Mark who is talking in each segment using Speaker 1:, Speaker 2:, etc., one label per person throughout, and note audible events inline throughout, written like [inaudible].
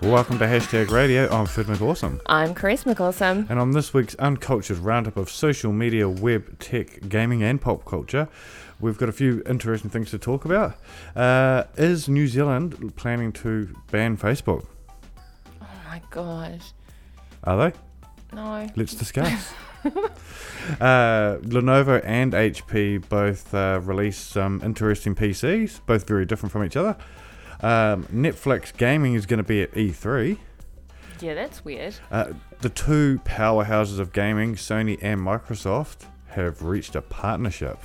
Speaker 1: Welcome to Hashtag Radio. I'm Sid McAwesome.
Speaker 2: I'm
Speaker 1: [laughs]
Speaker 2: Chris McAwesome.
Speaker 1: And on this week's uncultured roundup of social media, web, tech, gaming, and pop culture, we've got a few interesting things to talk about. Uh, is New Zealand planning to ban Facebook?
Speaker 2: Oh my gosh.
Speaker 1: Are they?
Speaker 2: No.
Speaker 1: Let's discuss. uh, Lenovo and HP both uh, released some interesting PCs, both very different from each other. Um, Netflix gaming is going to be at E E3.
Speaker 2: Yeah, that's weird.
Speaker 1: Uh, the two powerhouses of gaming, Sony and Microsoft, have reached a partnership.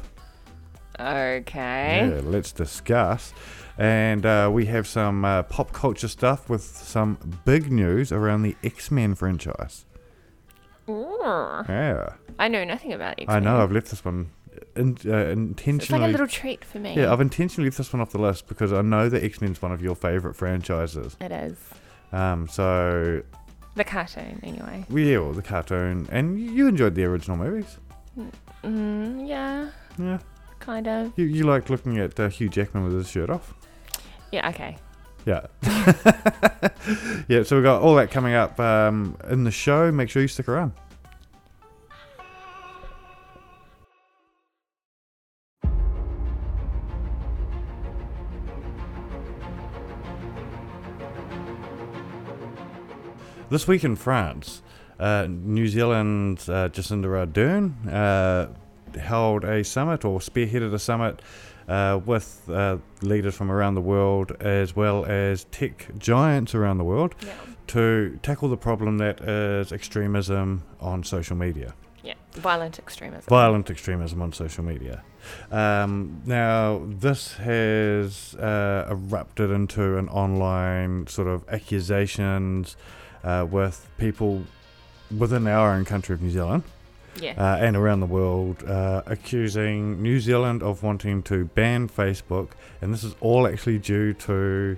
Speaker 2: Okay.
Speaker 1: Yeah, let's discuss. And uh, we have some uh, pop culture stuff with some big news around the X Men franchise.
Speaker 2: Ooh.
Speaker 1: Yeah,
Speaker 2: I know nothing about X-Men.
Speaker 1: I know I've left this one in, uh,
Speaker 2: It's like a
Speaker 1: intentionally.
Speaker 2: little treat for me.
Speaker 1: yeah, I've intentionally left this one off the list because I know that X Men's one of your favourite franchises.
Speaker 2: It is.
Speaker 1: Um, so
Speaker 2: The cartoon, anyway.
Speaker 1: yeah, well, the cartoon, and you enjoyed the original movies.
Speaker 2: Mm, yeah,
Speaker 1: Yeah,
Speaker 2: kind of.
Speaker 1: you you liked looking at uh, Hugh Jackman with his shirt off.
Speaker 2: Yeah, okay.
Speaker 1: Yeah. [laughs] yeah, so we've got all that coming up um, in the show. Make sure you stick around. This week in France, uh, New Zealand's uh, Jacinda Ardern uh, held a summit or spearheaded a summit uh, with uh, leaders from around the world as well as tech giants around the world
Speaker 2: Yeah.
Speaker 1: to tackle the problem that is extremism on social media,
Speaker 2: Yeah. Violent extremism.
Speaker 1: violent extremism on social media. Um, now, this has uh, erupted into an online sort of accusations uh, with people within our own country of New Zealand
Speaker 2: yeah.
Speaker 1: uh, and around the world uh, accusing New Zealand of wanting to ban Facebook, and this is all actually due to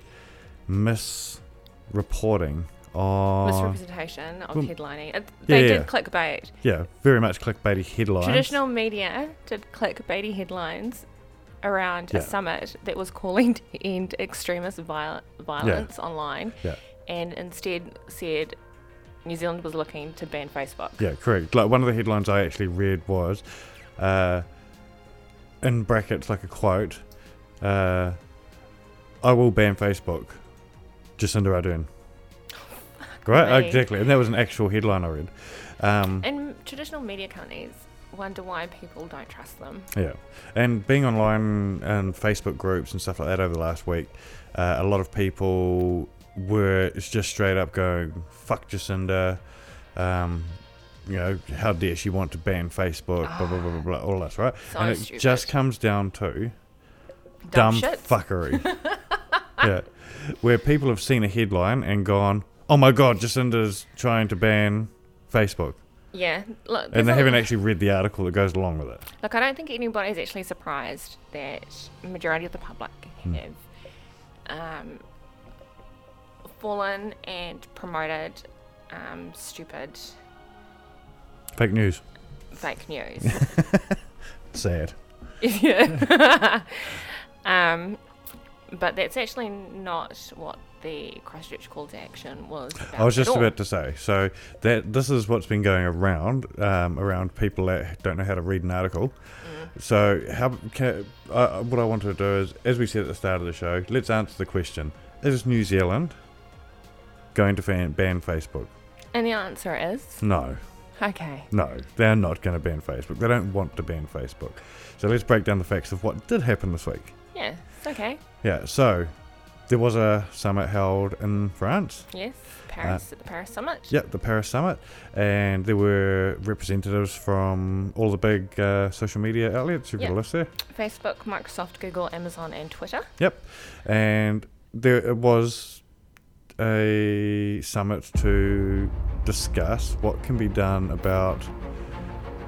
Speaker 1: misreporting on
Speaker 2: Misrepresentation of
Speaker 1: well,
Speaker 2: headlining. It, they
Speaker 1: Oh. yeah, yeah.
Speaker 2: did clickbait.
Speaker 1: yeah, very much clickbaity headlines.
Speaker 2: Traditional media did clickbaity headlines around
Speaker 1: Yeah.
Speaker 2: a summit that was calling to end extremist viol- violence online
Speaker 1: Yeah.
Speaker 2: and instead said New Zealand was looking to ban Facebook.
Speaker 1: Yeah, correct. Like one of the headlines I actually read was, uh, in brackets, like a quote, uh, "I will ban Facebook." Jacinda Ardern. Right,
Speaker 2: me.
Speaker 1: exactly, and that was an actual headline I read. Um,
Speaker 2: And traditional media companies wonder why people don't trust them.
Speaker 1: Yeah, and being online and Facebook groups and stuff like that over the last week, uh, a lot of people were just straight up going "fuck Jacinda," um, you know, how dare she want to ban Facebook, blah blah blah blah blah, all that, right?
Speaker 2: So
Speaker 1: and it
Speaker 2: stupid.
Speaker 1: just comes down to dumb,
Speaker 2: Dumb shit.
Speaker 1: fuckery,
Speaker 2: [laughs]
Speaker 1: yeah, where people have seen a headline and gone, "Oh my god, Jacinda's trying to ban Facebook,"
Speaker 2: Yeah. Look,
Speaker 1: and they
Speaker 2: there's a-
Speaker 1: haven't actually read the article that goes along with it.
Speaker 2: Look, I don't think anybody's actually surprised that majority of the public
Speaker 1: Hmm.
Speaker 2: have um, fallen and promoted um, stupid
Speaker 1: Fake news,
Speaker 2: fake news.
Speaker 1: [laughs] sad.
Speaker 2: Yeah. [laughs] um, but that's actually not what the Christchurch call to action was. About
Speaker 1: I was just
Speaker 2: at all.
Speaker 1: about to say. So that this is what's been going around um, around people that don't know how to read an article.
Speaker 2: Mm.
Speaker 1: So how can, uh, what I want to do is, as we said at the start of the show, let's answer the question: Is New Zealand going to fan, ban Facebook?
Speaker 2: And the answer is
Speaker 1: No,
Speaker 2: okay.
Speaker 1: no, they're not going to ban Facebook. They don't want to ban Facebook. So let's break down the facts of what did happen this week.
Speaker 2: Yeah, it's okay.
Speaker 1: Yeah. So there was a summit held in France.
Speaker 2: Yes, Paris at the Paris summit.
Speaker 1: Uh, Yep, the Paris Summit, and there were representatives from all the big uh, social media outlets. You've got a
Speaker 2: Yep.
Speaker 1: list there.
Speaker 2: Facebook, Microsoft, Google, Amazon, and Twitter.
Speaker 1: Yep, and there was a summit to discuss what can be done about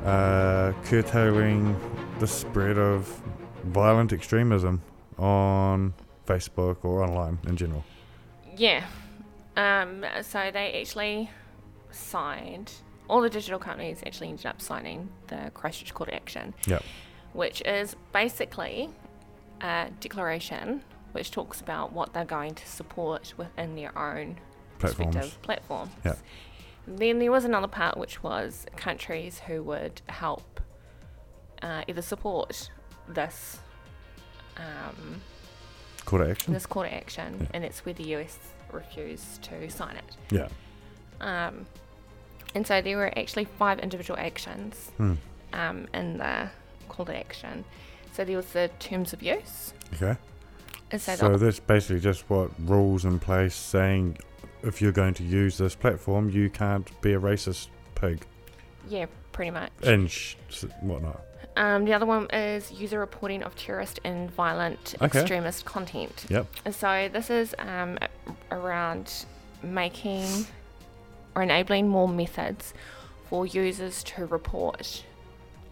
Speaker 1: uh, curtailing the spread of violent extremism on Facebook or online in general.
Speaker 2: Yeah. Um, so they actually signed, all the digital companies actually ended up signing the Christchurch Call to Action,
Speaker 1: Yep.
Speaker 2: which is basically a declaration which talks about what they're going to support within their own
Speaker 1: platforms.
Speaker 2: respective platforms.
Speaker 1: Yeah.
Speaker 2: Then there was another part which was countries who would help uh, either support this um,
Speaker 1: Call to action.
Speaker 2: this call to action,
Speaker 1: Yeah.
Speaker 2: and it's where the US refused to sign it.
Speaker 1: Yeah.
Speaker 2: Um, and so there were actually five individual actions
Speaker 1: Hmm.
Speaker 2: um, in the call to action. So there was the terms of use.
Speaker 1: Okay.
Speaker 2: And so,
Speaker 1: So
Speaker 2: the,
Speaker 1: that's basically just what rules in place saying if you're going to use this platform, you can't be a racist pig
Speaker 2: yeah, pretty much.
Speaker 1: and sh- s- whatnot.
Speaker 2: Um, the other one is user reporting of terrorist and violent
Speaker 1: Okay.
Speaker 2: extremist content.
Speaker 1: Yep.
Speaker 2: And So this is um, a- around making or enabling more methods for users to report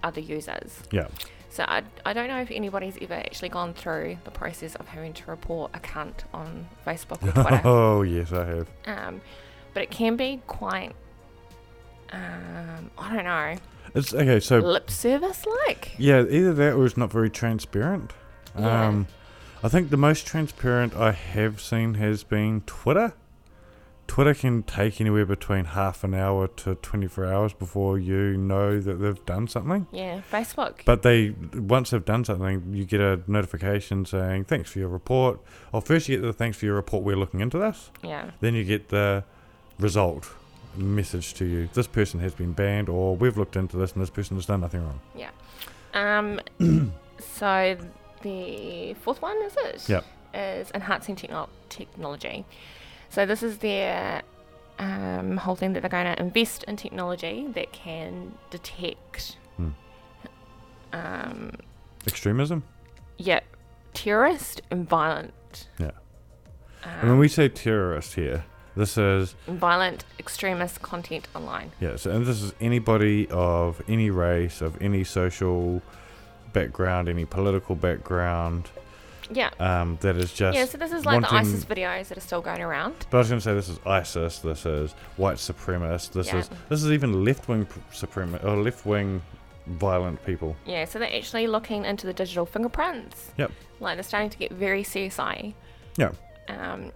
Speaker 2: other users.
Speaker 1: Yeah.
Speaker 2: So I, I don't know if anybody's ever actually gone through the process of having to report a cunt on Facebook or Twitter.
Speaker 1: [laughs] oh yes, I have.
Speaker 2: um, but it can be quite, um, I don't know,
Speaker 1: It's okay. So
Speaker 2: lip service like.
Speaker 1: Yeah, either that or it's not very transparent.
Speaker 2: Yeah.
Speaker 1: Um, I think the most transparent I have seen has been Twitter. Twitter can take anywhere between half an hour to 24 hours before you know that they've done something.
Speaker 2: Yeah, Facebook.
Speaker 1: But they, once they've done something, you get a notification saying, thanks for your report. Or first you get the thanks for your report, we're looking into this.
Speaker 2: yeah.
Speaker 1: Then you get the result message to you. This person has been banned, or we've looked into this and this person has done nothing wrong. [clears throat]
Speaker 2: Um, so the fourth one is it?
Speaker 1: Yep.
Speaker 2: Is enhancing techno- technology. So this is their um, whole thing that they're going to invest in technology that can detect,
Speaker 1: Hmm.
Speaker 2: um,
Speaker 1: Extremism?
Speaker 2: yeah, terrorist and violent.
Speaker 1: Yeah. And when
Speaker 2: Um,
Speaker 1: we say terrorist here, this is
Speaker 2: violent extremist content online.
Speaker 1: yeah, so, and this is anybody of any race, of any social background, any political background,
Speaker 2: Yeah.
Speaker 1: um, that is just.
Speaker 2: Yeah, so this is like the
Speaker 1: wanting-
Speaker 2: ISIS videos that are still going around.
Speaker 1: But I was going to say this is ISIS, this is white supremacist, this
Speaker 2: Yeah.
Speaker 1: is this is even left wing supremacist or left wing violent people.
Speaker 2: Yeah, so they're actually looking into the digital fingerprints.
Speaker 1: Yep.
Speaker 2: Like they're starting to get very CSI.
Speaker 1: Yeah.
Speaker 2: Um,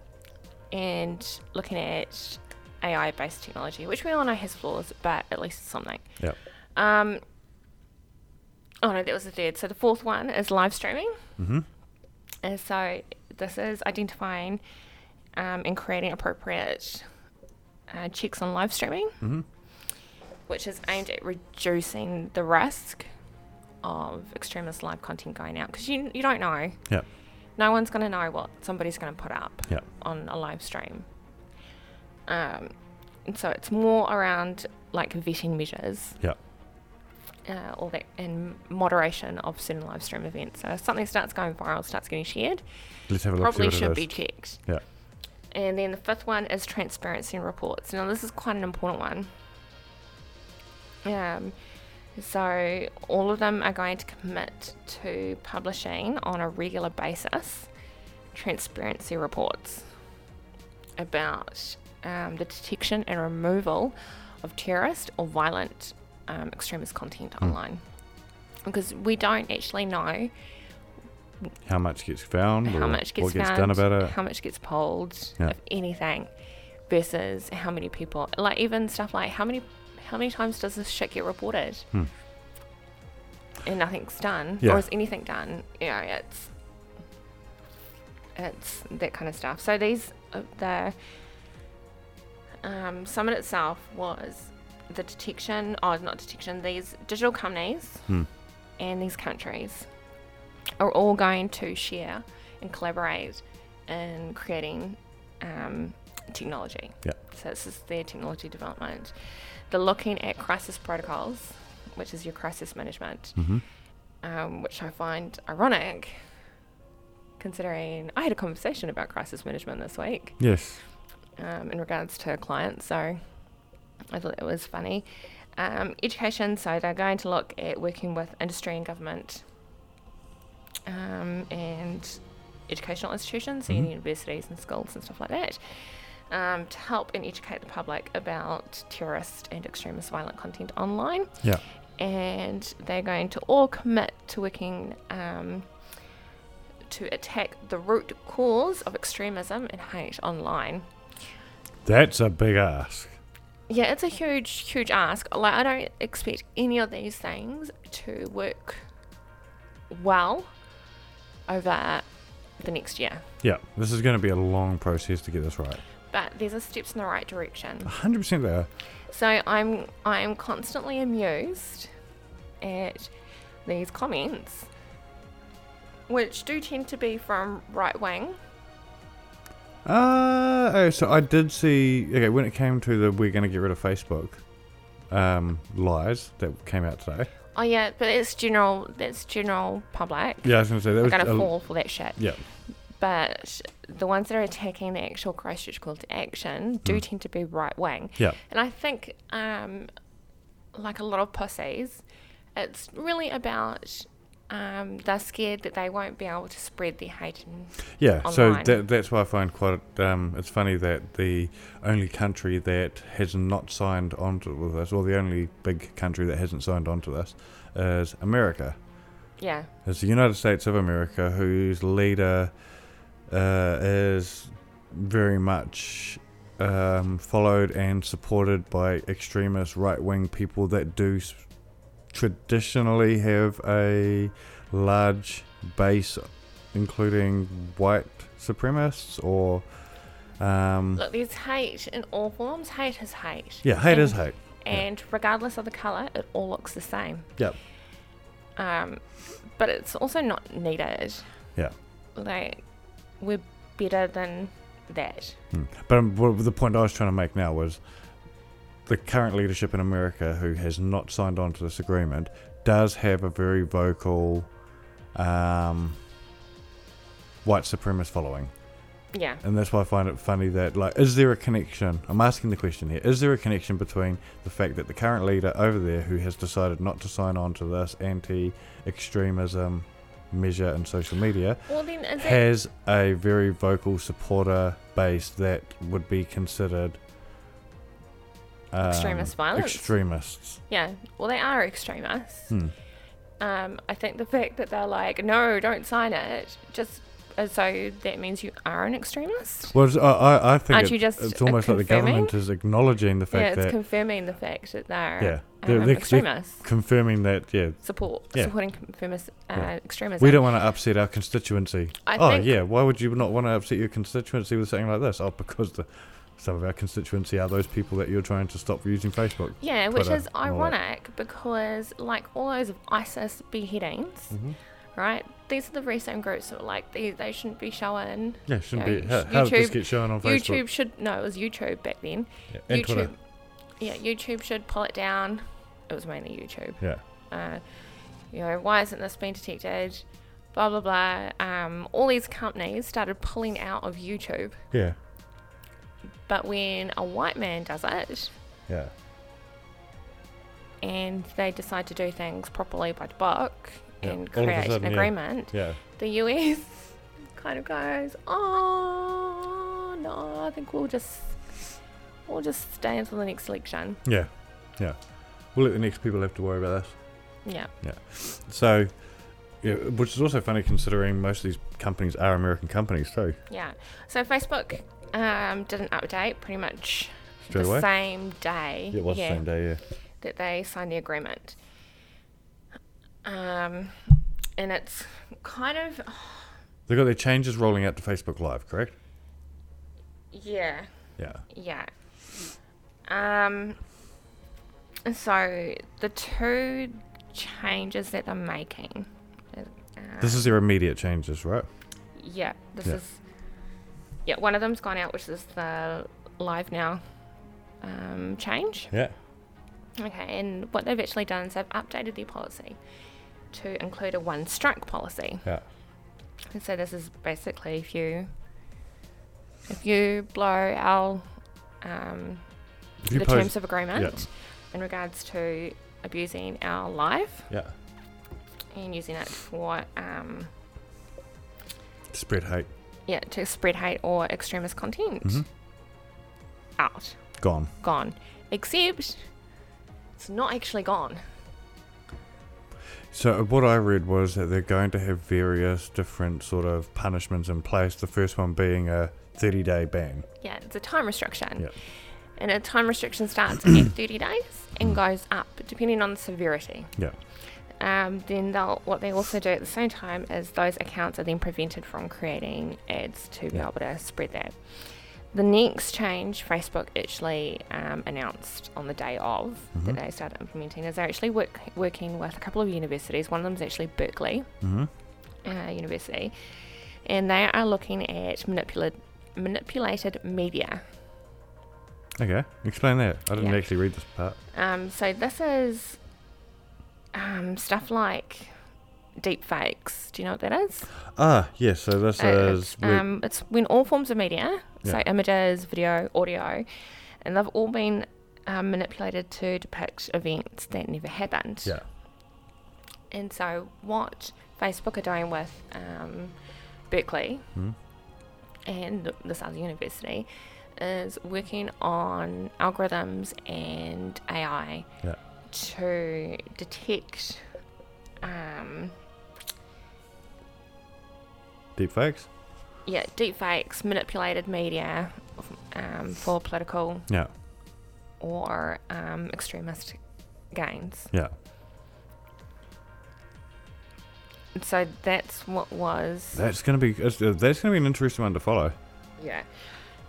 Speaker 2: and looking at AI based technology, which we all know has flaws, but at least it's something.
Speaker 1: Yeah.
Speaker 2: Um, oh no, that was the third. So the fourth one is live streaming.
Speaker 1: Mhm.
Speaker 2: And so this is identifying um, and creating appropriate uh, checks on live streaming,
Speaker 1: Mhm.
Speaker 2: which is aimed at reducing the risk of extremist live content going out because you, you don't know.
Speaker 1: Yeah.
Speaker 2: No one's going to know what somebody's going to put up
Speaker 1: Yeah.
Speaker 2: on a live stream. Um, and so it's more around like vetting measures
Speaker 1: Yeah.
Speaker 2: uh, all that and moderation of certain live stream events. So if something starts going viral, starts getting shared,
Speaker 1: Let's have a look. see
Speaker 2: probably
Speaker 1: what it
Speaker 2: should
Speaker 1: is.
Speaker 2: be checked.
Speaker 1: Yeah.
Speaker 2: And then the fifth one is transparency in reports. Now this is quite an important one. Um, so all of them are going to commit to publishing on a regular basis transparency reports about um, the detection and removal of terrorist or violent um, extremist content online. Because we don't actually know
Speaker 1: How much gets found?
Speaker 2: how
Speaker 1: or
Speaker 2: much gets
Speaker 1: what gets
Speaker 2: found,
Speaker 1: done about it?
Speaker 2: how much gets polled,
Speaker 1: Yeah.
Speaker 2: if anything, versus how many people. Like even stuff like how many how many times does this shit get reported,
Speaker 1: Hmm.
Speaker 2: and nothing's done,
Speaker 1: Yeah.
Speaker 2: or is anything done? You know, it's it's that kind of stuff. So these uh, the um, summit itself was the detection, or not detection. These digital companies
Speaker 1: Hmm.
Speaker 2: and these countries are all going to share and collaborate in creating um, technology.
Speaker 1: Yeah.
Speaker 2: So this is their technology development. They're looking at crisis protocols, which is your crisis management,
Speaker 1: hmm
Speaker 2: um, which I find ironic, considering I had a conversation about crisis management this week
Speaker 1: Yes.
Speaker 2: um, in regards to clients. So I thought it was funny. Um, education, so they're going to look at working with industry and government um, and educational institutions, so your
Speaker 1: Mhm.
Speaker 2: universities and schools and stuff like that, um, to help and educate the public about terrorist and extremist violent content online.
Speaker 1: Yeah.
Speaker 2: And they're going to all commit to working um, to attack the root cause of extremism and hate online.
Speaker 1: That's a big ask.
Speaker 2: Yeah, it's a huge, huge ask. Like, I don't expect any of these things to work well over the next year.
Speaker 1: Yeah, this is going to be a long process to get this right.
Speaker 2: But there's a steps in the right direction.
Speaker 1: 100% there.
Speaker 2: So I'm I'm constantly amused at these comments, which do tend to be from right wing.
Speaker 1: Uh, oh, so I did see. Okay, when it came to the we're going to get rid of Facebook um, lies that came out today.
Speaker 2: Oh yeah, but it's general. That's general public.
Speaker 1: Yeah, I was going to say that
Speaker 2: They're
Speaker 1: was.
Speaker 2: gonna
Speaker 1: a-
Speaker 2: fall for that shit.
Speaker 1: Yeah,
Speaker 2: But the ones that are attacking the actual Christchurch call to action do tend to be right wing.
Speaker 1: Mm. yeah,
Speaker 2: And I think, um, like a lot of pussies, it's really about um, they're scared that they won't be able to spread their hate. And
Speaker 1: yeah. So
Speaker 2: Online.
Speaker 1: that, that's why I find quite. Um, it's funny that the only country that has not signed onto this, or the only big country that hasn't signed onto this, is America.
Speaker 2: yeah,
Speaker 1: It's the United States of America, whose leader uh, is very much um, followed and supported by extremist right wing people that do s- traditionally have a large base, including white supremacists or. Um,
Speaker 2: look, there's hate in all forms. Hate is hate.
Speaker 1: yeah, hate is
Speaker 2: And-
Speaker 1: hate.
Speaker 2: And regardless of the color, it all looks the same.
Speaker 1: Yep.
Speaker 2: Um, but it's also not needed.
Speaker 1: Yeah.
Speaker 2: Like we're better than that.
Speaker 1: Mm. But um, wha- the point I was trying to make now was the current leadership in America, who has not signed on to this agreement, does have a very vocal um, white supremacist following.
Speaker 2: Yeah.
Speaker 1: And that's why I find it funny that, like, is there a connection? I'm asking the question here. Is there a connection between the fact that the current leader over there, who has decided not to sign on to this anti extremism measure in social media,
Speaker 2: Well, then is it
Speaker 1: has a very vocal supporter base that would be considered um,
Speaker 2: Extremist violence?
Speaker 1: Extremists.
Speaker 2: yeah. Well, they are extremists.
Speaker 1: Hmm.
Speaker 2: Um, I think the fact that they're like, no, don't sign it, just uh, so that means you are an extremist.
Speaker 1: Well, it's- I, I, I think
Speaker 2: Aren't
Speaker 1: it-
Speaker 2: you just,
Speaker 1: it's
Speaker 2: uh,
Speaker 1: almost like the
Speaker 2: confirming?
Speaker 1: government is acknowledging the
Speaker 2: Yeah,
Speaker 1: fact
Speaker 2: it's
Speaker 1: that
Speaker 2: confirming the fact that they're,
Speaker 1: yeah,
Speaker 2: um,
Speaker 1: they're
Speaker 2: extremists.
Speaker 1: confirming that yeah,
Speaker 2: Support
Speaker 1: Yeah.
Speaker 2: supporting confirmist uh,
Speaker 1: Yeah.
Speaker 2: extremism.
Speaker 1: we don't want to upset our constituency.
Speaker 2: I
Speaker 1: oh
Speaker 2: think-
Speaker 1: yeah, why would you not want to upset your constituency with something like this? Oh, because the some of our constituency are those people that you're trying to stop using Facebook.
Speaker 2: Yeah, which
Speaker 1: Twitter
Speaker 2: is
Speaker 1: and all that.
Speaker 2: ironic because, like all those ISIS beheadings,
Speaker 1: Hmm. Mm-hmm.
Speaker 2: right? These are the very same groups that were like they, they shouldn't be showing.
Speaker 1: Yeah, shouldn't
Speaker 2: you
Speaker 1: be.
Speaker 2: know,
Speaker 1: How, how did this
Speaker 2: YouTube-
Speaker 1: get shown on Facebook?
Speaker 2: YouTube should no, it was YouTube back then.
Speaker 1: Yeah, and Twitter.
Speaker 2: YouTube, yeah, YouTube should pull it down. It was mainly YouTube.
Speaker 1: Yeah.
Speaker 2: Uh, you know, why isn't this being detected? Blah blah blah. Um, all these companies started pulling out of YouTube,
Speaker 1: Yeah.
Speaker 2: but when a white man does it,
Speaker 1: Yeah.
Speaker 2: and they decide to do things properly by the book
Speaker 1: Yeah,
Speaker 2: and
Speaker 1: all of a
Speaker 2: create
Speaker 1: sudden,
Speaker 2: an
Speaker 1: yeah.
Speaker 2: agreement,
Speaker 1: Yeah.
Speaker 2: the US [laughs] kind of goes, "Oh no, I think we'll just we'll just stay until the next election."
Speaker 1: Yeah. Yeah. We'll let the next people have to worry about
Speaker 2: Yeah,
Speaker 1: that. So, yeah, which is also funny considering most of these companies are American companies, so
Speaker 2: yeah. So Facebook um, did an update pretty much
Speaker 1: straight
Speaker 2: the
Speaker 1: away.
Speaker 2: same day.
Speaker 1: It was
Speaker 2: yeah,
Speaker 1: the same day, yeah.
Speaker 2: that they signed the agreement. Um, and it's kind of
Speaker 1: They got their changes rolling out to Facebook Live, correct?
Speaker 2: yeah.
Speaker 1: Yeah.
Speaker 2: Yeah. Um. So the two changes that I'm making. Uh,
Speaker 1: This is their immediate changes, right?
Speaker 2: yeah. This
Speaker 1: Yeah.
Speaker 2: is. Yeah, one of them's gone out, which is the live now um, change.
Speaker 1: Yeah.
Speaker 2: Okay, and what they've actually done is they've updated their policy to include a one strike policy.
Speaker 1: Yeah.
Speaker 2: And so this is basically if you if you blow our um,
Speaker 1: If
Speaker 2: the
Speaker 1: you post-
Speaker 2: terms of agreement in regards to abusing our life
Speaker 1: yeah.
Speaker 2: and using it for um,
Speaker 1: Spread hate.
Speaker 2: yeah to spread hate or extremist content
Speaker 1: Mhm.
Speaker 2: out
Speaker 1: Gone.
Speaker 2: gone except it's not actually gone
Speaker 1: So what I read was that they're going to have various different sort of punishments in place. The first one being a 30 day ban.
Speaker 2: Yeah, it's a time restriction.
Speaker 1: Yep.
Speaker 2: And a time restriction starts at 30 days and goes up depending on the severity.
Speaker 1: Yeah.
Speaker 2: Um, then they'll, what they also do at the same time is those accounts are then prevented from creating ads to be
Speaker 1: Yeah.
Speaker 2: able to spread that. The next change Facebook actually um, announced on the day of that they started implementing is they're actually work, working with a couple of universities. One of them is actually Berkeley
Speaker 1: hmm
Speaker 2: uh, University, and they are looking at manipula- manipulated media.
Speaker 1: Okay. Explain that. I didn't
Speaker 2: Yeah.
Speaker 1: actually read this part.
Speaker 2: Um, so this is um, stuff like deep fakes. Do you know what that is?
Speaker 1: Ah, yeah. So this
Speaker 2: Uh,
Speaker 1: is.
Speaker 2: it's,
Speaker 1: where-
Speaker 2: um, it's when all forms of media, so
Speaker 1: Yeah.
Speaker 2: images, video, audio, and they've all been um, manipulated to depict events that never happened.
Speaker 1: yeah.
Speaker 2: And so what Facebook are doing with um, Berkeley
Speaker 1: Mhm.
Speaker 2: and this other university is working on algorithms and AI
Speaker 1: Yeah.
Speaker 2: to detect um,
Speaker 1: Deep fakes?
Speaker 2: yeah deepfakes, manipulated media um, for political
Speaker 1: Yeah.
Speaker 2: or um, extremist gains.
Speaker 1: Yeah.
Speaker 2: And so that's what was
Speaker 1: That's going to be it's- uh, that's going to be an interesting one to follow.
Speaker 2: Yeah.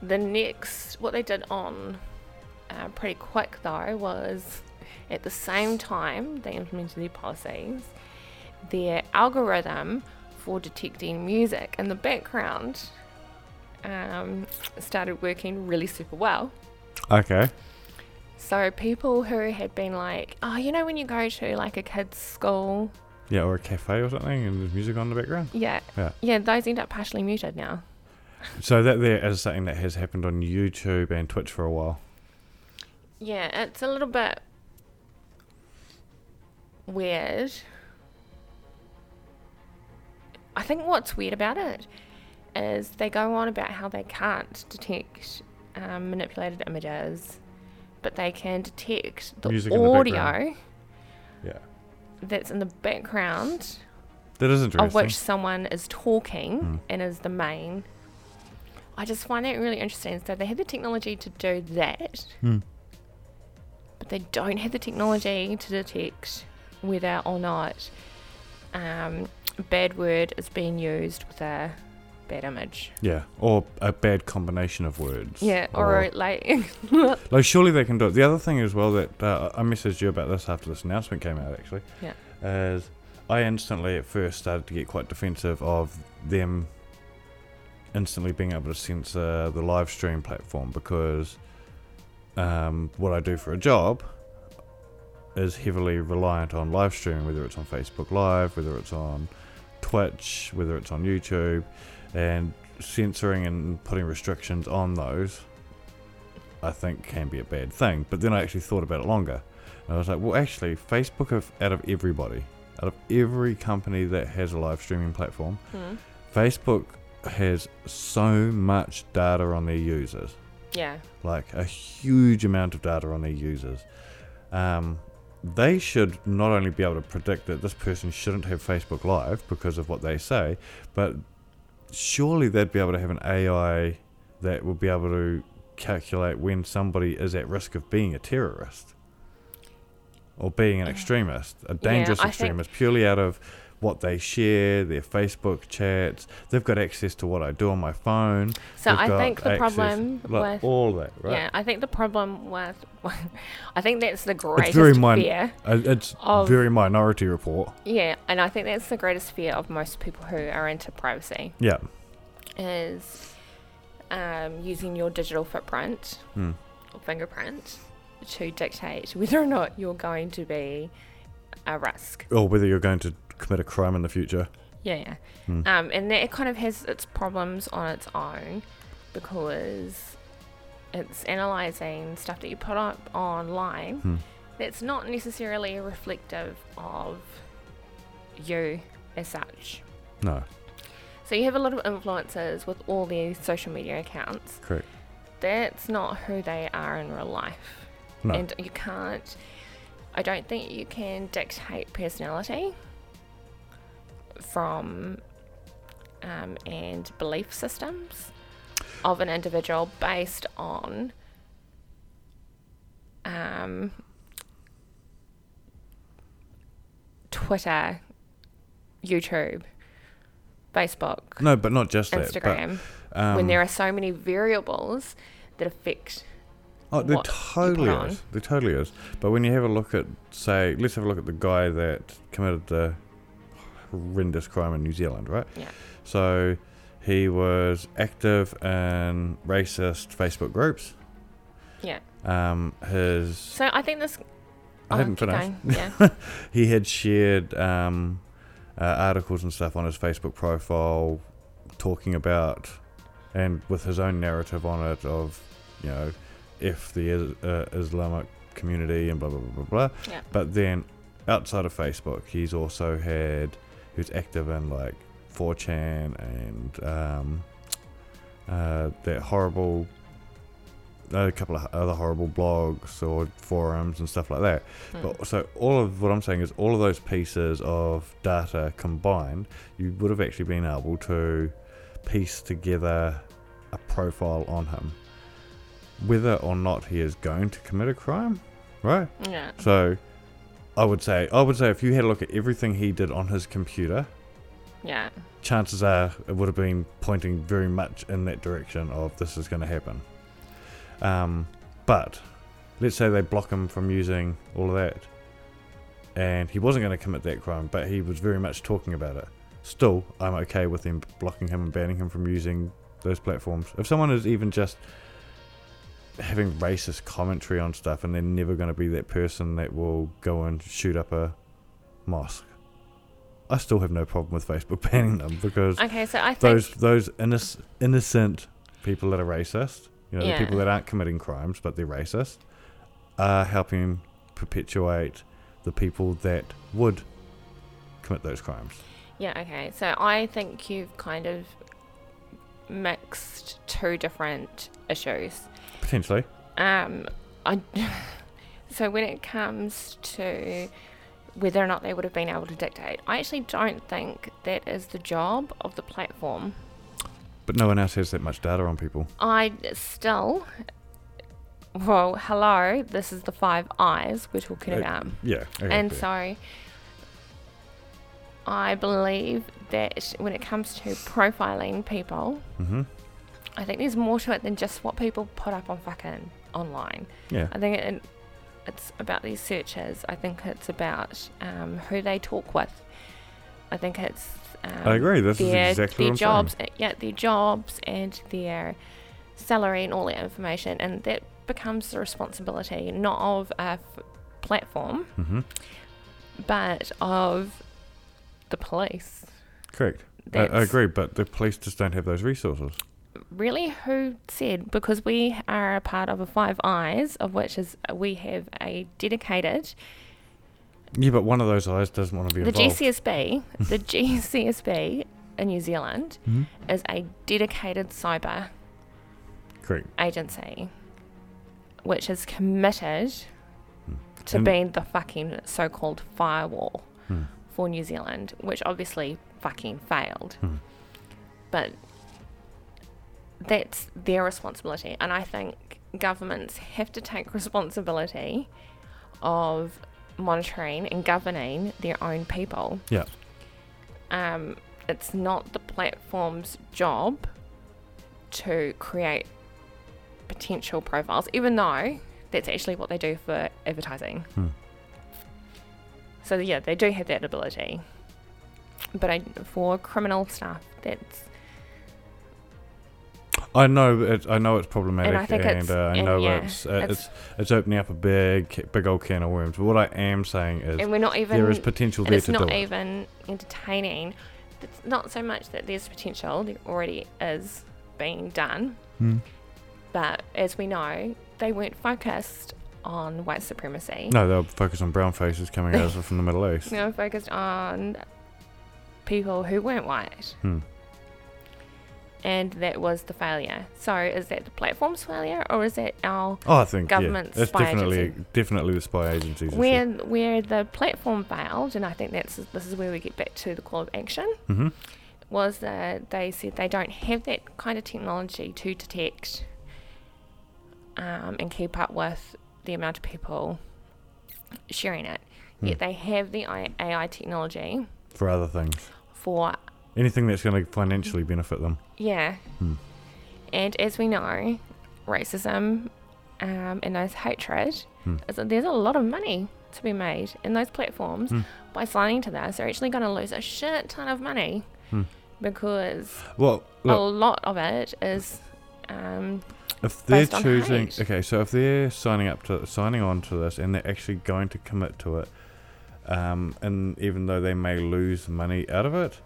Speaker 2: The next, what they did on uh, pretty quick though was at the same time they implemented their policies, their algorithm for detecting music in the background um, started working really super well.
Speaker 1: Okay.
Speaker 2: So people who had been like, oh, you know, when you go to like a kid's school,
Speaker 1: Yeah, or a cafe or something, and there's music on in the background.
Speaker 2: yeah,
Speaker 1: Yeah.
Speaker 2: yeah, those end up partially muted now.
Speaker 1: So that there is something that has happened on YouTube and Twitch for a while.
Speaker 2: Yeah, it's a little bit weird. I think what's weird about it is they go on about how they can't detect um, manipulated images, but they can detect the
Speaker 1: Music in the
Speaker 2: audio
Speaker 1: background. Yeah.
Speaker 2: that's in the background
Speaker 1: That is
Speaker 2: of
Speaker 1: interesting.
Speaker 2: which someone is talking
Speaker 1: Mm.
Speaker 2: and is the main. I just find that really interesting. So they have the technology to do that
Speaker 1: Hmm.
Speaker 2: but they don't have the technology to detect whether or not um, a bad word is being used with a bad image.
Speaker 1: Yeah. Or a bad combination of words.
Speaker 2: Yeah, or, like,
Speaker 1: Like, surely they can do it. The other thing as well that uh, I messaged you about this after this announcement came out, actually.
Speaker 2: Yeah.
Speaker 1: Is I instantly at first started to get quite defensive of them instantly being able to censor the live stream platform because um, what I do for a job is heavily reliant on live streaming, whether it's on Facebook Live, whether it's on Twitch, whether it's on YouTube, and censoring and putting restrictions on those I think can be a bad thing. But then I actually thought about it longer. And I was like, well, actually, Facebook, have, out of everybody, out of every company that has a live streaming platform,
Speaker 2: [laughs] Hmm.
Speaker 1: Facebook has so much data on their users
Speaker 2: yeah,
Speaker 1: like a huge amount of data on their users. Um, they should not only be able to predict that this person shouldn't have Facebook Live because of what they say, but surely they'd be able to have an AI that would be able to calculate when somebody is at risk of being a terrorist or being an extremist, a dangerous
Speaker 2: Uh, I think-
Speaker 1: extremist, purely out of what they share, their Facebook chats. They've got access to what I do on my phone.
Speaker 2: So
Speaker 1: They've
Speaker 2: I
Speaker 1: got
Speaker 2: think the
Speaker 1: access-
Speaker 2: problem
Speaker 1: like,
Speaker 2: with-
Speaker 1: all that, right?
Speaker 2: yeah. I think the problem with, [laughs] I think that's the greatest
Speaker 1: very min-
Speaker 2: fear.
Speaker 1: Uh, It's
Speaker 2: of-
Speaker 1: very minority report.
Speaker 2: Yeah, and I think that's the greatest fear of most people who are into privacy
Speaker 1: Yeah.
Speaker 2: is um, using your digital footprint
Speaker 1: Mm.
Speaker 2: or fingerprint to dictate whether or not you're going to be a risk.
Speaker 1: Or Oh, whether you're going to commit a crime in the future.
Speaker 2: Yeah, yeah.
Speaker 1: Hmm.
Speaker 2: Um, and that it kind of has its problems on its own because it's analyzing stuff that you put up online
Speaker 1: Hmm.
Speaker 2: that's not necessarily reflective of you as such.
Speaker 1: No,
Speaker 2: So you have a lot of influencers with all their social media accounts.
Speaker 1: correct.
Speaker 2: That's not who they are in real life.
Speaker 1: No.
Speaker 2: And you can't, I don't think you can dictate personality from um, and belief systems of an individual based on um, Twitter, YouTube, Facebook,
Speaker 1: No, but not just that. but,
Speaker 2: Instagram,
Speaker 1: um,
Speaker 2: when there are so many variables that affect.
Speaker 1: Oh, there
Speaker 2: what you
Speaker 1: totally
Speaker 2: put
Speaker 1: is. There totally is. But when you have a look at, say, let's have a look at the guy that committed the horrendous crime in New Zealand, right?
Speaker 2: Yeah.
Speaker 1: So he was active in racist Facebook groups.
Speaker 2: Yeah.
Speaker 1: Um, his
Speaker 2: So I think this.
Speaker 1: I
Speaker 2: oh,
Speaker 1: haven't
Speaker 2: keep
Speaker 1: finished.
Speaker 2: going.
Speaker 1: [laughs]
Speaker 2: Yeah.
Speaker 1: he had shared um, uh, articles and stuff on his Facebook profile talking about and with his own narrative on it of you know if the is- uh, Islamic community and blah blah blah blah blah.
Speaker 2: Yeah.
Speaker 1: But then outside of Facebook, he's also had he was active in like 4chan and um, uh, that horrible uh, a couple of other horrible blogs or forums and stuff like that.
Speaker 2: Hmm.
Speaker 1: But so all of what I'm saying is all of those pieces of data combined, you would have actually been able to piece together a profile on him, whether or not he is going to commit a crime, right?
Speaker 2: yeah.
Speaker 1: So I would say I would say if you had a look at everything he did on his computer,
Speaker 2: Yeah.
Speaker 1: chances are it would have been pointing very much in that direction of this is going to happen. Um, but let's say they block him from using all of that, and he wasn't going to commit that crime, but he was very much talking about it. Still, I'm okay with them blocking him and banning him from using those platforms. If someone is even just having racist commentary on stuff, and they're never going to be that person that will go and shoot up a mosque. I still have no problem with Facebook [laughs] banning them because
Speaker 2: Okay, so I think.
Speaker 1: those those innoc- innocent people that are racist, you know,
Speaker 2: Yeah.
Speaker 1: the people that aren't committing crimes but they're racist, are helping perpetuate the people that would commit those crimes.
Speaker 2: Yeah, okay. So I think you've kind of mixed two different issues.
Speaker 1: Potentially,
Speaker 2: Um, I, [laughs] so when it comes to whether or not they would have been able to dictate, I actually don't think that is the job of the platform.
Speaker 1: but no one else has that much data on people.
Speaker 2: I still, well, hello, this is the five eyes we're talking
Speaker 1: Uh,
Speaker 2: about.
Speaker 1: Yeah, okay,
Speaker 2: And
Speaker 1: fair.
Speaker 2: so I believe that when it comes to profiling people,
Speaker 1: Mhm.
Speaker 2: I think there's more to it than just what people put up on fucking online.
Speaker 1: yeah,
Speaker 2: I think it, it's about these searches. I think it's about um, who they talk with. I think it's. Um,
Speaker 1: I agree. This is
Speaker 2: their,
Speaker 1: exactly
Speaker 2: their
Speaker 1: what I'm
Speaker 2: jobs, eh, yeah, their jobs and their salary and all that information, and that becomes the responsibility not of a f- platform,
Speaker 1: saying. hmm
Speaker 2: but of the police.
Speaker 1: Correct. I,
Speaker 2: That's
Speaker 1: I agree, but the police just don't have those resources.
Speaker 2: Really, who said? Because we are a part of a Five Eyes, of which is we have a dedicated
Speaker 1: Yeah, but one of those eyes doesn't want to be
Speaker 2: the
Speaker 1: involved. [laughs]
Speaker 2: GCSB. the GCSB in New Zealand
Speaker 1: Mhm.
Speaker 2: is a dedicated cyber
Speaker 1: Correct.
Speaker 2: agency, which is committed
Speaker 1: Hmm.
Speaker 2: to
Speaker 1: And-
Speaker 2: being the fucking so-called firewall
Speaker 1: Hmm.
Speaker 2: for New Zealand, which obviously fucking failed.
Speaker 1: Hmm.
Speaker 2: But that's their responsibility, and I think governments have to take responsibility of monitoring and governing their own people.
Speaker 1: Yeah.
Speaker 2: Um, it's not the platform's job to create potential profiles, even though that's actually what they do for advertising.
Speaker 1: Hmm.
Speaker 2: So yeah, they do have that ability, but I, for criminal stuff, that's
Speaker 1: I know it. I know it's problematic, and I,
Speaker 2: think it's-
Speaker 1: uh, I
Speaker 2: and
Speaker 1: know
Speaker 2: yeah,
Speaker 1: it's, uh,
Speaker 2: it's-
Speaker 1: it's it's opening up a big, big old can of worms. But what I am saying is
Speaker 2: and we're not even
Speaker 1: there is potential
Speaker 2: and
Speaker 1: there
Speaker 2: it's
Speaker 1: to do
Speaker 2: not
Speaker 1: it.
Speaker 2: even entertaining. It's not so much that there's potential; there already is being done.
Speaker 1: Hmm.
Speaker 2: But as we know, they weren't focused on white supremacy.
Speaker 1: No, they'll focus on brown faces coming over
Speaker 2: [laughs]
Speaker 1: from the Middle East.
Speaker 2: They were focused on people who weren't white.
Speaker 1: Hmm.
Speaker 2: And that was the failure. So is that the platform's failure or is that our
Speaker 1: Oh, I think
Speaker 2: Government
Speaker 1: yeah, that's
Speaker 2: spy
Speaker 1: definitely
Speaker 2: agency.
Speaker 1: definitely the spy agencies.
Speaker 2: where where the platform failed and I think that's this is where we get back to the call of action
Speaker 1: hmm
Speaker 2: was that they said they don't have that kind of technology to detect um, and keep up with the amount of people sharing it. Yet they have the I- AI technology
Speaker 1: for other things.
Speaker 2: for
Speaker 1: Anything that's going to financially benefit them.
Speaker 2: Yeah.
Speaker 1: Hmm.
Speaker 2: And as we know, racism um, and those hatred,
Speaker 1: Hmm.
Speaker 2: is that there's a lot of money to be made in those platforms.
Speaker 1: Hmm.
Speaker 2: By signing to this, they're actually going to lose a shit ton of money
Speaker 1: Hmm.
Speaker 2: because
Speaker 1: Well,
Speaker 2: a
Speaker 1: look,
Speaker 2: lot of it is. Um,
Speaker 1: if they're
Speaker 2: based on
Speaker 1: choosing,
Speaker 2: hate.
Speaker 1: okay, so if they're signing up to signing on to this and they're actually going to commit to it, um, and even though they may lose money out of it,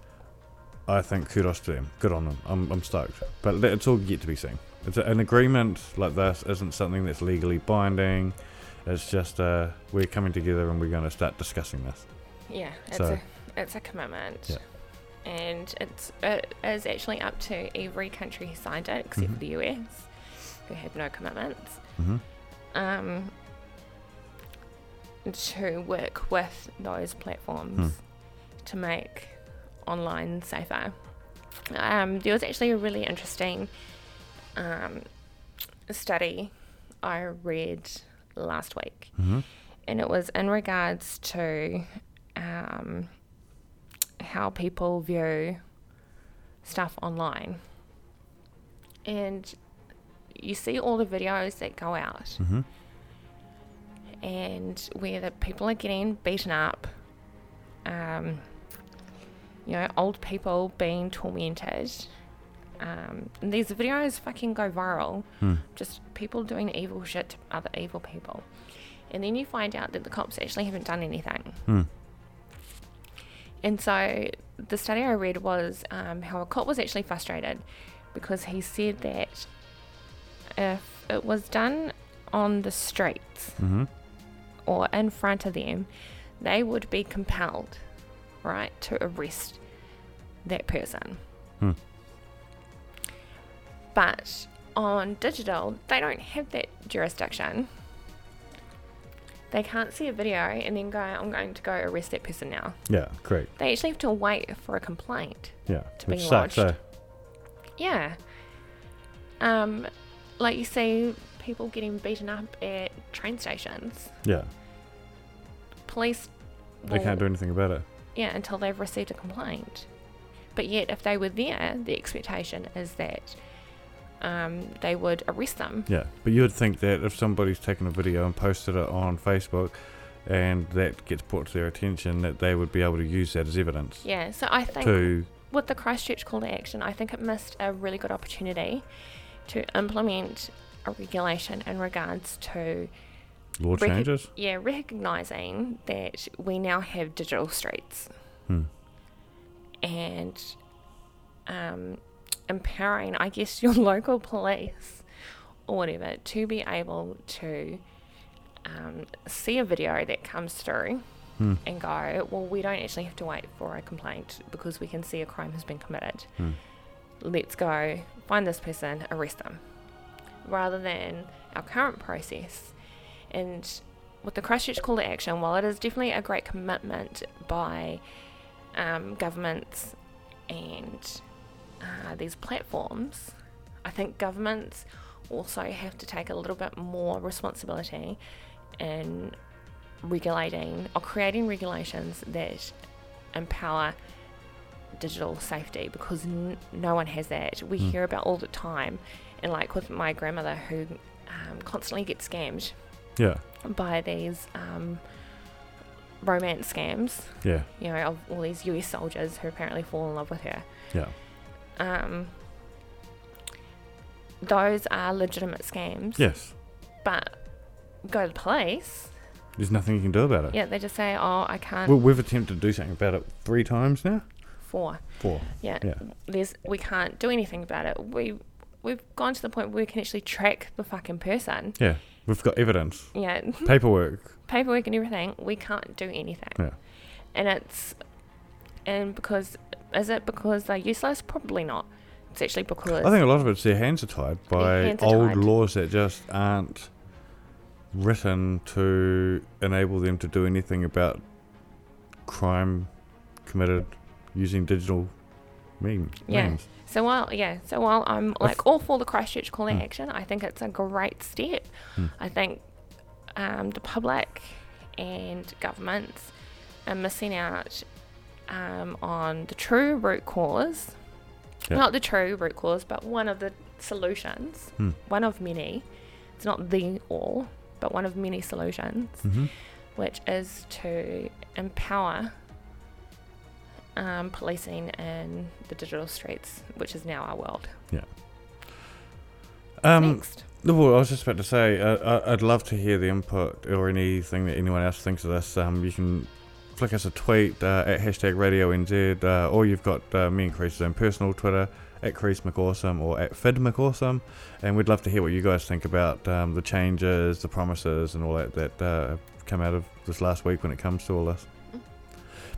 Speaker 1: I think kudos to them. Good on them. I'm, I'm stoked. But that- it's all yet to be seen. It's a, an agreement like this isn't something that's legally binding. It's just uh, we're coming together and we're going to start discussing this.
Speaker 2: yeah, it's,
Speaker 1: So-
Speaker 2: a, it's a commitment.
Speaker 1: Yeah.
Speaker 2: And it's, it is actually up to every country who signed it, except for
Speaker 1: Mhm.
Speaker 2: the US, who have no commitments.
Speaker 1: hmm
Speaker 2: um, to work with those platforms to make online safer. Um, there was actually a really interesting um, study I read last week,
Speaker 1: hmm
Speaker 2: and it was in regards to um, how people view stuff online. And you see all the videos that go out
Speaker 1: hmm
Speaker 2: and where the people are getting beaten up, um, you know, old people being tormented. Um, and these videos fucking go viral.
Speaker 1: Hmm.
Speaker 2: Just people doing evil shit to other evil people. And then you find out that the cops actually haven't done anything.
Speaker 1: Hmm.
Speaker 2: And so the study I read was um, how a cop was actually frustrated because he said that if it was done on the streets,
Speaker 1: hmm
Speaker 2: or in front of them, they would be compelled, right, to arrest that person.
Speaker 1: Hmm.
Speaker 2: But on digital, they don't have that jurisdiction. They can't see a video and then go, I'm going to go arrest that person now.
Speaker 1: Yeah, great.
Speaker 2: They actually have to wait for a complaint.
Speaker 1: Yeah,
Speaker 2: To
Speaker 1: which
Speaker 2: being
Speaker 1: sucks.
Speaker 2: lodged.
Speaker 1: eh?
Speaker 2: Yeah. Um, like you see people getting beaten up at train stations.
Speaker 1: yeah,
Speaker 2: Police
Speaker 1: they
Speaker 2: will-
Speaker 1: can't do anything about it.
Speaker 2: yeah, until they've received a complaint. But yet, if they were there, the expectation is that um, they would arrest them.
Speaker 1: Yeah, but you would think that if somebody's taken a video and posted it on Facebook, and that gets brought to their attention, that they would be able to use that as evidence
Speaker 2: Yeah, so I think
Speaker 1: to
Speaker 2: with the Christchurch call to action, I think it missed a really good opportunity to implement a regulation in regards to
Speaker 1: law
Speaker 2: recog-
Speaker 1: changes.
Speaker 2: yeah, recognizing that we now have digital streets
Speaker 1: Hmm.
Speaker 2: and um, empowering, I guess, [laughs] your local police or whatever to be able to um, see a video that comes through
Speaker 1: Hmm.
Speaker 2: and go, well, we don't actually have to wait for a complaint because we can see a crime has been committed.
Speaker 1: Hmm.
Speaker 2: Let's go find this person, arrest them, rather than our current process. And with the Christchurch call to action, while it is definitely a great commitment by um, governments and uh, these platforms, I think governments also have to take a little bit more responsibility in regulating or creating regulations that empower digital safety because n- no one has that. We
Speaker 1: Mm.
Speaker 2: hear about all the time, and like with my grandmother who um, constantly gets scammed
Speaker 1: Yeah,
Speaker 2: by these um, romance scams,
Speaker 1: yeah,
Speaker 2: you know, of all these US soldiers who apparently fall in love with her.
Speaker 1: yeah,
Speaker 2: Um, those are legitimate scams,
Speaker 1: yes.
Speaker 2: but go to the police.
Speaker 1: There's nothing you can do about it.
Speaker 2: Yeah, they just say, oh, I can't.
Speaker 1: Well, we've attempted to do something about it three times now.
Speaker 2: for
Speaker 1: Four.
Speaker 2: yeah,
Speaker 1: Yeah.
Speaker 2: there's we can't do anything about it. We we've gone to the point where we can actually track the fucking person.
Speaker 1: Yeah, we've got evidence,
Speaker 2: Yeah, [laughs]
Speaker 1: paperwork.
Speaker 2: paperwork and everything. We can't do anything.
Speaker 1: Yeah,
Speaker 2: and it's and because is it because they're useless? Probably not. It's actually because
Speaker 1: I think a lot of it's their hands are tied by
Speaker 2: hands are
Speaker 1: old
Speaker 2: tied.
Speaker 1: laws that just aren't written to enable them to do anything about crime committed using digital Meme,
Speaker 2: Yeah.
Speaker 1: memes.
Speaker 2: So while yeah, so while I'm like all for the Christchurch
Speaker 1: Hmm.
Speaker 2: calling action, I think it's a great step. I think um, the public and governments are missing out um, on the true root cause,
Speaker 1: Yeah.
Speaker 2: not the true root cause, but one of the solutions,
Speaker 1: Hmm.
Speaker 2: one of many. It's not the all, but one of many solutions,
Speaker 1: Mhm.
Speaker 2: which is to empower um, policing in the digital streets, which is now our world.
Speaker 1: Um,
Speaker 2: Next.
Speaker 1: no, well, I was just about to say, uh, I, I'd love to hear the input or anything that anyone else thinks of this. Um, you can flick us a tweet uh, at hashtag Radio NZ, uh, or you've got uh, me and Crease's own personal Twitter at Crease McAwesome or at Fid McAwesome, and we'd love to hear what you guys think about um, the changes, the promises, and all that that uh, have come out of this last week when it comes to all this.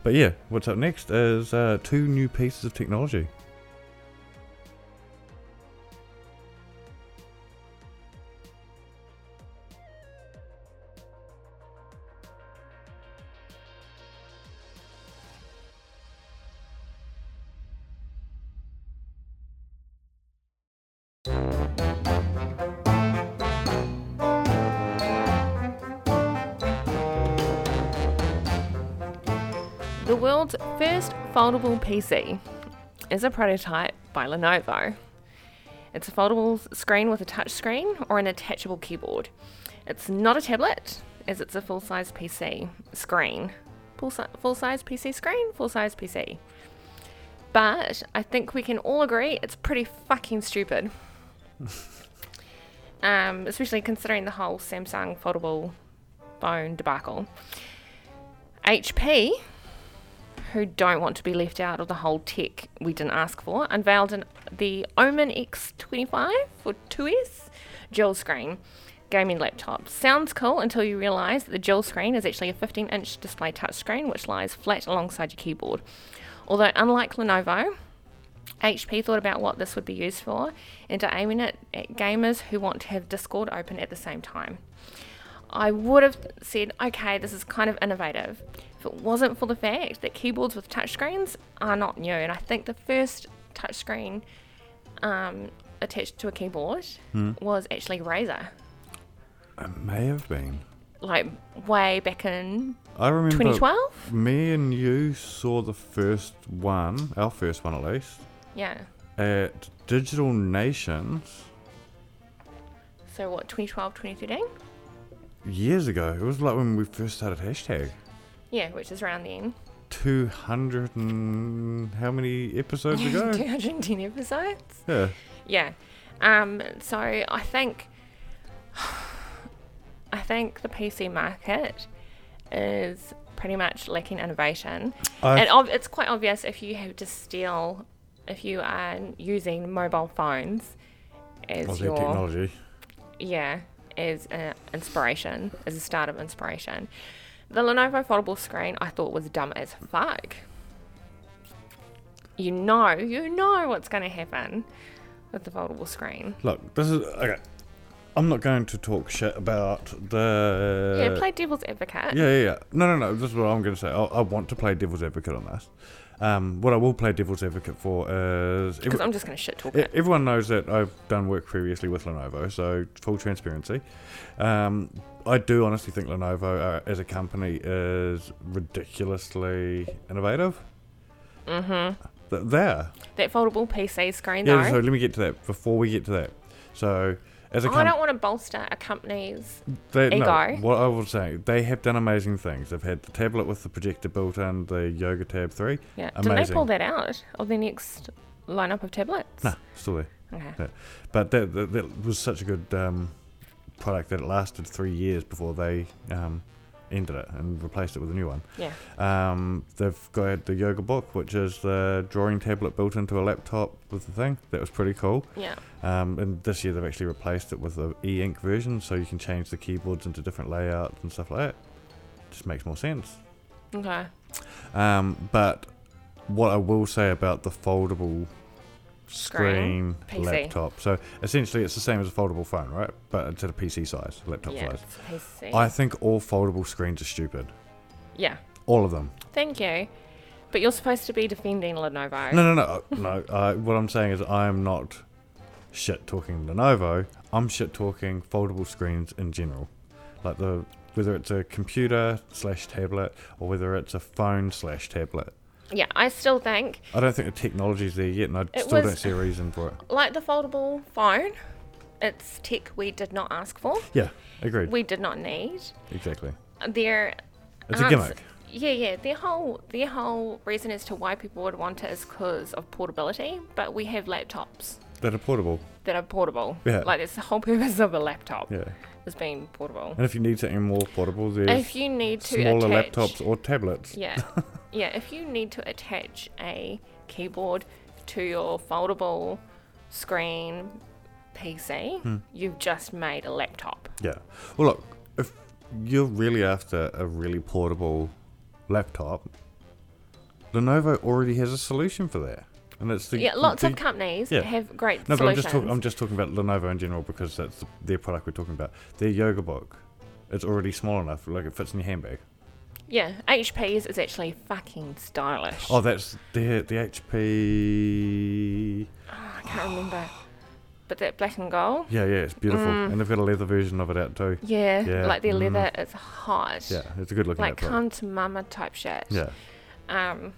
Speaker 1: But yeah, what's up next is uh, two new pieces of technology.
Speaker 2: The world's first foldable PC is a prototype by Lenovo. It's a foldable s- screen with a touchscreen or an attachable keyboard. It's not a tablet, as it's a full size PC screen. Full size PC screen, full size PC. But I think we can all agree it's pretty fucking stupid. um, especially considering the whole Samsung foldable phone debacle. HP who don't want to be left out of the whole tech we didn't ask for, unveiled an, the Omen X25 for 2S dual screen gaming laptop. Sounds cool until you realise that the dual screen is actually a 15 inch display touchscreen which lies flat alongside your keyboard. Although, unlike Lenovo, HP thought about what this would be used for and are aiming it at gamers who want to have Discord open at the same time. I would have said, okay, this is kind of innovative if it wasn't for the fact that keyboards with touchscreens are not new. And I think the first touchscreen um, attached to a keyboard was actually Razer,
Speaker 1: It may have been.
Speaker 2: like way back in
Speaker 1: I remember
Speaker 2: 2012.
Speaker 1: Me and you saw the first one, our first one at least,
Speaker 2: Yeah.
Speaker 1: at Digital Nations
Speaker 2: So what, 2012, 2013?
Speaker 1: years ago. It was like when we first started hashtag.
Speaker 2: Yeah, which is around then.
Speaker 1: 200 and how many episodes
Speaker 2: [laughs]
Speaker 1: ago?
Speaker 2: 210 episodes.
Speaker 1: yeah.
Speaker 2: Yeah. Um, so I think [sighs] I think the PC market is pretty much lacking innovation,
Speaker 1: I-
Speaker 2: and ob- it's quite obvious if you have to steal if you are using mobile phones as
Speaker 1: Well, their
Speaker 2: your
Speaker 1: technology.
Speaker 2: yeah, as an inspiration, as a start of inspiration. The Lenovo foldable screen I thought was dumb as fuck. You know, you know what's going to happen with the foldable screen.
Speaker 1: Look, this is. Okay. I'm not going to talk shit about
Speaker 2: yeah,
Speaker 1: the.
Speaker 2: play devil's advocate.
Speaker 1: Uh, Yeah, yeah, yeah. No, no, no. This is what I'm going to say. I, I want to play devil's advocate on this. Um, what I will play devil's advocate for is.
Speaker 2: Because I'm just going to shit talk
Speaker 1: E-
Speaker 2: it.
Speaker 1: Everyone knows that I've done work previously with Lenovo, so full transparency. Um, I do honestly think Lenovo uh, as a company is ridiculously innovative. Mm-hmm. They are.
Speaker 2: That foldable PC screen,
Speaker 1: Yeah, so
Speaker 2: though,
Speaker 1: let me get to that before we get to that. So, as a
Speaker 2: Oh, I
Speaker 1: company.
Speaker 2: don't want to bolster a company's.
Speaker 1: They, no,
Speaker 2: Ego.
Speaker 1: what I was saying, they have done amazing things. They've had the tablet with the projector built in, the Yoga Tab 3.
Speaker 2: Yeah. Didn't they
Speaker 1: Amazing.
Speaker 2: pull that out of their next lineup of tablets?
Speaker 1: Nah, still there.
Speaker 2: Okay.
Speaker 1: Yeah. But that, that, that was such a good um, product that it lasted three years before they um, ended it and replaced it with a new one.
Speaker 2: Yeah.
Speaker 1: Um, they've got the Yoga Book, which is the drawing tablet built into a laptop with the thing. That was pretty cool.
Speaker 2: Yeah.
Speaker 1: Um, and this year they've actually replaced it with an e ink version, so you can change the keyboards into different layouts and stuff like that. Just makes more sense.
Speaker 2: Okay.
Speaker 1: Um, but what I will say about the foldable
Speaker 2: Screen,
Speaker 1: screen,
Speaker 2: PC.
Speaker 1: laptop. So essentially, it's the same as a foldable phone, right? But it's at a PC size, laptop
Speaker 2: Yeah.
Speaker 1: size.
Speaker 2: it's PC.
Speaker 1: I think all foldable screens are stupid.
Speaker 2: yeah.
Speaker 1: All of them.
Speaker 2: Thank you. But you're supposed to be defending Lenovo.
Speaker 1: No, no, no, no. [laughs] Uh, what I'm saying is, I am not shit talking Lenovo. I'm shit talking foldable screens in general, like the whether it's a computer slash tablet or whether it's a phone slash tablet.
Speaker 2: Yeah, I still think
Speaker 1: I don't think the technology's there yet, and I
Speaker 2: It
Speaker 1: still
Speaker 2: was-
Speaker 1: don't see a reason for it.
Speaker 2: like the foldable phone, it's tech we did not ask for.
Speaker 1: Yeah, agreed.
Speaker 2: We did not need.
Speaker 1: exactly.
Speaker 2: Their
Speaker 1: It's a
Speaker 2: ans-
Speaker 1: gimmick.
Speaker 2: Yeah, yeah. Their whole their whole reason as to why people would want it is because of portability. But we have laptops
Speaker 1: That are portable.
Speaker 2: that are portable.
Speaker 1: Yeah.
Speaker 2: Like that's the whole [laughs] purpose of a laptop
Speaker 1: Yeah.
Speaker 2: is being portable.
Speaker 1: And if you need something more portable, there's
Speaker 2: If you need to
Speaker 1: smaller
Speaker 2: attach,
Speaker 1: laptops or tablets. [laughs]
Speaker 2: Yeah. yeah, if you need to attach a keyboard to your foldable screen PC,
Speaker 1: Hmm.
Speaker 2: you've just made a laptop.
Speaker 1: Yeah. Well, look, if you're really after a really portable laptop, Lenovo already has a solution for that, and it's the
Speaker 2: Yeah, lots
Speaker 1: the,
Speaker 2: of companies
Speaker 1: yeah.
Speaker 2: have great
Speaker 1: no, but I'm
Speaker 2: solutions.
Speaker 1: just talking. I'm just talking about Lenovo in general because that's the, their product we're talking about. Their yoga book, it's already small enough, like it fits in your handbag.
Speaker 2: yeah, HP's is actually fucking stylish.
Speaker 1: Oh, that's the the HP.
Speaker 2: I can't remember. But that black and gold,
Speaker 1: Yeah, yeah, it's beautiful,
Speaker 2: Mm.
Speaker 1: and they've got a leather version of it out too.
Speaker 2: yeah,
Speaker 1: Yeah,
Speaker 2: like their
Speaker 1: mm.
Speaker 2: leather is hot.
Speaker 1: Yeah, it's a good looking
Speaker 2: Like
Speaker 1: laptop.
Speaker 2: come to mama type shit.
Speaker 1: yeah,
Speaker 2: Um,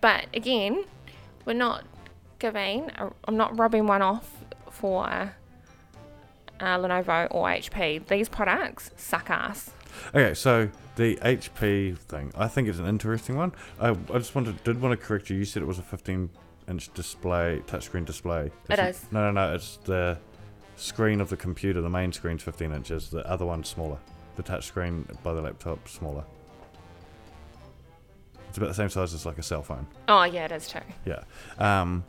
Speaker 2: but again, we're not giving, I'm not rubbing one off for uh, Lenovo or HP. These products suck ass.
Speaker 1: Okay, so the HP thing, I think it's an interesting one. I, I just wanted did want to correct you. You said it was a 15 inch display, touchscreen display.
Speaker 2: It
Speaker 1: It's-
Speaker 2: is.
Speaker 1: No, no, no. It's the screen of the computer. The main screen's 15 inches. The other one's smaller. The touchscreen by the laptop smaller. It's about the same size as like a cell phone.
Speaker 2: Oh, yeah, it is too.
Speaker 1: Yeah. Um,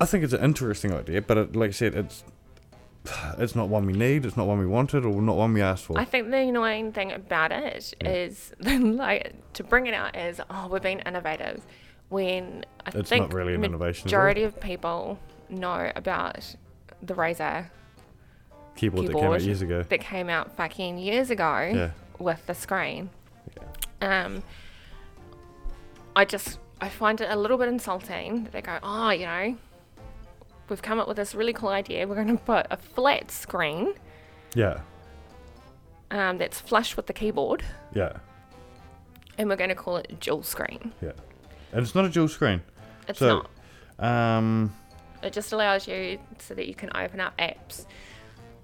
Speaker 1: I think it's an interesting idea, but it, like I said, it's [sighs] it's not one we need. It's not one we wanted, or not one we asked for.
Speaker 2: I think the annoying thing about it
Speaker 1: Yeah.
Speaker 2: is, [laughs] like, to bring it out is, oh, we're being innovative. When I
Speaker 1: It's
Speaker 2: think
Speaker 1: not really an innovation at all.
Speaker 2: majority of people know about the Razer
Speaker 1: keyboard, that came out
Speaker 2: keyboard
Speaker 1: years ago.
Speaker 2: that came out fucking years ago
Speaker 1: Yeah.
Speaker 2: with the screen. Um, I just I find it a little bit insulting that they go, oh, you know, we've come up with this really cool idea. We're going to put a flat screen
Speaker 1: Yeah,
Speaker 2: um, that's flush with the keyboard,
Speaker 1: yeah,
Speaker 2: and we're going to call it dual screen.
Speaker 1: yeah. And it's not a dual screen.
Speaker 2: It's
Speaker 1: so,
Speaker 2: not.
Speaker 1: um,
Speaker 2: It just allows you so that you can open up apps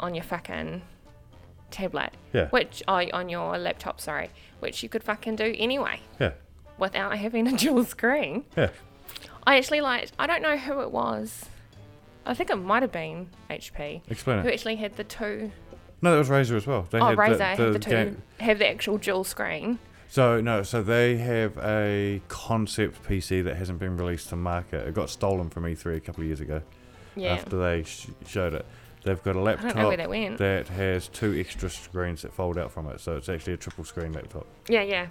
Speaker 2: on your fucking tablet,
Speaker 1: Yeah.
Speaker 2: which I on your laptop, sorry, which you could fucking do anyway
Speaker 1: yeah,
Speaker 2: without having a dual screen.
Speaker 1: yeah.
Speaker 2: I actually liked. I don't know who it was. I think it might have been HP.
Speaker 1: Explain
Speaker 2: Who
Speaker 1: it.
Speaker 2: actually had the two
Speaker 1: No, that was Razer as well. They
Speaker 2: oh
Speaker 1: had the-
Speaker 2: Razer had
Speaker 1: the
Speaker 2: the two
Speaker 1: game-
Speaker 2: have the actual dual screen.
Speaker 1: So no, so they have a concept PC that hasn't been released to market. It got stolen from E3 a couple of years ago.
Speaker 2: Yeah.
Speaker 1: After they sh- showed it, they've got a
Speaker 2: I don't
Speaker 1: laptop
Speaker 2: know where that went.
Speaker 1: that has two extra screens that fold out from it. So it's actually a triple screen laptop.
Speaker 2: yeah, yeah.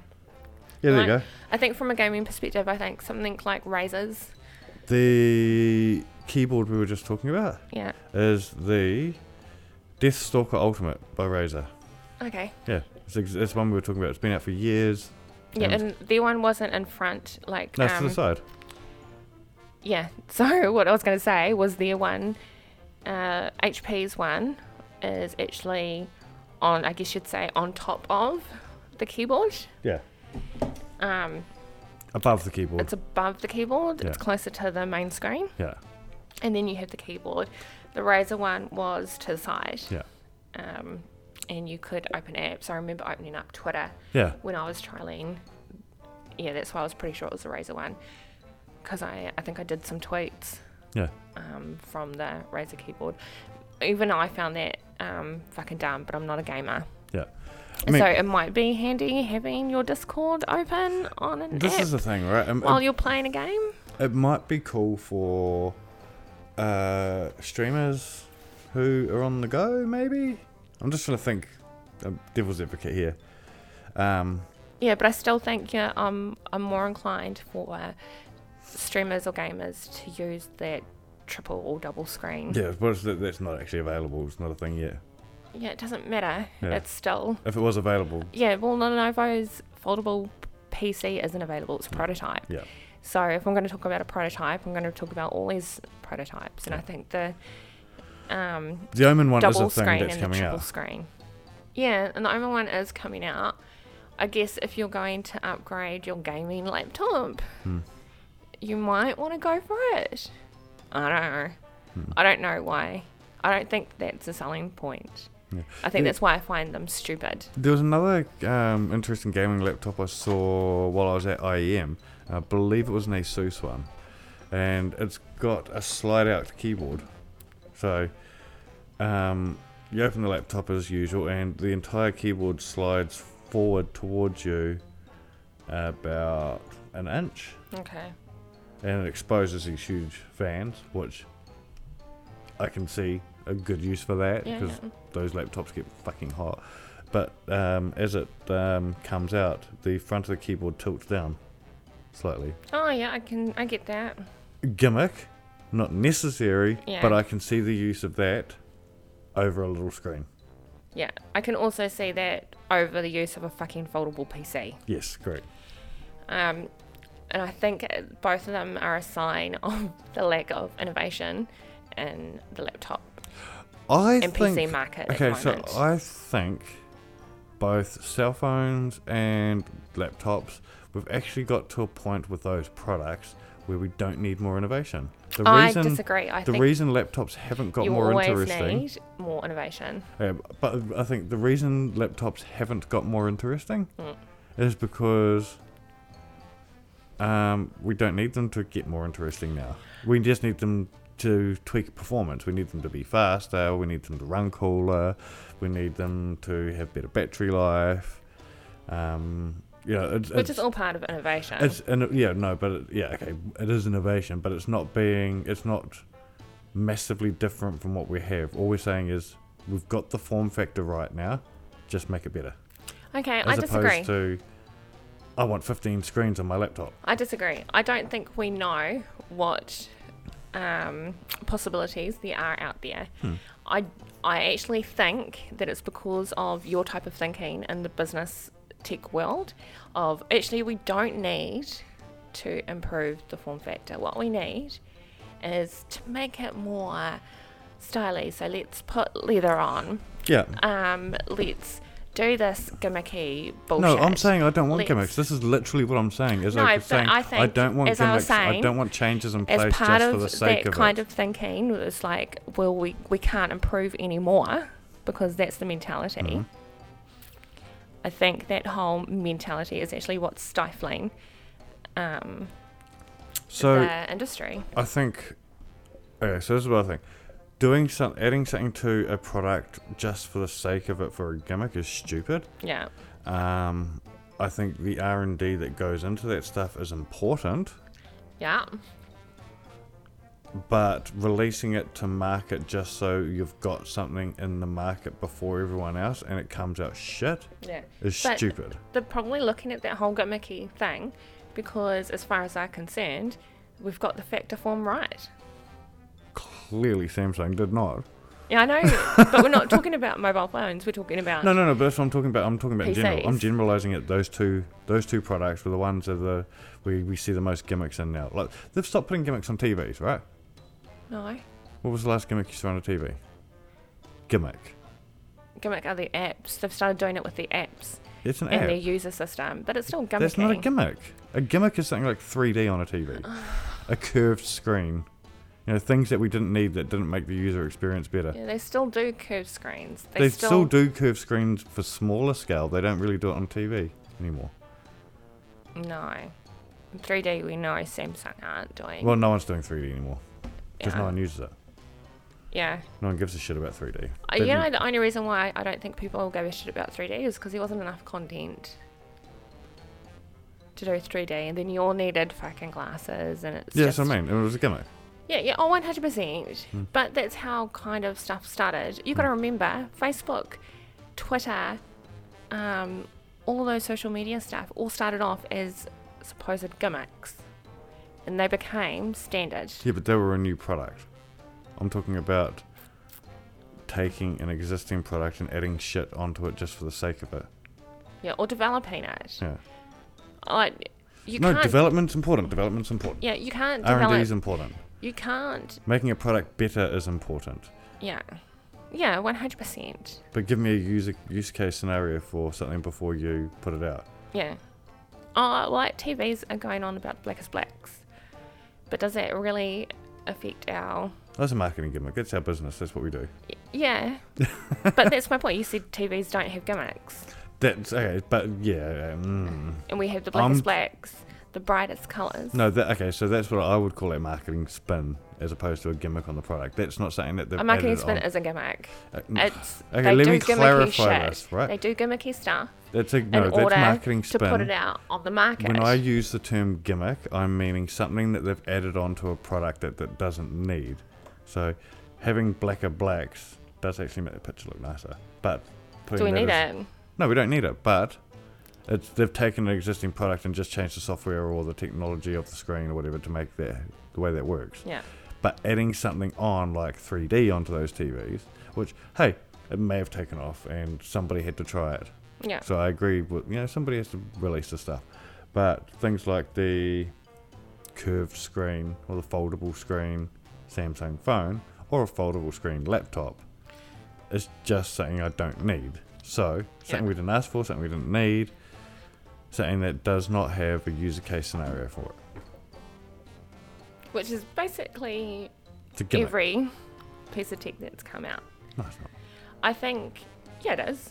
Speaker 1: Yeah, there you
Speaker 2: Right.
Speaker 1: go.
Speaker 2: I think from a gaming perspective, I think something like Razers.
Speaker 1: The keyboard we were just talking about.
Speaker 2: Yeah.
Speaker 1: is the Deathstalker Ultimate by Razer.
Speaker 2: Okay.
Speaker 1: Yeah, it's, ex- it's one we were talking about. It's been out for years.
Speaker 2: Yeah,
Speaker 1: And-
Speaker 2: and the one wasn't in front like
Speaker 1: No, it's to
Speaker 2: um,
Speaker 1: the side.
Speaker 2: yeah. [laughs] So what I was going to say was their one, uh, HP's one, is actually on. I guess you'd say on top of the keyboard.
Speaker 1: Yeah,
Speaker 2: Um,
Speaker 1: above the keyboard.
Speaker 2: It's above the keyboard. It's
Speaker 1: Yeah.
Speaker 2: closer to the main screen,
Speaker 1: yeah,
Speaker 2: and then you have the keyboard. The Razer one was to the side,
Speaker 1: yeah,
Speaker 2: um, and you could open apps. I remember opening up Twitter
Speaker 1: yeah,
Speaker 2: when I was trialing. Yeah, that's why I was pretty sure it was the Razer one, because I I think I did some tweets
Speaker 1: yeah.
Speaker 2: um, from the Razer keyboard. Even I found that um, fucking dumb, but I'm not a gamer.
Speaker 1: Yeah. I mean,
Speaker 2: so it might be handy having your Discord open on an
Speaker 1: this
Speaker 2: app
Speaker 1: is the thing, right? Um,
Speaker 2: while you're playing a game.
Speaker 1: it, it might be cool for uh, streamers who are on the go, maybe. I'm just trying to think. Um, devil's advocate here. Um,
Speaker 2: Yeah, but I still think yeah, I'm I'm more inclined for uh, streamers or gamers to use that triple or double screen.
Speaker 1: yeah, but it's- that's not actually available. It's not a thing yet.
Speaker 2: Yeah, it doesn't matter.
Speaker 1: Yeah.
Speaker 2: It's still
Speaker 1: If it was available,
Speaker 2: yeah. Well, Lenovo's foldable PC isn't available, it's prototype.
Speaker 1: Mm. Yeah.
Speaker 2: So if I'm going to talk about a prototype, I'm going to talk about all these prototypes. And I
Speaker 1: Yeah.
Speaker 2: think the um,
Speaker 1: The Omen one is
Speaker 2: double
Speaker 1: a thing
Speaker 2: screen
Speaker 1: that's
Speaker 2: and the
Speaker 1: coming
Speaker 2: triple
Speaker 1: out.
Speaker 2: screen. Yeah, and the only one is coming out. I guess if you're going to upgrade your gaming laptop,
Speaker 1: Hmm.
Speaker 2: you might want to go for it. I don't know.
Speaker 1: Hmm.
Speaker 2: I don't know why. I don't think that's a selling point.
Speaker 1: Yeah.
Speaker 2: I think
Speaker 1: Yeah.
Speaker 2: that's why I find them stupid.
Speaker 1: There was another um, interesting gaming laptop I saw while I was at IEM. I believe it was an ASUS one, and it's got a slide-out keyboard. So um, you open the laptop as usual, and the entire keyboard slides forward towards you about an inch,
Speaker 2: Okay.
Speaker 1: and it exposes these huge fans, which I can see a good use for that
Speaker 2: Yeah.
Speaker 1: because
Speaker 2: yeah.
Speaker 1: those laptops get fucking hot. But um, as it um, comes out, the front of the keyboard tilts down slightly.
Speaker 2: Oh yeah, I can. I get that.
Speaker 1: Gimmick, not necessary,
Speaker 2: Yeah.
Speaker 1: but I can see the use of that over a little screen.
Speaker 2: Yeah, I can also see that over the use of a fucking foldable PC.
Speaker 1: Yes, correct.
Speaker 2: Um, and I think uh, both of them are a sign [laughs] of the lack of innovation in the laptop
Speaker 1: I
Speaker 2: and
Speaker 1: think.
Speaker 2: PC market at
Speaker 1: okay,
Speaker 2: the
Speaker 1: so
Speaker 2: moment.
Speaker 1: I think both cell phones and laptops, we've actually got to a point with those products where we don't need more innovation. The
Speaker 2: I
Speaker 1: reason
Speaker 2: disagree. I
Speaker 1: the
Speaker 2: think
Speaker 1: reason laptops haven't got
Speaker 2: you
Speaker 1: more
Speaker 2: always
Speaker 1: interesting.
Speaker 2: need more innovation.
Speaker 1: Yeah, Uh, but I think the reason laptops haven't got more interesting
Speaker 2: Mm.
Speaker 1: is because um, we don't need them to get more interesting now. We just need them to tweak performance. We need them to be faster. We need them to run cooler. We need them to have better battery life. Um, you know, it's,
Speaker 2: Which
Speaker 1: it's,
Speaker 2: is all part of innovation.
Speaker 1: it's and yeah, no, but it, yeah, okay, it is innovation, but it's not being, it's not massively different from what we have. All we're saying is we've got the form factor right now, just make it better.
Speaker 2: okay, I
Speaker 1: As
Speaker 2: disagree.
Speaker 1: opposed to, I want 15 screens on my laptop.
Speaker 2: I disagree. I don't think we know what um, possibilities there are out there.
Speaker 1: Hmm.
Speaker 2: I I actually think that it's because of your type of thinking in the business tech world of actually we don't need to improve the form factor. What we need is to make it more stylish. So let's put leather on.
Speaker 1: Yeah.
Speaker 2: Um, let's do this gimmicky bullshit.
Speaker 1: No, I'm saying I don't want
Speaker 2: Let's-
Speaker 1: gimmicks. This is literally what I'm saying. Is
Speaker 2: No,
Speaker 1: I
Speaker 2: but
Speaker 1: was saying
Speaker 2: I
Speaker 1: I,
Speaker 2: think,
Speaker 1: don't want
Speaker 2: as I was
Speaker 1: gimmicks. I,
Speaker 2: saying,
Speaker 1: don't want changes in
Speaker 2: as
Speaker 1: place
Speaker 2: part
Speaker 1: just for
Speaker 2: of
Speaker 1: the sake
Speaker 2: that
Speaker 1: of
Speaker 2: kind
Speaker 1: it.
Speaker 2: of thinking it's like well we, we can't improve anymore because that's the mentality
Speaker 1: Mm-hmm.
Speaker 2: i think that whole mentality is actually what's stifling um,
Speaker 1: so
Speaker 2: the industry
Speaker 1: I think. Okay, so this is what I think. Doing some, adding something to a product just for the sake of it for a gimmick is stupid.
Speaker 2: yeah
Speaker 1: Um, I think the R and D that goes into that stuff is important,
Speaker 2: yeah
Speaker 1: but releasing it to market just so you've got something in the market before everyone else and it comes out shit
Speaker 2: yeah
Speaker 1: is
Speaker 2: But-
Speaker 1: stupid.
Speaker 2: they're probably looking at that whole gimmicky thing because as far as i'm concerned we've got the factor form right
Speaker 1: Clearly, Samsung did not.
Speaker 2: yeah
Speaker 1: [laughs]
Speaker 2: i know but we're not talking about mobile phones we're talking about
Speaker 1: No, no, no. But that's what I'm talking about. I'm talking about in general. I'm
Speaker 2: PCs.
Speaker 1: generalizing it. Those two, those two products were the ones that the we, we see the most gimmicks in now. Like they've stopped putting gimmicks on TVs, right?
Speaker 2: no
Speaker 1: What was the last gimmick you saw on a TV? Gimmick.
Speaker 2: gimmick are the apps they've started doing it with the apps
Speaker 1: It's an
Speaker 2: and
Speaker 1: app.
Speaker 2: their user system, but it's still gimmicky.
Speaker 1: That's not a gimmick. A gimmick is something like 3D on a TV, a curved screen. You know, things that we didn't need that didn't make the user experience better.
Speaker 2: Yeah, they still do curved screens. They,
Speaker 1: they still, do curved screens for smaller scale. They don't really do it on TV anymore.
Speaker 2: No. In 3D, we know Samsung aren't doing.
Speaker 1: Well, no one's doing 3D anymore because
Speaker 2: yeah.
Speaker 1: no one uses it.
Speaker 2: yeah.
Speaker 1: No one gives a shit about 3D.
Speaker 2: Uh, you
Speaker 1: Didn't-
Speaker 2: know, the only reason why I don't think people gave a shit about 3D is because there wasn't enough content to do 3D, and then you all needed fucking glasses, and it's
Speaker 1: yeah,
Speaker 2: just
Speaker 1: that's what I mean. It was a gimmick.
Speaker 2: Yeah, yeah, oh, 100%.
Speaker 1: Hmm.
Speaker 2: But that's how kind of stuff started. You've got to remember Facebook, Twitter, um, all of those social media stuff all started off as supposed gimmicks and they became standard.
Speaker 1: Yeah, but they were a new product. I'm talking about taking an existing product and adding shit onto it just for the sake of it.
Speaker 2: Yeah, or developing it.
Speaker 1: Yeah.
Speaker 2: Like, you
Speaker 1: no,
Speaker 2: can't.
Speaker 1: development's important. Development's important.
Speaker 2: yeah, you can't
Speaker 1: R and D
Speaker 2: develop.
Speaker 1: is important.
Speaker 2: you can't.
Speaker 1: Making a product better is important.
Speaker 2: Yeah. Yeah, 100%.
Speaker 1: But give me a user use case scenario for something before you put it out.
Speaker 2: Yeah. Oh, like TVs are going on about black is blacks. But does that really affect our.
Speaker 1: That's a marketing gimmick. That's our business. That's what we do.
Speaker 2: Y-
Speaker 1: [laughs]
Speaker 2: Yeah. but that's my point. You said TVs don't have gimmicks.
Speaker 1: That's okay. But yeah, mm.
Speaker 2: And we have the blackest
Speaker 1: Um,
Speaker 2: blacks, the brightest colours.
Speaker 1: no. That, okay, so that's what I would call a marketing spin, as opposed to a gimmick on the product. That's not saying that they've
Speaker 2: A marketing
Speaker 1: added on.
Speaker 2: spin is a gimmick.
Speaker 1: Uh, n-
Speaker 2: It's,
Speaker 1: Okay,
Speaker 2: they
Speaker 1: let
Speaker 2: do
Speaker 1: me
Speaker 2: gimmicky
Speaker 1: clarify
Speaker 2: shit.
Speaker 1: this, right?
Speaker 2: They do gimmicky stuff
Speaker 1: that's a,
Speaker 2: in
Speaker 1: no. That's
Speaker 2: order
Speaker 1: marketing
Speaker 2: to
Speaker 1: spin.
Speaker 2: put it out on the market.
Speaker 1: When I use the term gimmick, I'm meaning something that they've added onto a product that, that doesn't need. So having blacker blacks does actually make the picture look nicer. But
Speaker 2: do we need it?
Speaker 1: No, we don't need it. But it's, they've taken an existing product and just changed the software or the technology of the screen or whatever to make that the way that works.
Speaker 2: Yeah.
Speaker 1: But adding something on like 3D onto those TVs, which hey, it may have taken off and somebody had to try it.
Speaker 2: Yeah.
Speaker 1: So I agree with you know somebody has to release the stuff, but things like the curved screen or the foldable screen Samsung phone or a foldable screen laptop is just something I don't need. So something
Speaker 2: Yeah.
Speaker 1: we didn't ask for, something we didn't need, something that does not have a user case scenario for it.
Speaker 2: Which is basically
Speaker 1: It's a gimmick.
Speaker 2: every piece of tech that's come out.
Speaker 1: No, it's not.
Speaker 2: I think, yeah, it is.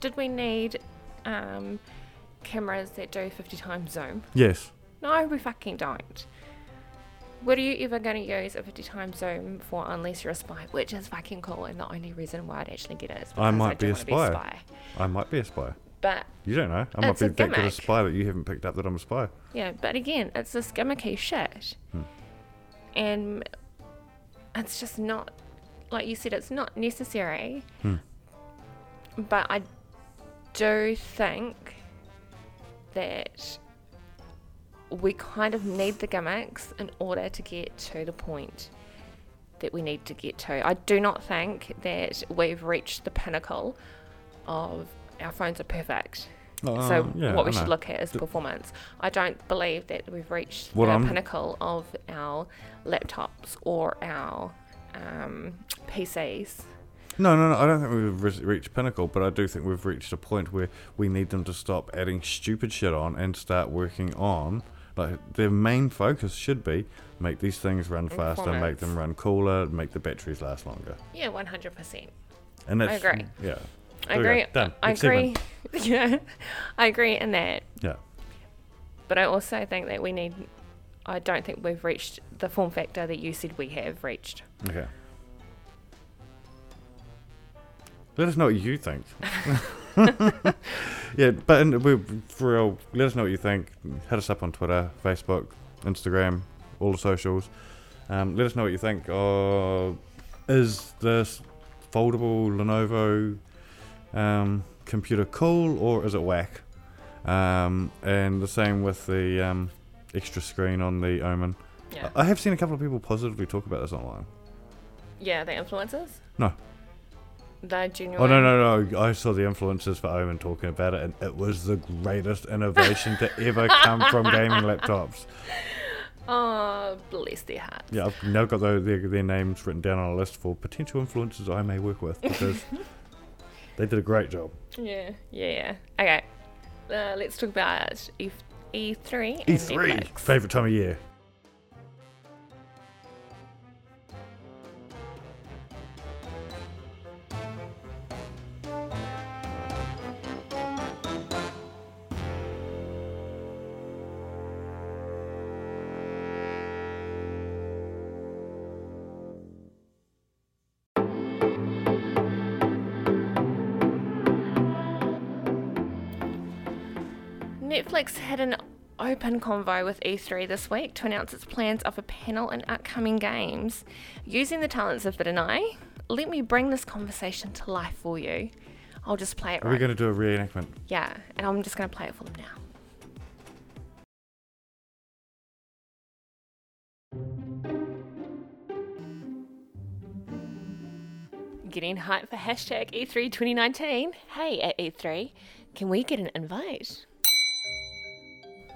Speaker 2: Did we need um, cameras that do 50 times zoom?
Speaker 1: Yes,
Speaker 2: No, we fucking don't. What are you ever going to use a 50 times zoom for unless you're a spy? Which is fucking cool, and the only reason why I'd actually get it is because I
Speaker 1: might be
Speaker 2: do
Speaker 1: a
Speaker 2: wanna
Speaker 1: spy. I might be a spy.
Speaker 2: But
Speaker 1: You don't know. I might
Speaker 2: It's
Speaker 1: be
Speaker 2: a
Speaker 1: that good a
Speaker 2: gimmick.
Speaker 1: spy that you haven't picked up that I'm a spy.
Speaker 2: yeah, but again, it's this gimmicky shit, and it's just not like you said. It's not necessary. But I do think that we kind of need the gimmicks in order to get to the point that we need to get to. I do not think that we've reached the pinnacle of our phones are perfect. so
Speaker 1: Uh, yeah,
Speaker 2: what we
Speaker 1: I
Speaker 2: should
Speaker 1: know.
Speaker 2: look at is performance. I don't believe that we've reached
Speaker 1: What
Speaker 2: the
Speaker 1: I'm-
Speaker 2: pinnacle of our laptops or our um, PCs.
Speaker 1: No, no, no. I don't think we've re- reached pinnacle, but I do think we've reached a point where we need them to stop adding stupid shit on and start working on. Like their main focus should be make these things run faster, make
Speaker 2: Performance. them
Speaker 1: them run cooler, make the batteries last longer.
Speaker 2: Yeah, one hundred percent.
Speaker 1: And that's
Speaker 2: agree.
Speaker 1: Yeah,
Speaker 2: I
Speaker 1: There we
Speaker 2: agree.
Speaker 1: go. Done.
Speaker 2: I
Speaker 1: Good segment.
Speaker 2: agree. [laughs] yeah, I agree in that.
Speaker 1: yeah.
Speaker 2: But I also think that we need. I don't think we've reached the form factor that you said we have reached.
Speaker 1: Okay. Let us know what you think. yeah, but in, we, for real, let us know what you think. Hit us up on Twitter, Facebook, Instagram, all the socials. Um, let us know what you think. Uh, is this foldable Lenovo um, computer cool or is it whack? Um, and the same with the um, extra screen on the Omen.
Speaker 2: Yeah.
Speaker 1: I I have seen a couple of people positively talk about this online.
Speaker 2: yeah, the influencers.
Speaker 1: No.
Speaker 2: The genuine.
Speaker 1: Oh no no no! I saw the influencers for Omen talking about it, and it was the greatest innovation to ever come from gaming laptops.
Speaker 2: Oh, bless their heart.
Speaker 1: Yeah, I've now got their, their, their names written down on a list for potential influencers I may work with because they did a great job.
Speaker 2: Yeah. Yeah. yeah. Okay. Uh, let's talk about E E three.
Speaker 1: E three favorite time of year.
Speaker 2: Netflix had an open convo with E3 this week to announce its plans of a panel and upcoming games. Using the talents of Bit and I, let me bring this conversation to life for you. I'll just play it
Speaker 1: Are we
Speaker 2: right.
Speaker 1: going to do a reenactment?
Speaker 2: yeah, and I'm just going to play it for them now. Getting hyped for E hashtag E3 2019? Hey, at E3, can we get an invite?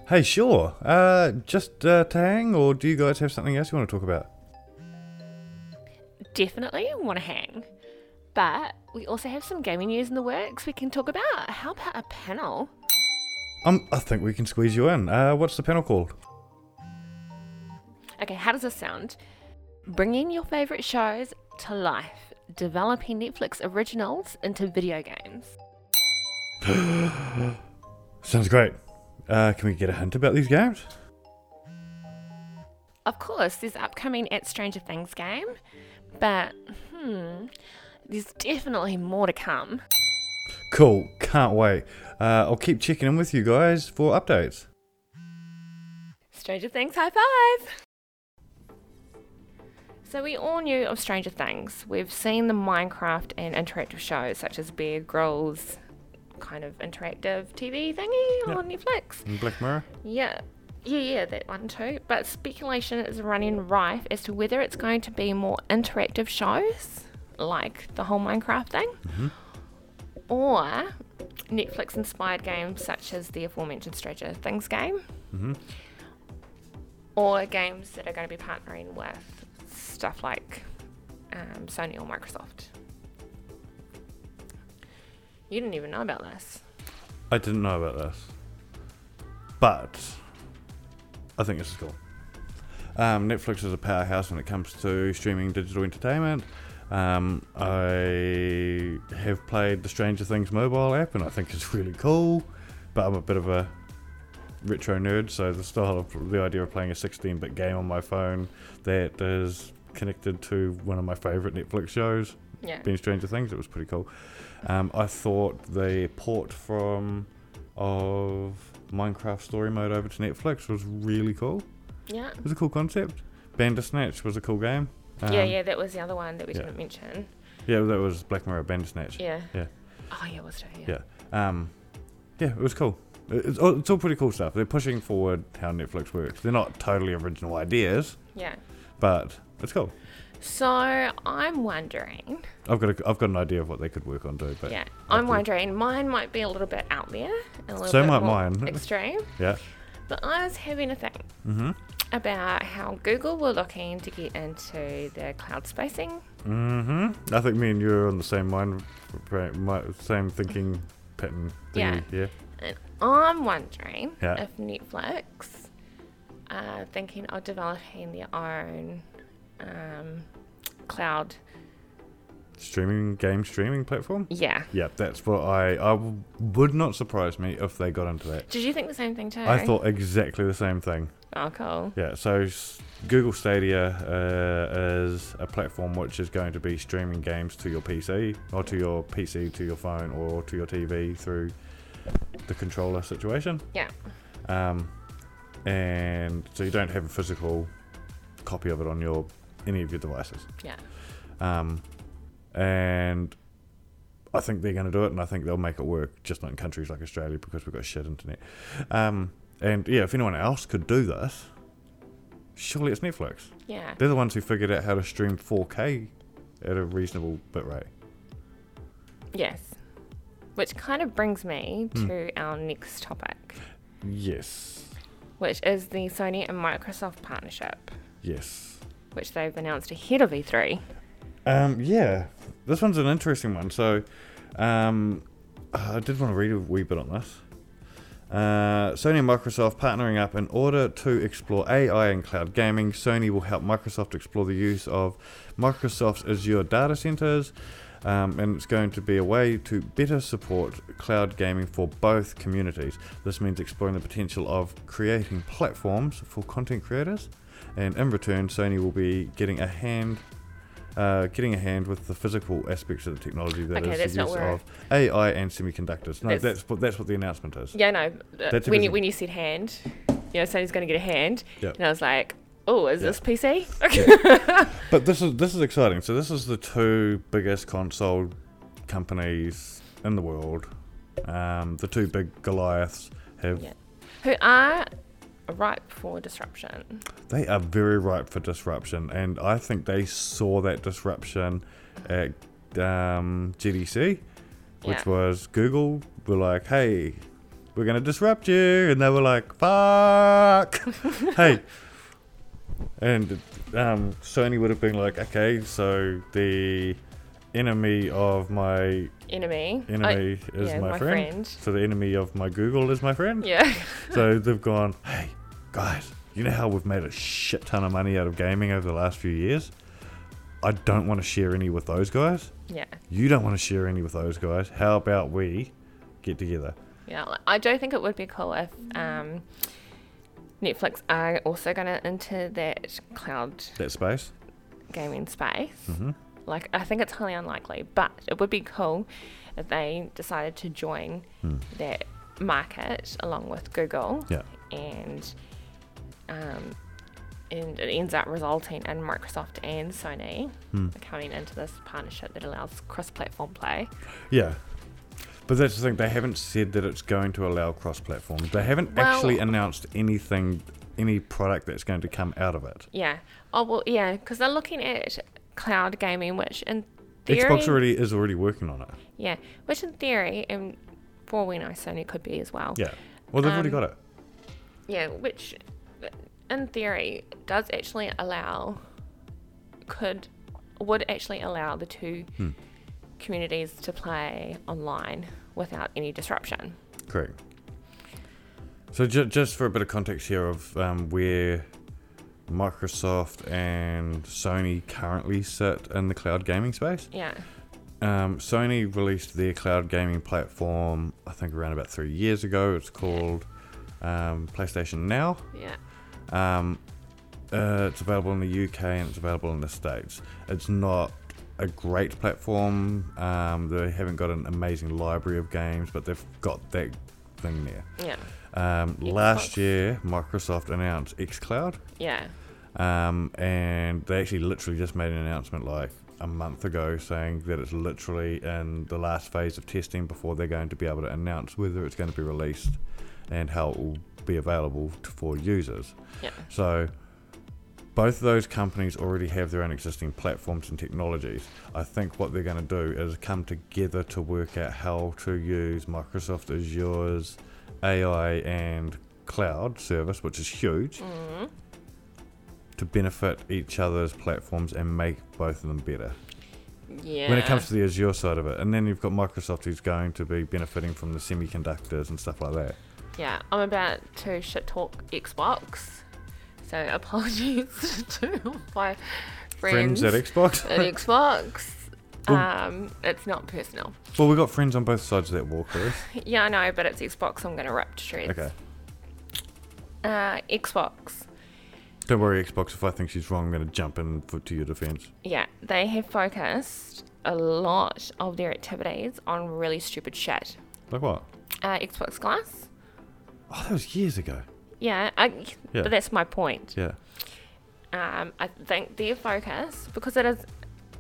Speaker 1: Hey, sure. Uh, just uh, Tang, or do you guys have something else you want to talk about?
Speaker 2: Definitely want to hang. But we also have some gaming news in the works we can talk about. How about a panel?
Speaker 1: Um, I think we can squeeze you in. Uh, what's the panel called?
Speaker 2: Okay, how does this sound? Bringing your favorite shows to life, developing Netflix originals into video games.
Speaker 1: Sounds great. Uh, can we get a hint about these games?
Speaker 2: Of course, there's upcoming at Stranger Things game, but hmm, there's definitely more to come.
Speaker 1: Cool. Can't wait. Uh, I'll keep checking in with you guys for updates.
Speaker 2: Stranger Things high five! So we all knew of Stranger Things. We've seen the Minecraft and interactive shows such as Bear Grylls, kind of interactive TV thingy
Speaker 1: Yeah.
Speaker 2: on Netflix.
Speaker 1: And Black Mirror.
Speaker 2: Yeah. Yeah, yeah, that one too. But speculation is running rife as to whether it's going to be more interactive shows, like the whole Minecraft thing, or Netflix inspired games such as the aforementioned Stranger Things game, or games that are going to be partnering with stuff like um, Sony or Microsoft. You didn't even know about this.
Speaker 1: I didn't know about this, but I think this is cool. Um, Netflix is a powerhouse when it comes to streaming digital entertainment. Um, I have played the Stranger Things mobile app, and I think it's really cool. But I'm a bit of a retro nerd, so the style of the idea of playing a 16-bit game on my phone that is connected to one of my favorite Netflix shows
Speaker 2: Yeah.
Speaker 1: been Stranger Things. It was pretty cool. Um, I thought the port from of Minecraft Story Mode over to Netflix was really cool.
Speaker 2: Yeah.
Speaker 1: It was a cool concept. Bandersnatch was a cool game. Um,
Speaker 2: yeah, yeah, that was the other one that we
Speaker 1: yeah.
Speaker 2: didn't mention.
Speaker 1: yeah, That was Black Mirror Bandersnatch.
Speaker 2: Yeah.
Speaker 1: Yeah.
Speaker 2: Oh, yeah, was it?
Speaker 1: Yeah. Um, yeah, it was cool. It- It's all, it's all pretty cool stuff. They're pushing forward how Netflix works. They're not totally original ideas,
Speaker 2: Yeah.
Speaker 1: but it's cool.
Speaker 2: So I'm wondering.
Speaker 1: I've got a, I've got an idea of what they could work on too. But
Speaker 2: yeah, I'm
Speaker 1: after-
Speaker 2: wondering. Mine might be a little bit out there, a little
Speaker 1: So
Speaker 2: bit
Speaker 1: might
Speaker 2: more
Speaker 1: mine.
Speaker 2: extreme.
Speaker 1: Yeah.
Speaker 2: But I was having a think
Speaker 1: Mhm.
Speaker 2: about how Google were looking to get into the cloud spacing.
Speaker 1: Mm-hmm. I think me and you are on the same mind, fra- mi- same thinking pattern. Thingy. Yeah.
Speaker 2: And I'm wondering
Speaker 1: Yeah.
Speaker 2: if Netflix are thinking of developing their own um, cloud.
Speaker 1: Streaming game streaming platform.
Speaker 2: Yeah.
Speaker 1: Yeah, that's what I. I w- would not surprise me if they got into that.
Speaker 2: Did you think the same thing too?
Speaker 1: I thought exactly the same thing.
Speaker 2: Oh, cool.
Speaker 1: Yeah. So s- Google Stadia uh, is a platform which is going to be streaming games to your PC or to your PC to your phone or to your TV through the controller situation.
Speaker 2: Yeah.
Speaker 1: um, and so you don't have a physical copy of it on your any of your devices.
Speaker 2: Yeah.
Speaker 1: Um, and I think they're going to do it, and I think they'll make it work, just not in countries like Australia because we've got shit internet. Um, and yeah, if anyone else could do this, surely it's Netflix.
Speaker 2: Yeah.
Speaker 1: They're the ones who figured out how to stream 4K at a reasonable bit rate.
Speaker 2: Yes. Which kind of brings me
Speaker 1: Hmm.
Speaker 2: to our next topic,
Speaker 1: Yes,
Speaker 2: which is the Sony and Microsoft partnership,
Speaker 1: yes.
Speaker 2: which they've announced ahead of E E3.
Speaker 1: Um, yeah, this one's an interesting one. So, um, I did want to read a wee bit on this. Uh, Sony and Microsoft partnering up in order to explore AI and cloud gaming. Sony will help Microsoft explore the use of Microsoft's Azure data centers, um, and it's going to be a way to better support cloud gaming for both communities. This means exploring the potential of creating platforms for content creators, and in return, Sony will be getting a hand uh, getting a hand with the physical aspects of the technology that is
Speaker 2: Okay, that's
Speaker 1: the
Speaker 2: not
Speaker 1: use
Speaker 2: where I-
Speaker 1: of AI and semiconductors. No,
Speaker 2: That's-
Speaker 1: that's, what that's what the announcement is.
Speaker 2: Yeah, no. uh,
Speaker 1: That's a
Speaker 2: When
Speaker 1: busy-
Speaker 2: you, when you said hand, you know, Sony's going to get a hand.
Speaker 1: Yeah.
Speaker 2: And I was like, oh, is
Speaker 1: Yeah.
Speaker 2: this PC? Okay.
Speaker 1: But this is this is exciting. So this is the two biggest console companies in the world. Um, the two big Goliaths have
Speaker 2: Yeah. [laughs] Who are ripe for disruption.
Speaker 1: they are very ripe for disruption, and I think they saw that disruption at um, GDC, which
Speaker 2: Yeah.
Speaker 1: was Google were like, "Hey, we're going to disrupt you. And they were like,
Speaker 2: [laughs]
Speaker 1: fuck. hey. And um, Sony would have been like, okay, so the enemy of my
Speaker 2: Enemy. I-
Speaker 1: enemy is
Speaker 2: yeah,
Speaker 1: my,
Speaker 2: my
Speaker 1: friend.
Speaker 2: friend.
Speaker 1: So the enemy of my Google is my friend.
Speaker 2: yeah. [laughs]
Speaker 1: So they've gone, hey, guys, you know how we've made a shit ton of money out of gaming over the last few years? I don't want to share any with those guys.
Speaker 2: yeah.
Speaker 1: You don't want to share any with those guys. How about we get together?
Speaker 2: Yeah. like, I do think it would be cool if um, Netflix are also going to enter that cloud
Speaker 1: That space?
Speaker 2: gaming space.
Speaker 1: Mhm.
Speaker 2: Like, I think it's highly unlikely, but it would be cool if they decided to join that market along with Google.
Speaker 1: Yeah.
Speaker 2: And, um, and it ends up resulting in Microsoft and Sony coming into this partnership that allows cross platform play.
Speaker 1: Yeah. But that's the thing, they haven't said that it's going to allow cross platform. They haven't
Speaker 2: Well-
Speaker 1: actually announced anything, any product that's going to come out of it.
Speaker 2: Yeah. Oh, well, yeah, because they're looking at cloud gaming, which in theory.
Speaker 1: Xbox already is already working on it.
Speaker 2: Yeah, which in theory, and for all we know, Sony could be as well.
Speaker 1: Yeah. Well, they've already
Speaker 2: Um,
Speaker 1: got it.
Speaker 2: Yeah, which in theory does actually allow, could, would actually allow the two
Speaker 1: Hmm.
Speaker 2: communities to play online without any disruption.
Speaker 1: Correct. So ju- just for a bit of context here of um, where Microsoft and Sony currently sit in the cloud gaming space.
Speaker 2: Yeah.
Speaker 1: Um, Sony released their cloud gaming platform, I think around about three years ago. It's called um, PlayStation Now.
Speaker 2: Yeah.
Speaker 1: Um, uh, it's available in the UK and it's available in the States. It's not a great platform. Um, they haven't got an amazing library of games, but they've got that thing there.
Speaker 2: Yeah.
Speaker 1: Um, last year, Microsoft announced xCloud,
Speaker 2: Yeah.
Speaker 1: um, and they actually literally just made an announcement like a month ago saying that it's literally in the last phase of testing before they're going to be able to announce whether it's going to be released and how it will be available to, for users.
Speaker 2: Yeah.
Speaker 1: So, both of those companies already have their own existing platforms and technologies. I think what they're going to do is come together to work out how to use Microsoft Azure's AI and cloud service, which is huge,
Speaker 2: Mm.
Speaker 1: to benefit each other's platforms and make both of them better.
Speaker 2: Yeah.
Speaker 1: When it comes to the Azure side of it, and then you've got Microsoft who's going to be benefiting from the semiconductors and stuff like that.
Speaker 2: Yeah, I'm about to shit talk Xbox. So [laughs] apologies [laughs] to all my
Speaker 1: Friends
Speaker 2: friends,
Speaker 1: at Xbox.
Speaker 2: [laughs] at
Speaker 1: [laughs]
Speaker 2: Xbox.
Speaker 1: Well-
Speaker 2: Um, it's not personal.
Speaker 1: well, we've got friends on both sides of that wall,
Speaker 2: [laughs]
Speaker 1: Chris.
Speaker 2: Yeah, I know, but it's Xbox. I'm gonna rip to shreds.
Speaker 1: Okay.
Speaker 2: Uh, Xbox.
Speaker 1: Don't worry, Xbox. If I think she's wrong, I'm going to jump in for, to your defense.
Speaker 2: Yeah, they have focused a lot of their activities on really stupid shit.
Speaker 1: Like what?
Speaker 2: Uh, Xbox Glass.
Speaker 1: Oh, that was years ago.
Speaker 2: Yeah, I,
Speaker 1: Yeah.
Speaker 2: but that's my point.
Speaker 1: Yeah.
Speaker 2: um, I think their focus, because it is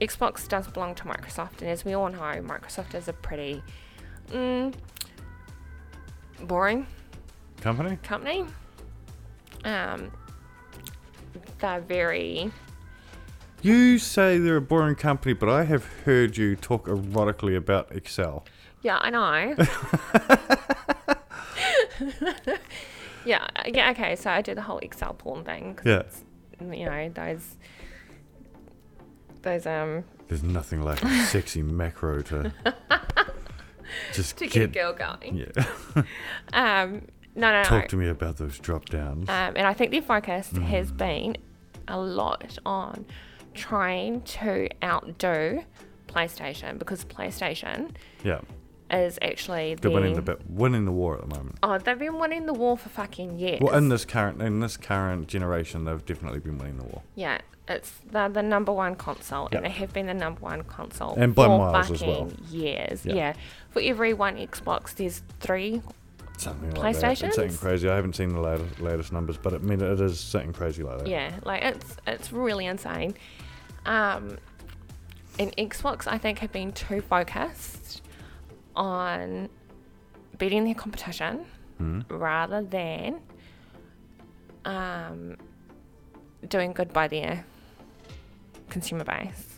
Speaker 2: Xbox does belong to Microsoft, and as we all know, Microsoft is a pretty mm, boring
Speaker 1: Company?
Speaker 2: company. Um, they're very
Speaker 1: You say they're a boring company, but I have heard you talk erotically about Excel.
Speaker 2: yeah, I [laughs] know. yeah, yeah, okay. So I do the whole Excel porn thing. 'cause,
Speaker 1: Yeah.
Speaker 2: You know those those um
Speaker 1: There's nothing like
Speaker 2: [laughs]
Speaker 1: a sexy macro to just
Speaker 2: to get a
Speaker 1: get.
Speaker 2: girl going.
Speaker 1: yeah.
Speaker 2: Um, no, no,
Speaker 1: [laughs]
Speaker 2: no.
Speaker 1: Talk to me about those drop downs.
Speaker 2: Um, and I think their focus
Speaker 1: Mm.
Speaker 2: has been a lot on trying to outdo PlayStation because PlayStation
Speaker 1: yeah.
Speaker 2: is actually
Speaker 1: They're
Speaker 2: the,
Speaker 1: winning the bit, winning the war at the moment.
Speaker 2: oh they've been winning the war for fucking years.
Speaker 1: Well, in this current in this current generation, they've definitely been winning the war,
Speaker 2: yeah, it's they're the number one console and
Speaker 1: Yeah.
Speaker 2: they have been the number one console
Speaker 1: And by
Speaker 2: for
Speaker 1: miles as
Speaker 2: fucking
Speaker 1: well.
Speaker 2: years.
Speaker 1: Yeah.
Speaker 2: Yeah. for every one Xbox, there's three.
Speaker 1: something like that. It's sitting
Speaker 2: PlayStations?
Speaker 1: crazy. I haven't seen the latest, latest numbers, but I mean, it is sitting crazy like that.
Speaker 2: Yeah, like it's it's really insane. Um, and Xbox, I think, have been too focused on beating their competition rather than um, doing good by their consumer base.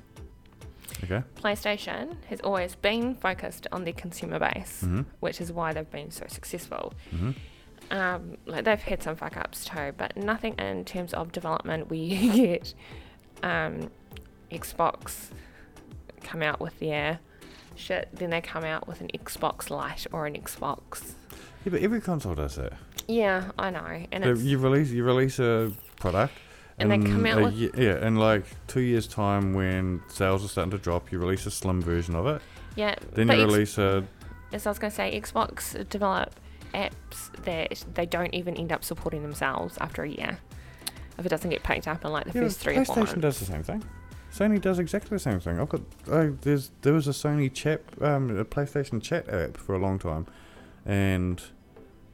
Speaker 1: Okay.
Speaker 2: PlayStation has always been focused on their consumer base,
Speaker 1: Mhm.
Speaker 2: which is why they've been so successful.
Speaker 1: hmm
Speaker 2: Um, like they've had some fuck ups too, but nothing in terms of development where you [laughs] get um, Xbox come out with their shit, then they come out with an Xbox Lite or an Xbox.
Speaker 1: Yeah, but every console does that.
Speaker 2: Yeah, I know, and
Speaker 1: So
Speaker 2: it's
Speaker 1: you release you release a product,
Speaker 2: And they come
Speaker 1: in
Speaker 2: out
Speaker 1: a
Speaker 2: with-
Speaker 1: ye- yeah, in like two years' time when sales are starting to drop, you release a slim version of it.
Speaker 2: yeah.
Speaker 1: Then
Speaker 2: but
Speaker 1: you
Speaker 2: X-
Speaker 1: release a
Speaker 2: as I was going to say, Xbox develop apps that they don't even end up supporting themselves after a year if it doesn't get picked up in like the
Speaker 1: yeah,
Speaker 2: first three or four
Speaker 1: PlayStation
Speaker 2: months.
Speaker 1: does the same thing. Sony does exactly the same thing. I've got I, there's there was a Sony chat um, a PlayStation chat app for a long time, and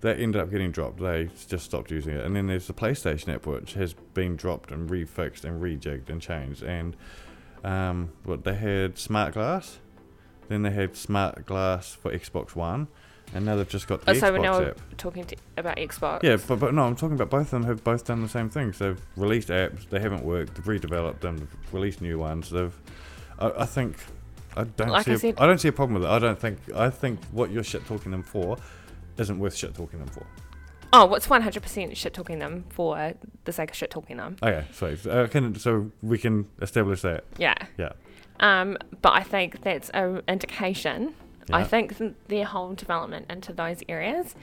Speaker 1: that ended up getting dropped. They just stopped using it. And then there's the PlayStation app which has been dropped and refixed and rejigged and changed. And um, what they had smart glass, then they had smart glass for Xbox One, and now they've just got the
Speaker 2: Oh,
Speaker 1: Xbox
Speaker 2: so we're now
Speaker 1: app.
Speaker 2: talking to, about Xbox.
Speaker 1: Yeah, but, but no, I'm talking about both of them have both done the same things. They've released apps, they haven't worked, they've redeveloped them, they've released new ones. They've, I, I think, I don't
Speaker 2: Like
Speaker 1: see,
Speaker 2: I
Speaker 1: a-
Speaker 2: said-
Speaker 1: I don't see a problem with it. I don't think, I think what you're shit talking them for, isn't worth shit talking them for.
Speaker 2: Oh, what's 100% shit talking them for the sake of shit talking them?
Speaker 1: Okay, so uh, can so we can establish that.
Speaker 2: Yeah.
Speaker 1: Yeah.
Speaker 2: Um, but I think that's an indication. I
Speaker 1: Yeah.
Speaker 2: think th- their whole development into those areas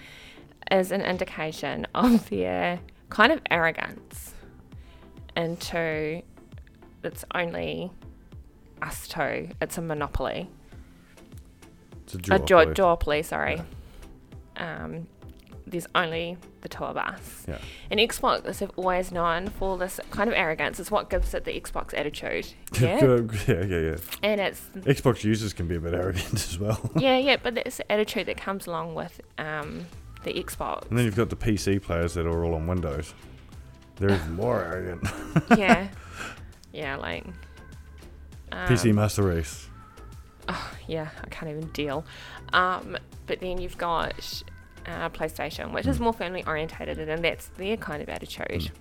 Speaker 2: is an indication of their kind of arrogance into it's only us two. It's a monopoly.
Speaker 1: It's a
Speaker 2: A
Speaker 1: duopoly.
Speaker 2: duo- duopoly, sorry. Um, there's only the two of us.
Speaker 1: Yeah.
Speaker 2: And Xbox have always known for this kind of arrogance. It's what gives it the
Speaker 1: [laughs]
Speaker 2: Xbox attitude. Yeah.
Speaker 1: [laughs] yeah, yeah, yeah.
Speaker 2: and it's
Speaker 1: Xbox users can be a bit arrogant as well. [laughs]
Speaker 2: yeah, yeah, but it's the attitude that comes along with um, the Xbox.
Speaker 1: And then you've got the PC players that are all on Windows. They're
Speaker 2: [laughs]
Speaker 1: even more arrogant.
Speaker 2: Um. yeah. [laughs] Yeah, like um,
Speaker 1: PC Master Race.
Speaker 2: yeah, I can't even deal. Um, but then you've got uh, PlayStation, which is more family orientated, and that's their kind of attitude.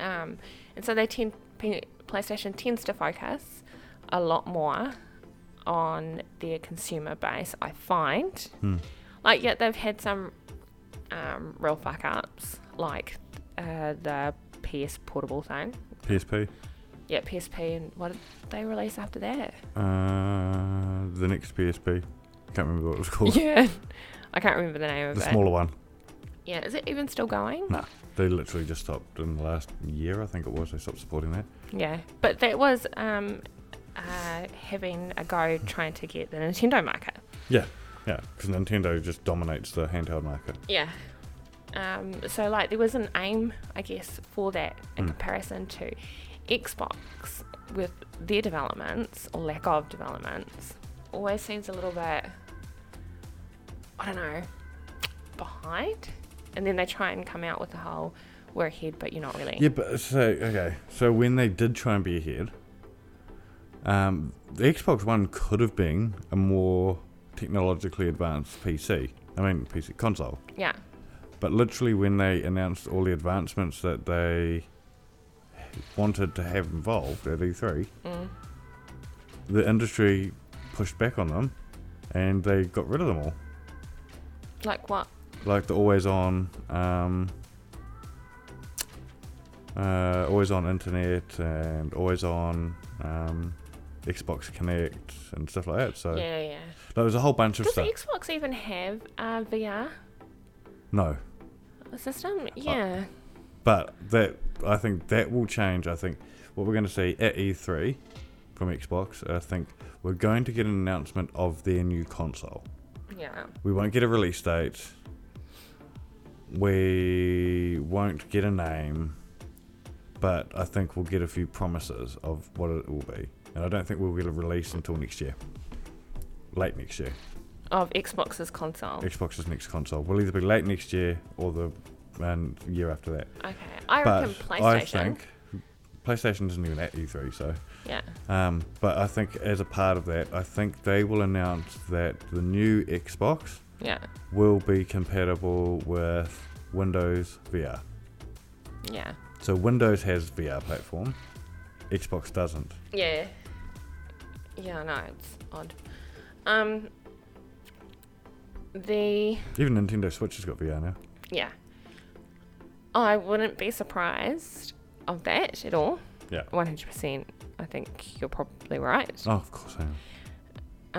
Speaker 2: Um, and so they tend P- PlayStation tends to focus a lot more on their consumer base. I find,
Speaker 1: Hmm.
Speaker 2: like, yet they've had some um, real fuck ups, like uh, the PS Portable thing.
Speaker 1: PSP.
Speaker 2: Yeah, PSP, and what did they release after that?
Speaker 1: Uh, the next PSP. Can't remember what it was
Speaker 2: [laughs]
Speaker 1: called.
Speaker 2: Yeah. I can't remember the name of
Speaker 1: the
Speaker 2: it.
Speaker 1: smaller one.
Speaker 2: Yeah, is it even still going?
Speaker 1: Nah. They literally just stopped in the last year, I think it was. They stopped supporting that.
Speaker 2: Yeah, but that was um, uh, having a go trying to get the Nintendo market.
Speaker 1: Yeah, yeah. Because Nintendo just dominates the handheld market.
Speaker 2: Yeah. Um, so like there was an aim, I guess, for that in
Speaker 1: Mm.
Speaker 2: comparison to Xbox with their developments or lack of developments. Always seems a little bit, I don't know, behind. And then they try and come out with the whole "we're ahead, but you're not really."
Speaker 1: Yeah, but so okay. So when they did try and be ahead, um, the Xbox One could have been a more technologically advanced PC. I mean, PC console.
Speaker 2: Yeah.
Speaker 1: But literally, when they announced all the advancements that they wanted to have involved at E3,
Speaker 2: Mm.
Speaker 1: the industry pushed back on them and they got rid of them all.
Speaker 2: Like what?
Speaker 1: Like the always on, um, uh, always on internet and always on um, Xbox Connect and stuff like that. So
Speaker 2: Yeah, yeah.
Speaker 1: there was a whole bunch of
Speaker 2: Does E the
Speaker 1: stuff.
Speaker 2: Xbox even have a VR
Speaker 1: no, Uh,
Speaker 2: system? Yeah.
Speaker 1: but that I think that will change. I think what we're going to see at E3 from Xbox, I think we're going to get an announcement of their new console.
Speaker 2: Yeah.
Speaker 1: We won't get a release date. We won't get a name, but I think we'll get a few promises of what it will be. And I don't think we'll get a release until next year. Late next year.
Speaker 2: Of Xbox's console.
Speaker 1: Xbox's next console will either be late next year or the and year after that.
Speaker 2: Okay. I reckon
Speaker 1: But
Speaker 2: PlayStation.
Speaker 1: I think PlayStation isn't even at E3, so.
Speaker 2: yeah.
Speaker 1: Um, but I think as a part of that, I think they will announce that the new Xbox
Speaker 2: Yeah.
Speaker 1: will be compatible with Windows VR.
Speaker 2: Yeah.
Speaker 1: So Windows has VR platform, Xbox doesn't.
Speaker 2: Yeah. Yeah, I know, it's odd. Um, the.
Speaker 1: Even Nintendo Switch has got VR now.
Speaker 2: Yeah. I wouldn't be surprised of that at all.
Speaker 1: Yeah.
Speaker 2: 100%. I think you're probably right.
Speaker 1: Oh, of course I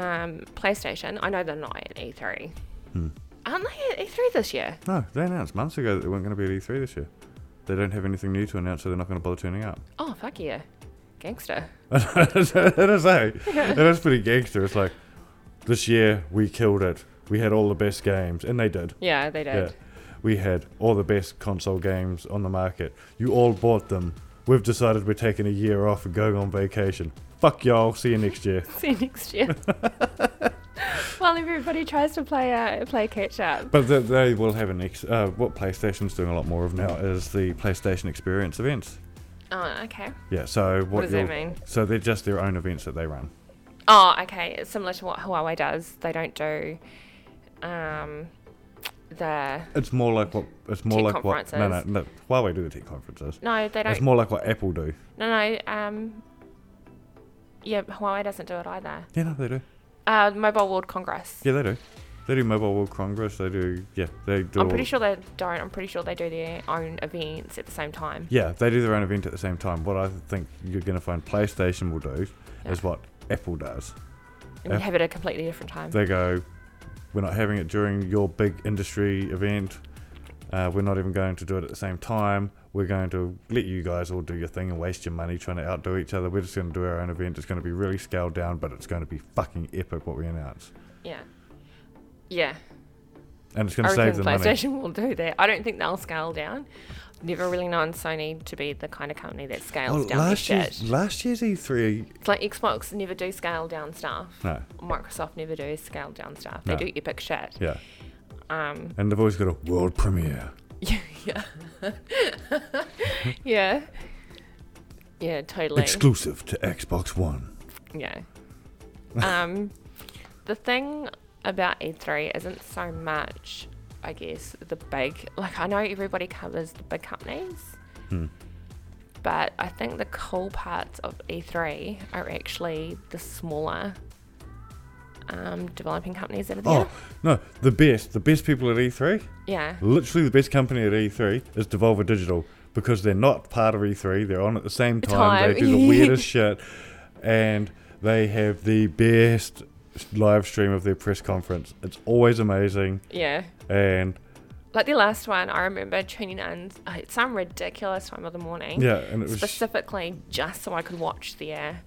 Speaker 1: am.
Speaker 2: Um, PlayStation, I know they're not at E3.
Speaker 1: Hmm.
Speaker 2: Aren't they at E3 this year?
Speaker 1: No, they announced months ago that they weren't going to be at E3 this year. They don't have anything new to announce, so they're not going to bother turning up.
Speaker 2: Oh, fuck yeah. Gangster.
Speaker 1: it is eh? It is pretty gangster. It's like, this year we killed it. We had all the best games, and they did.
Speaker 2: Yeah, they did.
Speaker 1: Yeah. We had all the best console games on the market. You all bought them. We've decided we're taking a year off and going on vacation. Fuck y'all. See you next year.
Speaker 2: [laughs] See you
Speaker 1: [laughs]
Speaker 2: next year. While everybody tries to play uh, play catch up.
Speaker 1: But the, they will have an ex- uh, what PlayStation's doing a lot more of now is the PlayStation Experience events.
Speaker 2: Oh, okay.
Speaker 1: Yeah. So what,
Speaker 2: What, does that
Speaker 1: you'll-
Speaker 2: mean?
Speaker 1: So they're just their own events that they run.
Speaker 2: Oh, okay. It's similar to what Huawei does. They don't do um, the.
Speaker 1: It's more like what it's more
Speaker 2: Tech
Speaker 1: like what no no
Speaker 2: conferences.
Speaker 1: no Huawei do the tech conferences.
Speaker 2: No, they
Speaker 1: It's
Speaker 2: don't.
Speaker 1: more like what Apple do.
Speaker 2: no, no. Um, yeah, Huawei doesn't do it either.
Speaker 1: Yeah, no, they do.
Speaker 2: Uh, Mobile World Congress.
Speaker 1: Yeah, they do. They do Mobile World Congress. They do yeah. They do.
Speaker 2: I'm
Speaker 1: all-
Speaker 2: pretty sure they don't. I'm pretty sure they do their own events at the same time.
Speaker 1: Yeah, they do their own event at the same time. What I think you're going to find PlayStation will do is what Apple does.
Speaker 2: And you
Speaker 1: Yeah.
Speaker 2: have it at a completely different time.
Speaker 1: They go, we're not having it during your big industry event. Uh, we're not even going to do it at the same time. We're going to let you guys all do your thing and waste your money trying to outdo each other. We're just going to do our own event. It's going to be really scaled down, but it's going to be fucking epic what we announce.
Speaker 2: yeah. Yeah.
Speaker 1: And it's
Speaker 2: I
Speaker 1: going to save
Speaker 2: reckon
Speaker 1: them money.
Speaker 2: PlayStation will do that. I don't think they'll scale down. Never really known Sony to be the kind of company that scales
Speaker 1: Well,
Speaker 2: down their
Speaker 1: Oh, last
Speaker 2: shit.
Speaker 1: year's, last year's E E3,
Speaker 2: It's like Xbox never do scale down stuff.
Speaker 1: no,
Speaker 2: Microsoft never do scale down stuff.
Speaker 1: No.
Speaker 2: They do epic shit.
Speaker 1: yeah.
Speaker 2: Um,
Speaker 1: And they've always got a world premiere.
Speaker 2: yeah, [laughs] yeah,
Speaker 1: [laughs]
Speaker 2: yeah, yeah, totally.
Speaker 1: Exclusive to Xbox One. [laughs]
Speaker 2: yeah. Um, the thing about E3 isn't so much, I guess, the big. Like I know everybody covers the big companies,
Speaker 1: Hmm.
Speaker 2: but I think the cool parts of E3 are actually the smaller um, developing companies that are there.
Speaker 1: Oh no, the best, the best people at E3,
Speaker 2: Yeah.
Speaker 1: literally the best company at E3 is Devolver Digital because they're not part of E3. They're on at the same time. They
Speaker 2: Time. [laughs]
Speaker 1: do the weirdest shit, and they have the best live stream of their press conference. It's always amazing,
Speaker 2: Yeah.
Speaker 1: and
Speaker 2: Like the last one, I remember tuning in at some ridiculous time of the morning,
Speaker 1: yeah, and it was
Speaker 2: specifically just so I could watch their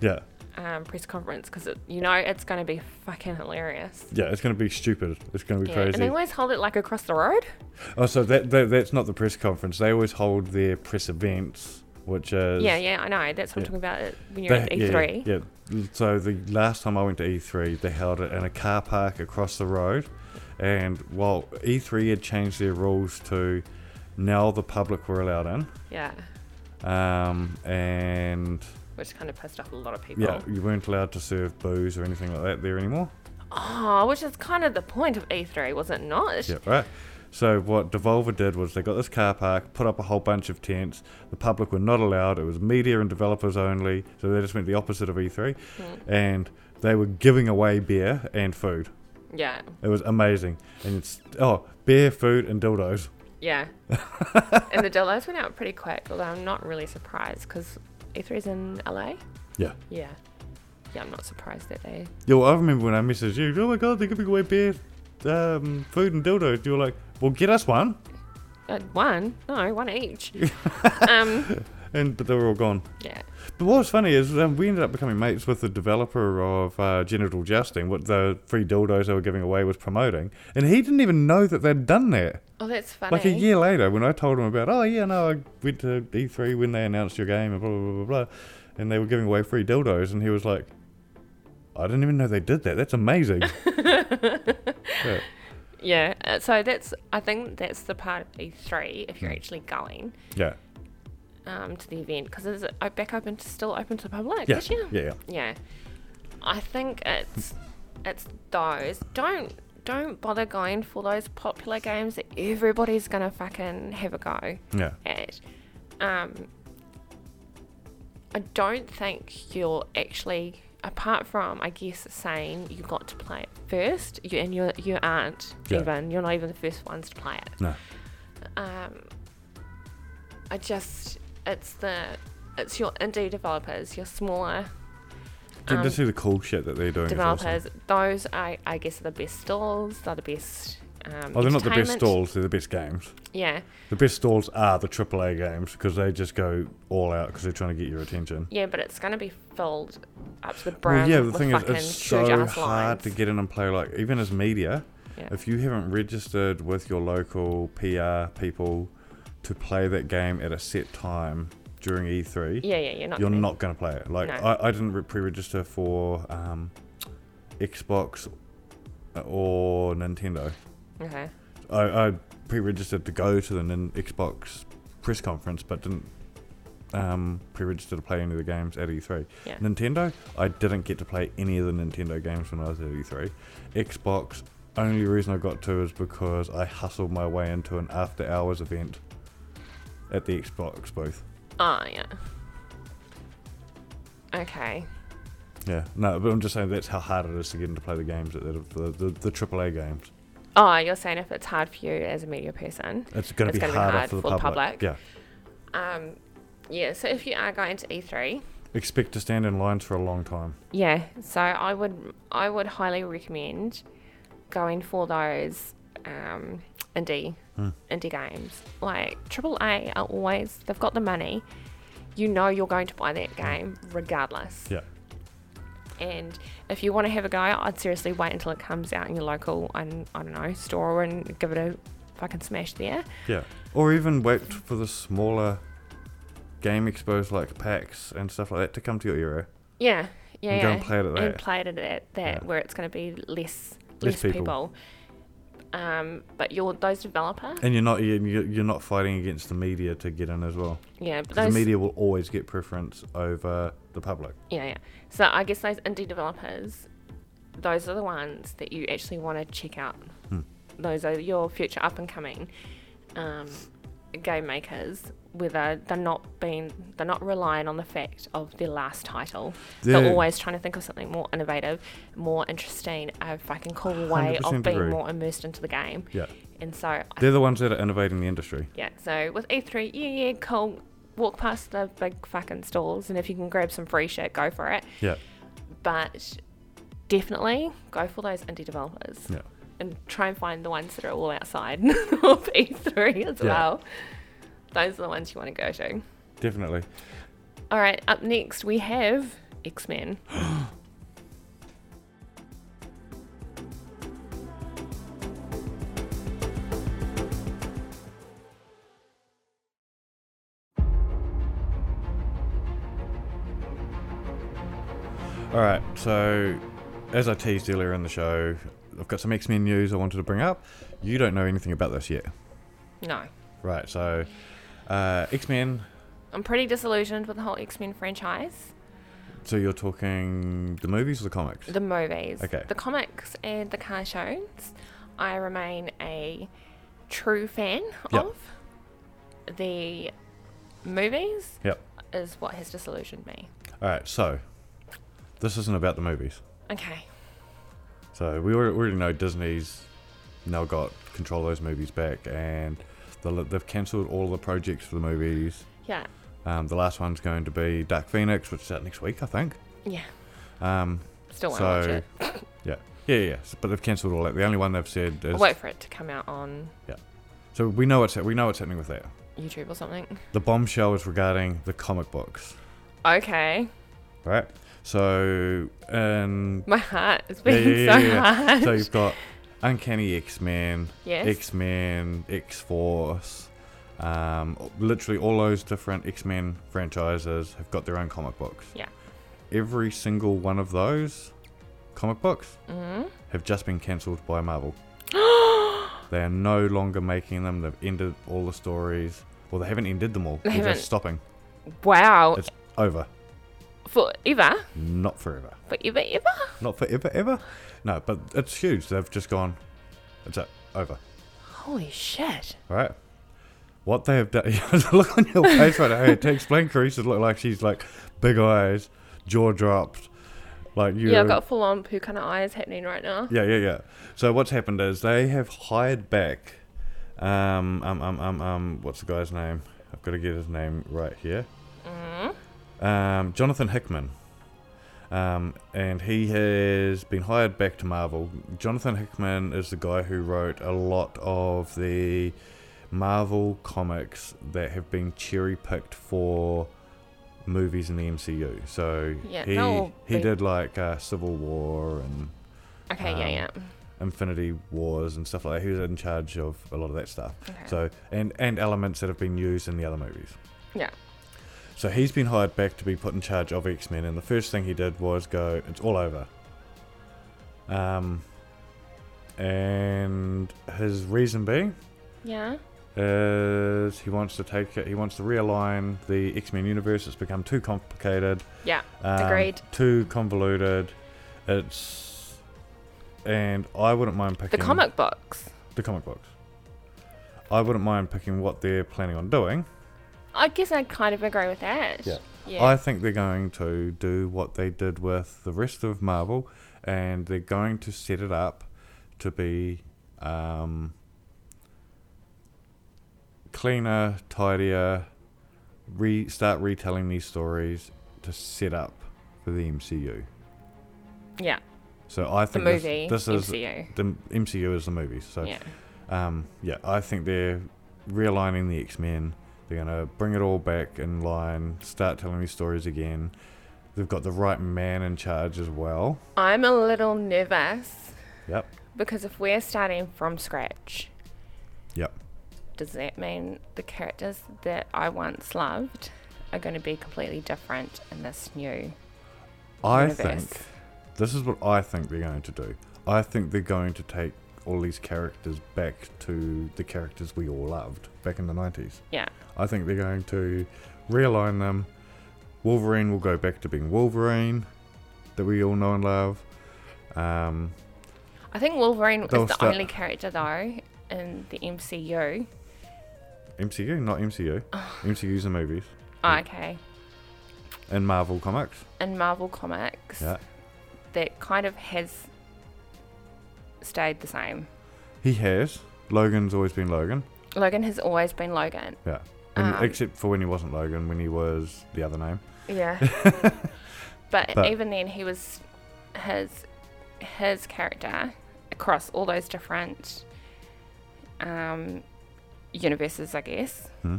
Speaker 1: yeah,
Speaker 2: um, press conference because you know it's going to be fucking hilarious.
Speaker 1: yeah. It's gonna be stupid. It's gonna be
Speaker 2: Yeah,
Speaker 1: crazy.
Speaker 2: and they always hold it like across the road.
Speaker 1: oh, so that, that that's not the press conference. They always hold their press events, which is
Speaker 2: Yeah, yeah, I know. That's what
Speaker 1: Yeah.
Speaker 2: I'm talking about it- when you're at E
Speaker 1: They- yeah,
Speaker 2: E3.
Speaker 1: Yeah, yeah. So the last time I went to E3, they held it in a car park across the road, and while E3 had changed their rules to now the public were allowed in,
Speaker 2: Yeah,
Speaker 1: um, and
Speaker 2: which kind of pissed off a lot of people.
Speaker 1: yeah, you weren't allowed to serve booze or anything like that there anymore.
Speaker 2: Oh, which is kind of the point of E3, was it not? It's
Speaker 1: Yeah, right. So what Devolver did was they got this car park, put up a whole bunch of tents. The public were not allowed. It was media and developers only. So they just went the opposite of E3, and they were giving away beer and food.
Speaker 2: Yeah,
Speaker 1: It was amazing. And it's oh, beer, food, and dildos. [laughs]
Speaker 2: yeah. and the dildos went out pretty quick, although I'm not really surprised because E3's in LA.
Speaker 1: Yeah.
Speaker 2: Yeah. Yeah, I'm not surprised that they.
Speaker 1: Yo, I remember when I messaged you. Oh my god, they're giving away beer, um, food, and dildos. You were like, well, get us one.
Speaker 2: Uh, one? No, one
Speaker 1: [laughs]
Speaker 2: each. um,
Speaker 1: And but they were all gone.
Speaker 2: yeah.
Speaker 1: But what was funny is um, we ended up becoming mates with the developer of uh, Genital Jousting, what the free dildos they were giving away was promoting, and he didn't even know that they'd done that.
Speaker 2: Oh, that's funny.
Speaker 1: Like a year later, when I told him about, oh yeah, no, I went to E3 when they announced your game and blah blah blah blah, blah and they were giving away free dildos, and he was like, I didn't even know they did that. That's
Speaker 2: [laughs]
Speaker 1: amazing. yeah.
Speaker 2: Yeah, uh, so that's I think that's the part of E3 if you're
Speaker 1: Mm.
Speaker 2: actually going
Speaker 1: yeah,
Speaker 2: um, to the event because is it o- back open to still open to the public
Speaker 1: yeah,
Speaker 2: this
Speaker 1: yeah,
Speaker 2: year?
Speaker 1: yeah,
Speaker 2: Yeah, I think it's it's those don't don't bother going for those popular games that everybody's gonna fucking have a go
Speaker 1: yeah.
Speaker 2: at. Um, I don't think you'll actually. apart from, I guess, saying you got to play it first, you, and you you aren't
Speaker 1: Yeah.
Speaker 2: even you're not even the first ones to play it.
Speaker 1: No.
Speaker 2: Um, I just it's the it's your indie developers, your smaller
Speaker 1: Dude,
Speaker 2: um,
Speaker 1: to see the cool shit that they're doing. is awesome.
Speaker 2: developers. Those I I guess are the best stalls. They're the best. Um,
Speaker 1: Oh, they're not the best
Speaker 2: entertainment.
Speaker 1: stalls. They're the best games.
Speaker 2: Yeah,
Speaker 1: The best stalls are the AAA games because they just go all out because they're trying to get your attention.
Speaker 2: yeah, but it's gonna be filled up to the brim.
Speaker 1: Well, yeah, the
Speaker 2: with
Speaker 1: thing is,
Speaker 2: fucking
Speaker 1: it's
Speaker 2: huge
Speaker 1: so
Speaker 2: ass
Speaker 1: hard
Speaker 2: lines.
Speaker 1: to get in and play. Like, even as media,
Speaker 2: Yeah.
Speaker 1: if you haven't registered with your local PR people to play that game at a set time during E3,
Speaker 2: Yeah, yeah, you're not.
Speaker 1: you're
Speaker 2: gonna-
Speaker 1: not going to play it. Like
Speaker 2: No.
Speaker 1: I, I didn't re- pre-register for um, Xbox uh, or Nintendo.
Speaker 2: Okay.
Speaker 1: I, I pre-registered to go to the Nin- Xbox press conference, but didn't um, pre-register to play any of the games at E3.
Speaker 2: Yeah.
Speaker 1: Nintendo, I didn't get to play any of the Nintendo games when I was at E3. Xbox, only reason I got to is because I hustled my way into an after-hours event at the Xbox booth.
Speaker 2: Oh yeah. Okay.
Speaker 1: Yeah, no, but I'm just saying that's how hard it is to get into play the games, that the, the, the AAA games.
Speaker 2: Oh, you're saying if it's hard for you as a media person.
Speaker 1: It's going to
Speaker 2: It's
Speaker 1: be
Speaker 2: gonna be
Speaker 1: harder
Speaker 2: hard
Speaker 1: for the
Speaker 2: for the
Speaker 1: public.
Speaker 2: public.
Speaker 1: Yeah,
Speaker 2: Um, yeah. So if you are going to E E3,
Speaker 1: expect to stand in lines for a long time.
Speaker 2: yeah. So I would I would highly recommend going for those um, indie
Speaker 1: Hmm.
Speaker 2: indie games. Like AAA are always they've got the money. You know you're going to buy that
Speaker 1: Hmm.
Speaker 2: game regardless.
Speaker 1: Yeah,
Speaker 2: And if you want to have a go, I'd seriously wait until it comes out in your local, I don't, I don't know, store and give it a fucking smash there.
Speaker 1: yeah. Or even wait for the smaller game expos like PAX and stuff like that to come to your area.
Speaker 2: Yeah, yeah,
Speaker 1: And
Speaker 2: yeah.
Speaker 1: go and play it at
Speaker 2: And
Speaker 1: that.
Speaker 2: play it at that, that
Speaker 1: Yeah.
Speaker 2: where it's going to be less less,
Speaker 1: Less
Speaker 2: people.
Speaker 1: people.
Speaker 2: Um, but you're those developers.
Speaker 1: And you're not you- you're not fighting against the media to get in as well.
Speaker 2: Yeah, but
Speaker 1: 'Cause
Speaker 2: those
Speaker 1: The media will always get preference over the public.
Speaker 2: Yeah, yeah. So I guess those indie developers, those are the ones that you actually want to check out.
Speaker 1: Hmm.
Speaker 2: Those are your future up and coming um, game makers, whether they're not being, they're not relying on the fact of their last title. They're
Speaker 1: Yeah.
Speaker 2: always trying to think of something more innovative, more interesting, a fucking cool way of
Speaker 1: 100%
Speaker 2: being
Speaker 1: agree.
Speaker 2: more immersed into the game.
Speaker 1: Yeah,
Speaker 2: And so, I
Speaker 1: they're the ones that are innovating the industry.
Speaker 2: yeah, so with E3, yeah, yeah, cool. Walk past the big fucking stalls, and if you can grab some free shit, go for it
Speaker 1: Yeah,
Speaker 2: but definitely go for those indie developers
Speaker 1: yeah.
Speaker 2: and try and find the ones that are all outside [laughs] of E3 as
Speaker 1: Yeah.
Speaker 2: well. Those are the ones you want to go to.
Speaker 1: Definitely.
Speaker 2: All right, up next we have X Men.
Speaker 1: All right, so as I teased earlier in the show, I've got some X Men news I wanted to bring up. You don't know anything about this yet,
Speaker 2: No,
Speaker 1: right? So uh, X Men.
Speaker 2: I'm pretty disillusioned with the whole X Men franchise.
Speaker 1: So you're talking the movies or the comics?
Speaker 2: The movies,
Speaker 1: Okay.
Speaker 2: the comics, and the car shows. I remain a true fan
Speaker 1: Yep.
Speaker 2: of the movies.
Speaker 1: Yep.
Speaker 2: Is what has disillusioned me.
Speaker 1: All right, so this isn't about the movies.
Speaker 2: Okay.
Speaker 1: So we alre- already know Disney's now got control of those movies back, and they'll- they've cancelled all the projects for the movies.
Speaker 2: Yeah.
Speaker 1: Um, the last one's going to be Dark Phoenix, which is out next week, I think.
Speaker 2: Yeah.
Speaker 1: Um,
Speaker 2: Still want to watch
Speaker 1: So,
Speaker 2: it.
Speaker 1: [coughs] yeah, yeah, yeah. s- But they've cancelled all that. The only one they've said
Speaker 2: I'll
Speaker 1: is
Speaker 2: wait for it to come out on
Speaker 1: so we know what's we know what's happening with that.
Speaker 2: YouTube or something.
Speaker 1: The bombshell is regarding the comic books,
Speaker 2: Okay. [laughs]
Speaker 1: right? So, um,
Speaker 2: My heart is
Speaker 1: Yeah,
Speaker 2: beating
Speaker 1: yeah,
Speaker 2: so
Speaker 1: yeah, yeah.
Speaker 2: hard. [laughs]
Speaker 1: so you've got Uncanny X Men,
Speaker 2: yes.
Speaker 1: X Men, X Force, um, literally all those different X Men franchises have got their own comic books.
Speaker 2: Yeah.
Speaker 1: Every single one of those comic books
Speaker 2: Mhm.
Speaker 1: have just been cancelled by
Speaker 2: [gasps]
Speaker 1: Marvel. they are no longer making them. They've ended all the stories. Well, they haven't ended them all.
Speaker 2: They
Speaker 1: They're
Speaker 2: haven't.
Speaker 1: just stopping.
Speaker 2: Wow.
Speaker 1: It's over.
Speaker 2: Forever?
Speaker 1: Not forever.
Speaker 2: Forever, ever?
Speaker 1: Not forever, ever. No, but it's huge. They've just gone. It's it. Over.
Speaker 2: Holy shit.
Speaker 1: All right. What they have done. [laughs] the look on your face right now. It takes Blaine Carissa to look like she's like big eyes, jaw dropped, Like you
Speaker 2: Yeah, I've got full on poo kind of eyes happening right now.
Speaker 1: Yeah, yeah, yeah. So what's happened is they have hired back. Um, um, um, um, um what's the guy's name? I've got to get his name right here.
Speaker 2: Mm-hmm.
Speaker 1: Um, Jonathan Hickman. Um, and he has been hired back to Marvel. Jonathan Hickman is the guy who wrote a lot of the Marvel comics that have been cherry picked for movies in the MCU. So
Speaker 2: Yeah,
Speaker 1: he
Speaker 2: they'll
Speaker 1: he
Speaker 2: be-
Speaker 1: did like uh, Civil War and
Speaker 2: Okay,
Speaker 1: Um,
Speaker 2: yeah, yeah.
Speaker 1: Infinity Wars and stuff like that. He was in charge of a lot of that stuff.
Speaker 2: Okay.
Speaker 1: So and and elements that have been used in the other movies.
Speaker 2: Yeah.
Speaker 1: So he's been hired back to be put in charge of X Men, and the first thing he did was go, "It's all over." Um, and his reason being
Speaker 2: yeah.
Speaker 1: is he wants to take it. He wants to realign the X Men universe. It's become too complicated.
Speaker 2: Yeah,
Speaker 1: um,
Speaker 2: agreed.
Speaker 1: Too convoluted. It's and I wouldn't mind
Speaker 2: The
Speaker 1: picking
Speaker 2: comic books.
Speaker 1: the comic books. I wouldn't mind picking what they're planning on doing.
Speaker 2: I guess I kind of agree with that.
Speaker 1: Yeah.
Speaker 2: Yeah.
Speaker 1: I think they're going to do what they did with the rest of Marvel, and they're going to set it up to be um, cleaner, tidier, re- start retelling these stories to set up for the MCU.
Speaker 2: yeah.
Speaker 1: So I
Speaker 2: The
Speaker 1: think this-
Speaker 2: movie.
Speaker 1: this, is
Speaker 2: MCU.
Speaker 1: the MCU is the movie. So
Speaker 2: Yeah.
Speaker 1: Um, yeah, I think they're realigning the X Men. They're gonna bring it all back in line, start telling these stories again. They've got the right man in charge as well.
Speaker 2: I'm a little nervous
Speaker 1: Yep.
Speaker 2: because if we're starting from scratch,
Speaker 1: Yep.
Speaker 2: does that mean the characters that I once loved are going to be completely different in this new
Speaker 1: I
Speaker 2: universe?
Speaker 1: think this is what I think they're going to do. I think they're going to take all these characters back to the characters we all loved back in the nineties.
Speaker 2: Yeah.
Speaker 1: I think they're going to realign them. Wolverine will go back to being Wolverine that we all know and love. Um,
Speaker 2: I think Wolverine is
Speaker 1: They'll
Speaker 2: the
Speaker 1: start-
Speaker 2: only character though in the MCU.
Speaker 1: MCU, not [sighs] MCU. MCU's the movies
Speaker 2: Oh,
Speaker 1: Mm.
Speaker 2: okay.
Speaker 1: and Marvel comics.
Speaker 2: In Marvel Comics,
Speaker 1: Yeah,
Speaker 2: that kind of has stayed the same.
Speaker 1: he has. Logan's always been Logan.
Speaker 2: Logan has always been Logan.
Speaker 1: Yeah, When-
Speaker 2: Um,
Speaker 1: except for when he wasn't Logan, when he was the other name. [laughs]
Speaker 2: Yeah. but,
Speaker 1: But-
Speaker 2: even then, he was his his character across all those different um, universes, I guess,
Speaker 1: Hmm.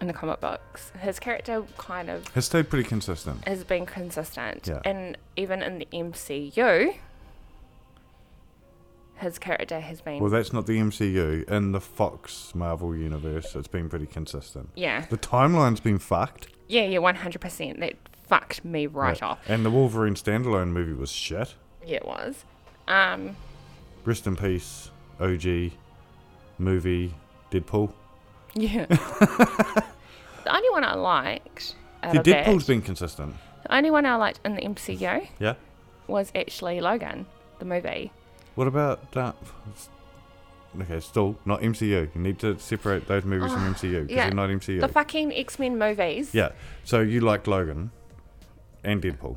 Speaker 2: in the comic books. His character kind of
Speaker 1: Has stayed pretty consistent.
Speaker 2: has been consistent,
Speaker 1: Yeah.
Speaker 2: and even in the MCU, his character has been
Speaker 1: Well, that's not the MCU. In the Fox Marvel universe, it's been pretty consistent.
Speaker 2: yeah,
Speaker 1: The timeline's been fucked.
Speaker 2: yeah, yeah, one hundred percent. That fucked me right
Speaker 1: Yeah.
Speaker 2: off.
Speaker 1: And the Wolverine standalone movie was shit.
Speaker 2: Yeah, it was. Um,
Speaker 1: Rest in peace, OG movie Deadpool. [laughs]
Speaker 2: Yeah. the only one I liked out
Speaker 1: See,
Speaker 2: of that,
Speaker 1: Deadpool's been consistent.
Speaker 2: the only one I liked in the MCU
Speaker 1: Yeah.
Speaker 2: was actually Logan, the movie.
Speaker 1: What about that? Okay, still not MCU. You need to separate those movies from MCU because
Speaker 2: Ah, yeah.
Speaker 1: they're not MCU.
Speaker 2: The fucking X Men movies.
Speaker 1: yeah. So you liked Logan and Deadpool.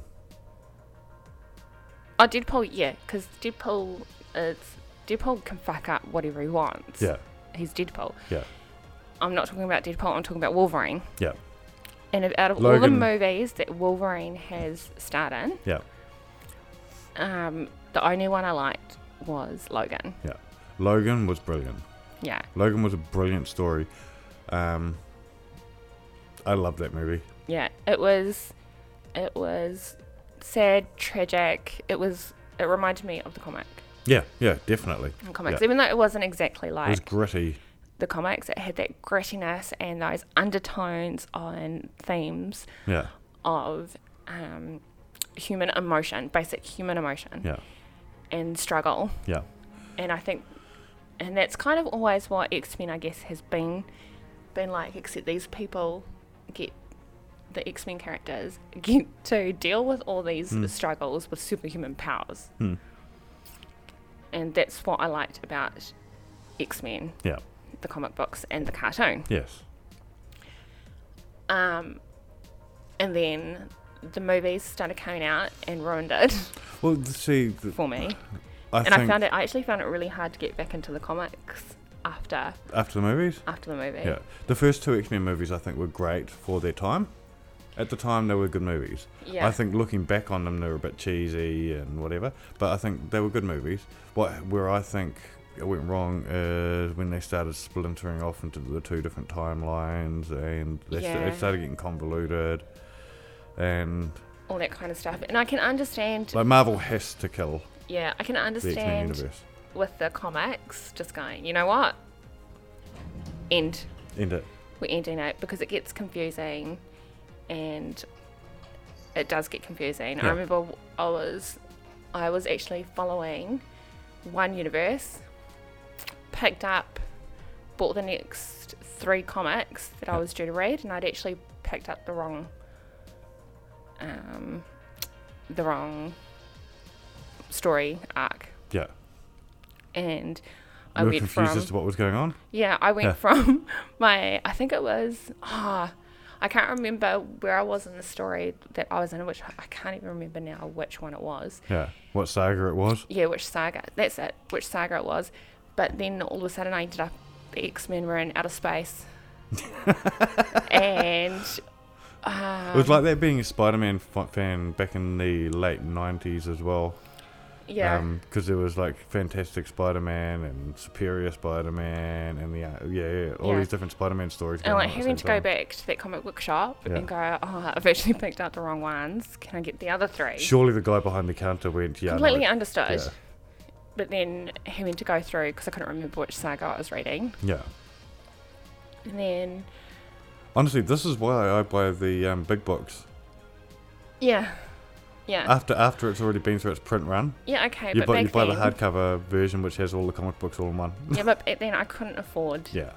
Speaker 2: Oh, Deadpool, yeah, because Deadpool is Deadpool can fuck up whatever he wants.
Speaker 1: Yeah.
Speaker 2: He's Deadpool.
Speaker 1: Yeah.
Speaker 2: I'm not talking about Deadpool. I'm talking about Wolverine.
Speaker 1: Yeah.
Speaker 2: And of- out of all the
Speaker 1: Logan-
Speaker 2: movies that Wolverine has starred in,
Speaker 1: Yeah.
Speaker 2: um, the only one I liked was Logan.
Speaker 1: Yeah. Logan was brilliant.
Speaker 2: Yeah.
Speaker 1: Logan was a brilliant story. Um, I love that movie.
Speaker 2: yeah it was it was sad tragic it was it reminded me of the comic
Speaker 1: Yeah. Yeah. Definitely.
Speaker 2: the comics
Speaker 1: Yeah.
Speaker 2: even though it wasn't exactly
Speaker 1: It was
Speaker 2: like
Speaker 1: gritty.
Speaker 2: the comics it had that grittiness and those undertones on themes
Speaker 1: Yeah.
Speaker 2: of um, human emotion basic human emotion
Speaker 1: Yeah.
Speaker 2: and struggle
Speaker 1: Yeah.
Speaker 2: and i think and that's kind of always what x-men i guess has been been like except these people get the x-men characters [laughs] get to deal with all these struggles with superhuman powers
Speaker 1: Hmm.
Speaker 2: and that's what i liked about x-men
Speaker 1: Yeah.
Speaker 2: the comic books and the cartoon
Speaker 1: Yes.
Speaker 2: um, and then the movies started coming out and ruined it [laughs]
Speaker 1: Well, th- see, th-
Speaker 2: for me.
Speaker 1: I
Speaker 2: and
Speaker 1: think
Speaker 2: I found it. I actually found it really hard to get back into the comics after
Speaker 1: after the movies.
Speaker 2: after the movie.
Speaker 1: Yeah, the first two X Men movies I think were great for their time. At the time, they were good movies.
Speaker 2: Yeah.
Speaker 1: I think looking back on them, they were a bit cheesy and whatever, but I think they were good movies. What where I think it went wrong is when they started splintering off into the two different timelines, and they, sta-
Speaker 2: Yeah.
Speaker 1: it started getting convoluted. And
Speaker 2: all that kind of stuff. And I can understand.
Speaker 1: like Marvel has to kill
Speaker 2: yeah, I can
Speaker 1: the X Men
Speaker 2: understand
Speaker 1: universe.
Speaker 2: with the comics just going. You know what? End.
Speaker 1: End it.
Speaker 2: We're ending it because it gets confusing, and it does get confusing. I
Speaker 1: Yeah.
Speaker 2: remember I was, I was actually following one universe, picked up, bought the next three comics that I
Speaker 1: Yeah.
Speaker 2: was due to read, and I'd actually picked up the wrong, um, the wrong story arc,
Speaker 1: Yeah.
Speaker 2: and I
Speaker 1: We were
Speaker 2: went
Speaker 1: confused
Speaker 2: from
Speaker 1: as to what was going on.
Speaker 2: yeah, I went
Speaker 1: Yeah.
Speaker 2: from [laughs] my, I think it was, ah, I can't remember where I was in the story that I was in, which I can't even remember now which one it was.
Speaker 1: Yeah. What saga it was.
Speaker 2: Yeah, which saga, that's it, which saga it was. But then all of a sudden I ended up, the X Men were in outer
Speaker 1: [laughs]
Speaker 2: space. and
Speaker 1: It was
Speaker 2: Um,
Speaker 1: like that being a Spider-Man f- fan back in the late '90s as well,
Speaker 2: yeah,
Speaker 1: Because there was like Fantastic Spider-Man and Superior Spider-Man and the uh, yeah, yeah, all
Speaker 2: Yeah.
Speaker 1: these different Spider-Man stories.
Speaker 2: and
Speaker 1: going
Speaker 2: like
Speaker 1: on at the
Speaker 2: having
Speaker 1: same
Speaker 2: to go
Speaker 1: time.
Speaker 2: back to that comic book shop
Speaker 1: Yeah.
Speaker 2: and go, oh, I've actually picked out the wrong ones. Can I get the other three?
Speaker 1: Surely the guy behind the counter went, "Yeah, no,
Speaker 2: completely understood.
Speaker 1: yeah,
Speaker 2: But then having to go through because I couldn't remember which saga I was reading.
Speaker 1: yeah."
Speaker 2: And then,
Speaker 1: Honestly, this is why I buy the um, big books
Speaker 2: yeah, yeah,
Speaker 1: after after it's already been through its print run.
Speaker 2: yeah. Uh. Okay,
Speaker 1: Ah. You
Speaker 2: but
Speaker 1: buy you
Speaker 2: back
Speaker 1: buy the
Speaker 2: then, [laughs]
Speaker 1: hardcover version, which has all the comic books all in one. [laughs]
Speaker 2: yeah, but back then I couldn't afford
Speaker 1: yeah,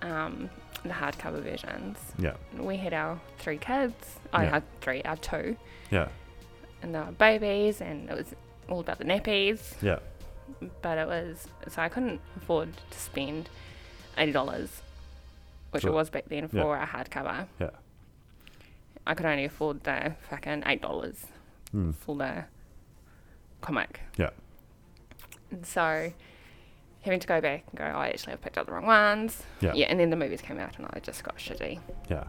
Speaker 2: um, the hardcover versions.
Speaker 1: yeah,
Speaker 2: We had our three kids. I
Speaker 1: Yeah.
Speaker 2: had three, our two,
Speaker 1: yeah,
Speaker 2: and they were babies, and it was all about the nappies.
Speaker 1: yeah.
Speaker 2: But it was so I couldn't afford to spend eighty dollars, which
Speaker 1: Sure.
Speaker 2: it was back then
Speaker 1: Yeah.
Speaker 2: for a hardcover.
Speaker 1: Yeah.
Speaker 2: I could only afford the fucking eight dollars
Speaker 1: Mm.
Speaker 2: for the comic.
Speaker 1: Yeah.
Speaker 2: And so having to go back and go, oh, actually, I picked up the wrong ones.
Speaker 1: Yeah.
Speaker 2: Yeah. And then the movies came out, and I just got shitty.
Speaker 1: Yeah.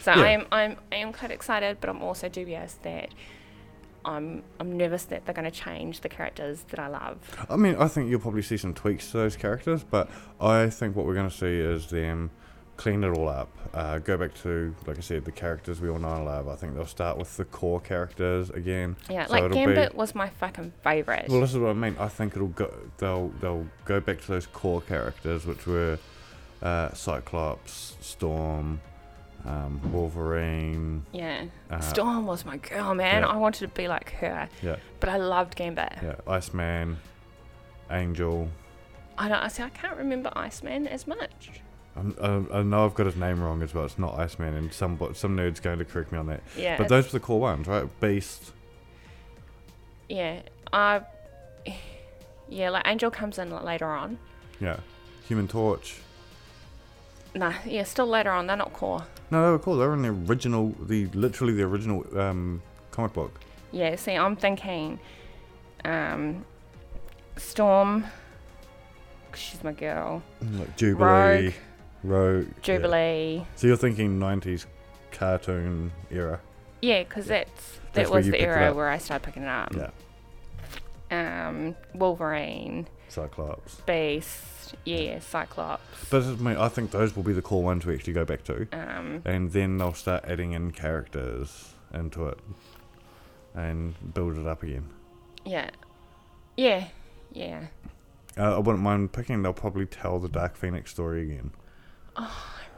Speaker 2: So
Speaker 1: Yeah.
Speaker 2: I am, I'm, I am quite excited, but I'm also dubious that I'm, I'm nervous that they're going to change the characters that I love.
Speaker 1: I mean, I think you'll probably see some tweaks to those characters, but I think what we're going to see is them clean it all up, uh, go back to, like I said, the characters we all know and love. I think they'll start with the core characters again.
Speaker 2: Yeah,
Speaker 1: So
Speaker 2: like
Speaker 1: it'll be-
Speaker 2: Gambit was my fucking favorite.
Speaker 1: Well, this is what I mean. I think it'll go. They'll they'll go back to those core characters, which were uh, Cyclops, Storm, um, Wolverine.
Speaker 2: yeah,
Speaker 1: Uh,
Speaker 2: Storm was my girl, man.
Speaker 1: yeah.
Speaker 2: I wanted to be like her,
Speaker 1: Yeah,
Speaker 2: but I loved Gambit.
Speaker 1: yeah. Iceman, Angel.
Speaker 2: I don't. I see. I can't remember Iceman as much.
Speaker 1: I'm, I, I know I've got his name wrong as well. It's not Iceman, and some bo- some nerd's going to correct me on that.
Speaker 2: Yeah.
Speaker 1: But
Speaker 2: it's-
Speaker 1: those were the core ones, right? Beast.
Speaker 2: yeah. I. [sighs] Yeah, like Angel comes in later on.
Speaker 1: Yeah. Human Torch.
Speaker 2: Nah, yeah, still later on. They're not core.
Speaker 1: No, they were cool. They were in the original, the literally the original um, comic book.
Speaker 2: Yeah, see, I'm thinking um, Storm, 'cause she's my girl,
Speaker 1: Like Jubilee. Rogue. yeah.
Speaker 2: Jubilee.
Speaker 1: So you're thinking 90s cartoon era.
Speaker 2: Yeah, because that's that
Speaker 1: That's where
Speaker 2: was
Speaker 1: you
Speaker 2: the
Speaker 1: picked it
Speaker 2: era
Speaker 1: up.
Speaker 2: where I started picking it up.
Speaker 1: Yeah.
Speaker 2: Um, Wolverine,
Speaker 1: Cyclops.
Speaker 2: Beast, yeah, Cyclops.
Speaker 1: But this is my- I think those will be the core ones we actually go back to.
Speaker 2: Um,
Speaker 1: And then they'll start adding in characters into it and build it up again.
Speaker 2: yeah, yeah, yeah.
Speaker 1: Uh, I wouldn't mind picking, they'll probably tell the Dark Phoenix story again.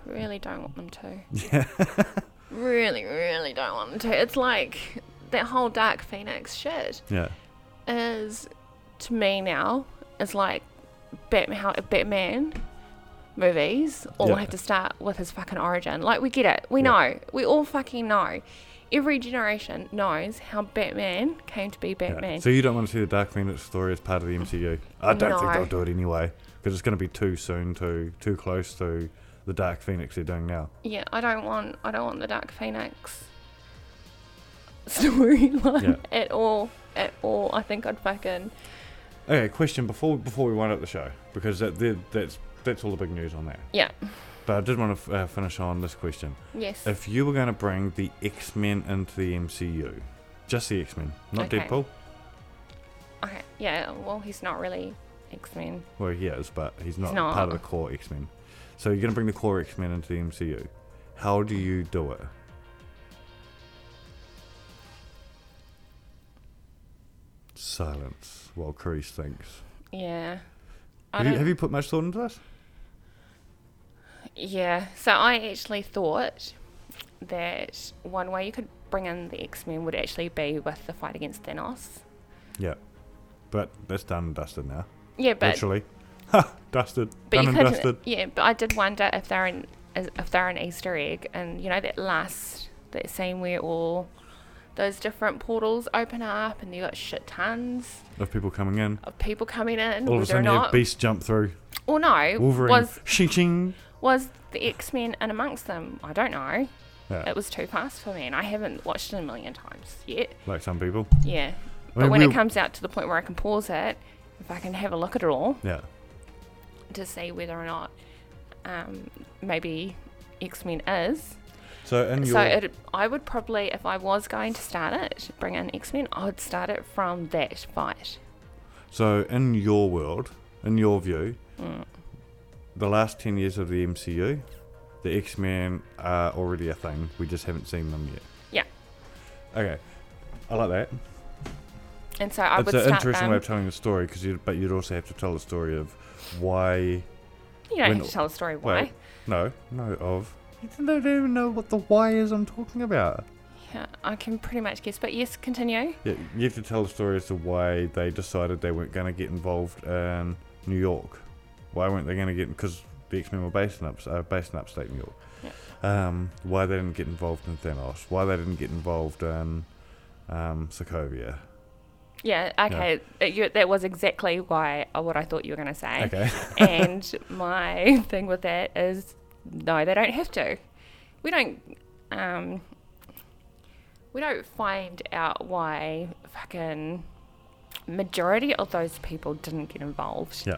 Speaker 2: Really don't want them to.
Speaker 1: Yeah. [laughs]
Speaker 2: Really, really don't want them to. It's like that whole Dark Phoenix shit.
Speaker 1: Yeah.
Speaker 2: is to me now is like Batman, how Batman movies all
Speaker 1: Yeah.
Speaker 2: have to start with his fucking origin. Like we get it, we
Speaker 1: Yeah.
Speaker 2: know, we all fucking know. Every generation knows how Batman came to be
Speaker 1: Yeah.
Speaker 2: Batman.
Speaker 1: So you don't want to see the Dark Phoenix story as part of the MCU? I don't think
Speaker 2: No.
Speaker 1: they'll do it anyway because it's going to be too soon, too too close to the Dark Phoenix they're doing now.
Speaker 2: yeah, I don't want, I don't want the Dark Phoenix storyline
Speaker 1: Yeah.
Speaker 2: [laughs] at all. At all. I think I'd fucking.
Speaker 1: Okay, question before before we wind up the show because that, that that's that's all the big news on that.
Speaker 2: Yeah.
Speaker 1: But I did want to f- uh, finish on this question.
Speaker 2: Yes.
Speaker 1: If you were going to bring the X Men into the MCU, just the X Men, not
Speaker 2: Okay.
Speaker 1: Deadpool.
Speaker 2: Okay, yeah, well, he's not really X Men.
Speaker 1: Well, he is, but he's not,
Speaker 2: not.
Speaker 1: part of the core X Men. So you're going to bring the core X Men into the MCU. How do you do it? Silence while Carice thinks.
Speaker 2: Yeah. I
Speaker 1: Have you,
Speaker 2: don't-
Speaker 1: have you put much thought into this?
Speaker 2: Yeah, so I actually thought that one way you could bring in the X Men would actually be with the fight against Thanos.
Speaker 1: Yeah. But that's done and dusted now.
Speaker 2: Yeah, but
Speaker 1: Literally. [laughs] Ha! Dusted.
Speaker 2: but
Speaker 1: done
Speaker 2: you
Speaker 1: and
Speaker 2: could
Speaker 1: dusted.
Speaker 2: yeah, but I did wonder if they're an as- if they're an Easter egg, and you know that last that scene where all those different portals open up, and you got shit tons
Speaker 1: Of people coming in.
Speaker 2: of people coming in,
Speaker 1: All of a
Speaker 2: whether or
Speaker 1: sudden, you have
Speaker 2: not.
Speaker 1: Beast jump through.
Speaker 2: or no,
Speaker 1: Wolverine.
Speaker 2: was
Speaker 1: Shing shing.
Speaker 2: was the X Men in amongst them? I don't know.
Speaker 1: Yeah,
Speaker 2: It was too fast for me, and I haven't watched it a million times yet.
Speaker 1: like some people.
Speaker 2: Yeah.
Speaker 1: I
Speaker 2: But
Speaker 1: mean,
Speaker 2: when
Speaker 1: we-
Speaker 2: it comes out to the point where I can pause it, if I can have a look at it all
Speaker 1: Yeah.
Speaker 2: to see whether or not um, maybe X Men is.
Speaker 1: So in
Speaker 2: So
Speaker 1: your
Speaker 2: it, I would probably, if I was going to start it, bring in X Men, I would start it from that fight.
Speaker 1: So, in your world, in your view,
Speaker 2: Mm.
Speaker 1: the last 10 years of the MCU, the X Men are already a thing. We just haven't seen them yet.
Speaker 2: Yeah.
Speaker 1: Okay. I like that.
Speaker 2: And so I
Speaker 1: it's
Speaker 2: would
Speaker 1: an
Speaker 2: start
Speaker 1: interesting
Speaker 2: them.
Speaker 1: way of telling the story, cause you'd, but you'd also have to tell the story of why.
Speaker 2: you don't
Speaker 1: when-
Speaker 2: have to tell the story
Speaker 1: Well,
Speaker 2: why.
Speaker 1: no, no, of. I don't even know what the why is I'm talking about.
Speaker 2: Yeah, I can pretty much guess. But yes, continue.
Speaker 1: Yeah, you have to tell the story as to why they decided they weren't going to get involved in New York. Why weren't they going to get? Because the X Men were based in up, uh, based in upstate New York. Um, why they didn't get involved in Thanos? Why they didn't get involved in um,
Speaker 2: [laughs]
Speaker 1: Sokovia?
Speaker 2: Yeah, okay. It- you, that was exactly why uh, what I thought you were going to say.
Speaker 1: Okay. [laughs]
Speaker 2: and my [laughs] thing with that is no they don't have to we don't um we don't find out why fucking majority of those people didn't get involved
Speaker 1: Yeah.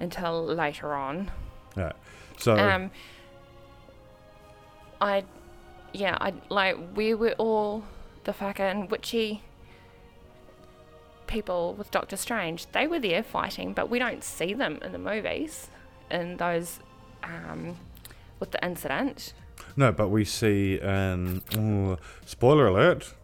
Speaker 2: until later on
Speaker 1: Right. So
Speaker 2: um i yeah i like we were all the fucking witchy people with doctor strange they were there fighting but we don't see them in the movies in those um with the incident
Speaker 1: no, but we see in ooh, spoiler
Speaker 2: [laughs]
Speaker 1: alert.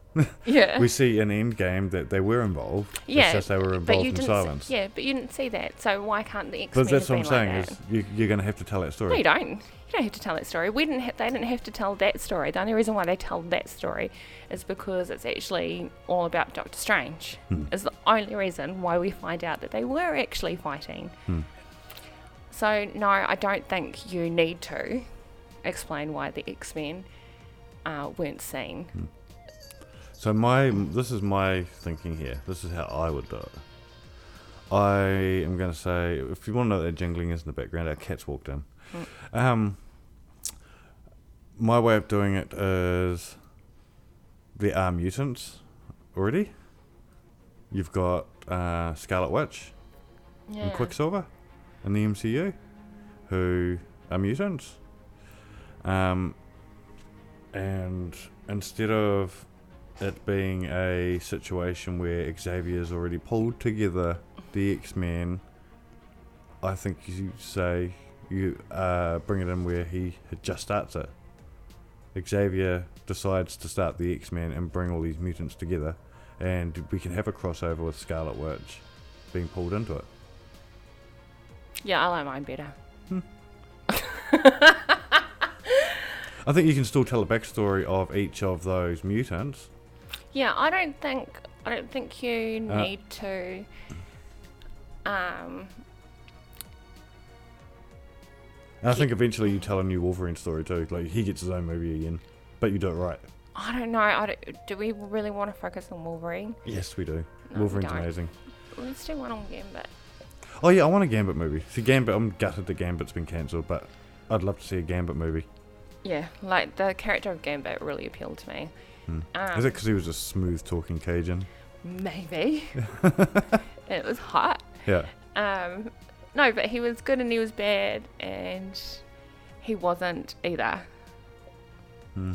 Speaker 2: yeah
Speaker 1: we see in Endgame that they were involved.
Speaker 2: yeah
Speaker 1: It's just they were involved
Speaker 2: but you
Speaker 1: in
Speaker 2: didn't
Speaker 1: silence.
Speaker 2: See, yeah but you didn't see that so why can't the x-men
Speaker 1: But that's
Speaker 2: have
Speaker 1: what I'm
Speaker 2: been like
Speaker 1: saying
Speaker 2: that?
Speaker 1: is you, you're going to have to tell that story.
Speaker 2: No, you don't. You don't have to tell that story. We didn't. Ha- they didn't have to tell that story. The only reason why they tell that story is because it's actually all about Doctor Strange. Is the only reason why we find out that they were actually fighting. So no, I don't think you need to explain why the X Men uh, weren't seen.
Speaker 1: So my this is my thinking here. This is how I would do it. I am going to say, if you want to know what that jingling is in the background, our cat's walked in. Um, my way of doing it is there are mutants already. You've got uh, Scarlet Witch
Speaker 2: Yeah.
Speaker 1: and Quicksilver in the MCU, who are mutants. Um, and instead of it being a situation where Xavier's already pulled together the X Men, I think you say you uh, bring it in where he had just starts it. Xavier decides to start the X Men and bring all these mutants together, and we can have a crossover with Scarlet Witch being pulled into it.
Speaker 2: yeah, I like mine better.
Speaker 1: I think you can still tell a backstory of each of those mutants.
Speaker 2: Yeah, I don't think I don't think you
Speaker 1: Uh,
Speaker 2: need to. Um,
Speaker 1: And I think eventually you tell a new Wolverine story too. Like he gets his own movie again, but you do it right.
Speaker 2: I don't know. I don't, do we really want to focus on Wolverine?
Speaker 1: Yes, we do.
Speaker 2: No, we
Speaker 1: Wolverine's
Speaker 2: don't.
Speaker 1: amazing.
Speaker 2: Let's do one on Gambit.
Speaker 1: Oh yeah, I want a Gambit movie. See Gambit, I'm gutted that Gambit's been cancelled, but I'd love to see a Gambit movie.
Speaker 2: Yeah, like the character of Gambit really appealed to me.
Speaker 1: Hmm.
Speaker 2: Um,
Speaker 1: Is it because he was a smooth talking Cajun? [laughs]
Speaker 2: Maybe. it was hot.
Speaker 1: Yeah.
Speaker 2: Um, no, but he was good and he was bad, and he wasn't either.
Speaker 1: Hmm.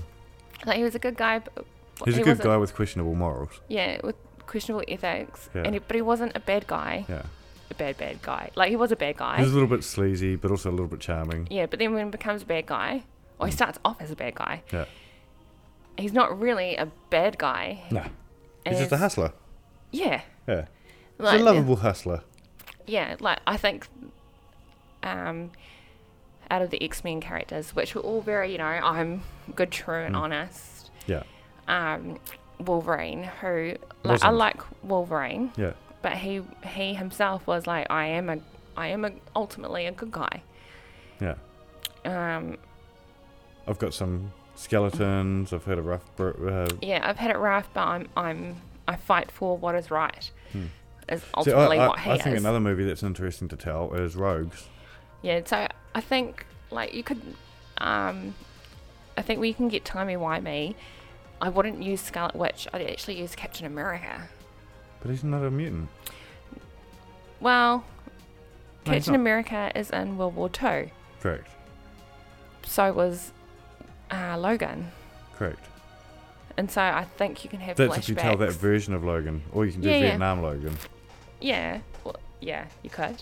Speaker 2: Like he was a good guy, but
Speaker 1: He's
Speaker 2: he
Speaker 1: a good
Speaker 2: wasn't-
Speaker 1: guy with questionable morals.
Speaker 2: Yeah, with questionable ethics,
Speaker 1: Yeah.
Speaker 2: and he, but he wasn't a bad guy.
Speaker 1: Yeah.
Speaker 2: A bad bad guy. Like he was a bad guy.
Speaker 1: He's a little bit sleazy, but also a little bit charming.
Speaker 2: yeah, but then when he becomes a bad guy, or he
Speaker 1: Mm.
Speaker 2: starts off as a bad guy,
Speaker 1: Yeah.
Speaker 2: he's not really a bad guy.
Speaker 1: Nah. He's just a
Speaker 2: As-
Speaker 1: hustler.
Speaker 2: Yeah.
Speaker 1: Yeah.
Speaker 2: Like,
Speaker 1: he's a lovable hustler.
Speaker 2: yeah, like I think um, out of the X Men characters, which were all very, you know, I'm good, true, and
Speaker 1: Mm.
Speaker 2: honest.
Speaker 1: Yeah.
Speaker 2: Um, Wolverine, who like, I
Speaker 1: Wasn't.
Speaker 2: like Wolverine,
Speaker 1: Yeah.
Speaker 2: but he he himself was like, I am a I am a, ultimately a good guy.
Speaker 1: Yeah.
Speaker 2: Um,
Speaker 1: I've got some skeletons. I've heard a rough. Br- uh,
Speaker 2: yeah, I've had it rough, but I'm I'm I fight for what is right.
Speaker 1: Hmm.
Speaker 2: Is
Speaker 1: See, I-
Speaker 2: ultimately
Speaker 1: I,
Speaker 2: what he
Speaker 1: I think
Speaker 2: is.
Speaker 1: another movie that's interesting to tell is Rogues.
Speaker 2: Yeah, so I think like you could, um, I think we can get timey wimey. I wouldn't use Scarlet Witch. I'd actually use Captain America.
Speaker 1: But he's not a mutant.
Speaker 2: Well,
Speaker 1: No, he's
Speaker 2: Captain
Speaker 1: not.
Speaker 2: America is in World War Two.
Speaker 1: Correct.
Speaker 2: So was uh, Logan,
Speaker 1: Correct.
Speaker 2: and so I think you can have
Speaker 1: That's
Speaker 2: flashbacks.
Speaker 1: if you tell that version of Logan, or you can do
Speaker 2: Yeah, yeah.
Speaker 1: Vietnam Logan,
Speaker 2: yeah, well, yeah, you could.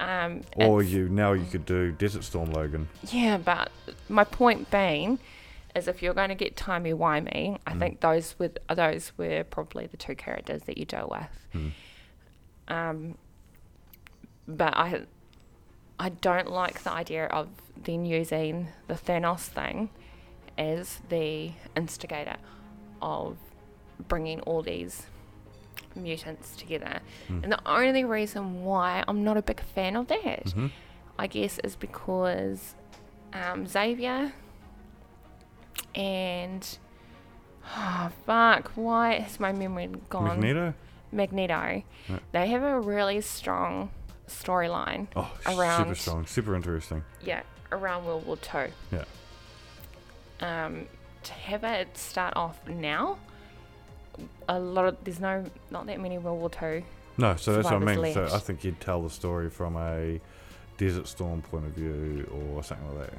Speaker 2: Um,
Speaker 1: or
Speaker 2: it's-
Speaker 1: you now you could do Desert Storm Logan.
Speaker 2: Yeah, but my point being is if you're going to get timey wimey, I
Speaker 1: Mm.
Speaker 2: think those with those were probably the two characters that you deal with.
Speaker 1: Hmm.
Speaker 2: Um, but I, I don't like the idea of then using the Thanos thing as the instigator of bringing all these mutants together.
Speaker 1: Hmm.
Speaker 2: And the only reason why I'm not a big fan of that
Speaker 1: Mhm.
Speaker 2: I guess is because um, Xavier and oh fuck, why has my memory gone?
Speaker 1: Magneto.
Speaker 2: Magneto.
Speaker 1: Yeah.
Speaker 2: They have a really strong storyline.
Speaker 1: Oh, super
Speaker 2: Around-
Speaker 1: strong, super interesting.
Speaker 2: Yeah, around World War Two.
Speaker 1: Yeah,
Speaker 2: Um, to have it start off now, a lot of there's no not that many World War Two.
Speaker 1: no, so that's what I
Speaker 2: Survivors
Speaker 1: mean. So I
Speaker 2: left.
Speaker 1: think you'd tell the story from a Desert Storm point of view, or something like that,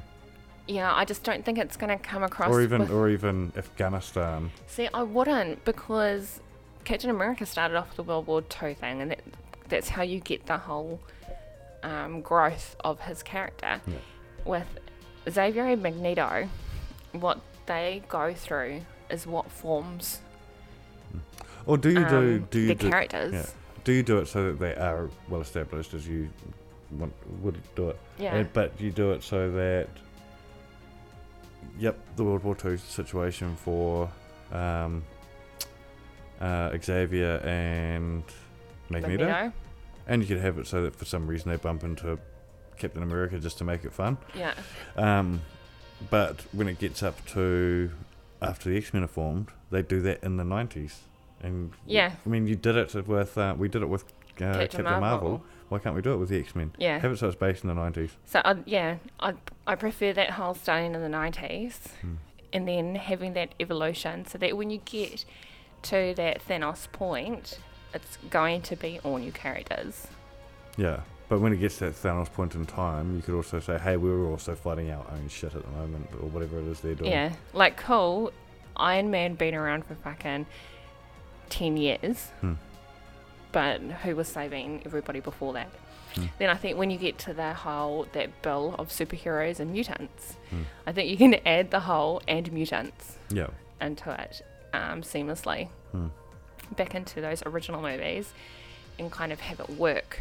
Speaker 2: Yeah, I just don't think it's gonna come across.
Speaker 1: or even
Speaker 2: with-
Speaker 1: or even Afghanistan.
Speaker 2: See, I wouldn't because Captain America started off with the World War II thing, and that, that's how you get the whole um, growth of his character.
Speaker 1: Yeah.
Speaker 2: With Xavier and Magneto, what they go through is what forms
Speaker 1: Or do you do
Speaker 2: um,
Speaker 1: do you
Speaker 2: their
Speaker 1: do,
Speaker 2: characters.
Speaker 1: yeah. do you do it so that they are well established as you want, would do it?
Speaker 2: Yeah.
Speaker 1: Uh, but you do it so that, yep, the World War II situation for um, uh, Xavier and Magneto.
Speaker 2: Magneto.
Speaker 1: And you could have it so that for some reason they bump into Captain America just to make it fun.
Speaker 2: Yeah.
Speaker 1: Um, but when it gets up to after the X Men are formed, they do that in the 90s. And w-
Speaker 2: Yeah.
Speaker 1: I mean, you did it with, uh, we did it with uh, Captain, Marvel. Why can't we do it with the X Men?
Speaker 2: Yeah.
Speaker 1: Have it so it's based in the 90s.
Speaker 2: So I, yeah, I I prefer that whole starting in the nineties,
Speaker 1: Mm.
Speaker 2: and then having that evolution, so that when you get to that Thanos point, it's going to be all new characters.
Speaker 1: Yeah, but when it gets to that Thanos point in time, you could also say, "Hey, we were also fighting our own shit at the moment, or whatever it is they're doing."
Speaker 2: Yeah, like cool, Iron Man been around for fucking ten years,
Speaker 1: Hmm.
Speaker 2: but who was saving everybody before that?
Speaker 1: Hmm.
Speaker 2: Then I think when you get to the whole that bill of superheroes and mutants,
Speaker 1: Hmm.
Speaker 2: I think you can add the whole and mutants.
Speaker 1: yeah,
Speaker 2: into it um, seamlessly
Speaker 1: Hmm.
Speaker 2: back into those original movies and kind of have it work.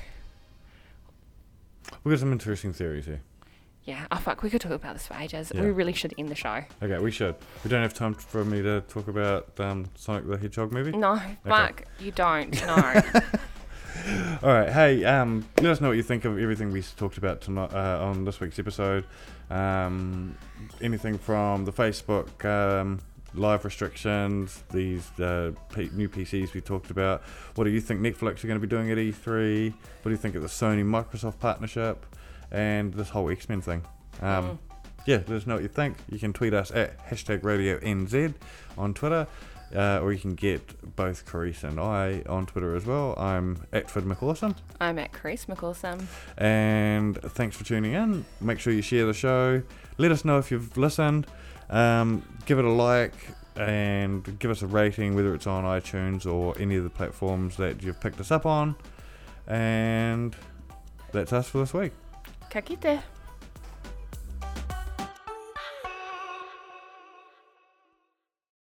Speaker 1: we got some interesting theories here.
Speaker 2: Yeah, oh fuck, we could talk about this for ages.
Speaker 1: Yeah.
Speaker 2: We really should end
Speaker 1: [laughs]
Speaker 2: the show.
Speaker 1: Okay, we should. We don't have time for me to talk about um, Sonic the Hedgehog movie.
Speaker 2: No, fuck, you don't. No.
Speaker 1: All right, hey, um, let us know what you think of everything we s- talked about tonight uh, on this week's episode. Um, anything from the Facebook um, live restrictions, these uh, P- new PCs we talked about. What do you think Netflix are going to be doing at E E3? What do you think of the Sony Microsoft partnership and this whole X Men thing? Um, yeah, let us know what you think. You can tweet us at hashtag Radio NZ on Twitter, uh, or you can get both Carissa and I on Twitter as well. I'm Atford McAwesome,
Speaker 2: I'm at Chris McAwesome.
Speaker 1: and thanks for tuning in. Make sure you share the show. Let us know if you've listened. Um, give it a like and give us a rating, whether it's on iTunes or any of the platforms that you've picked us up on. And that's us for this week.
Speaker 2: Ka kite.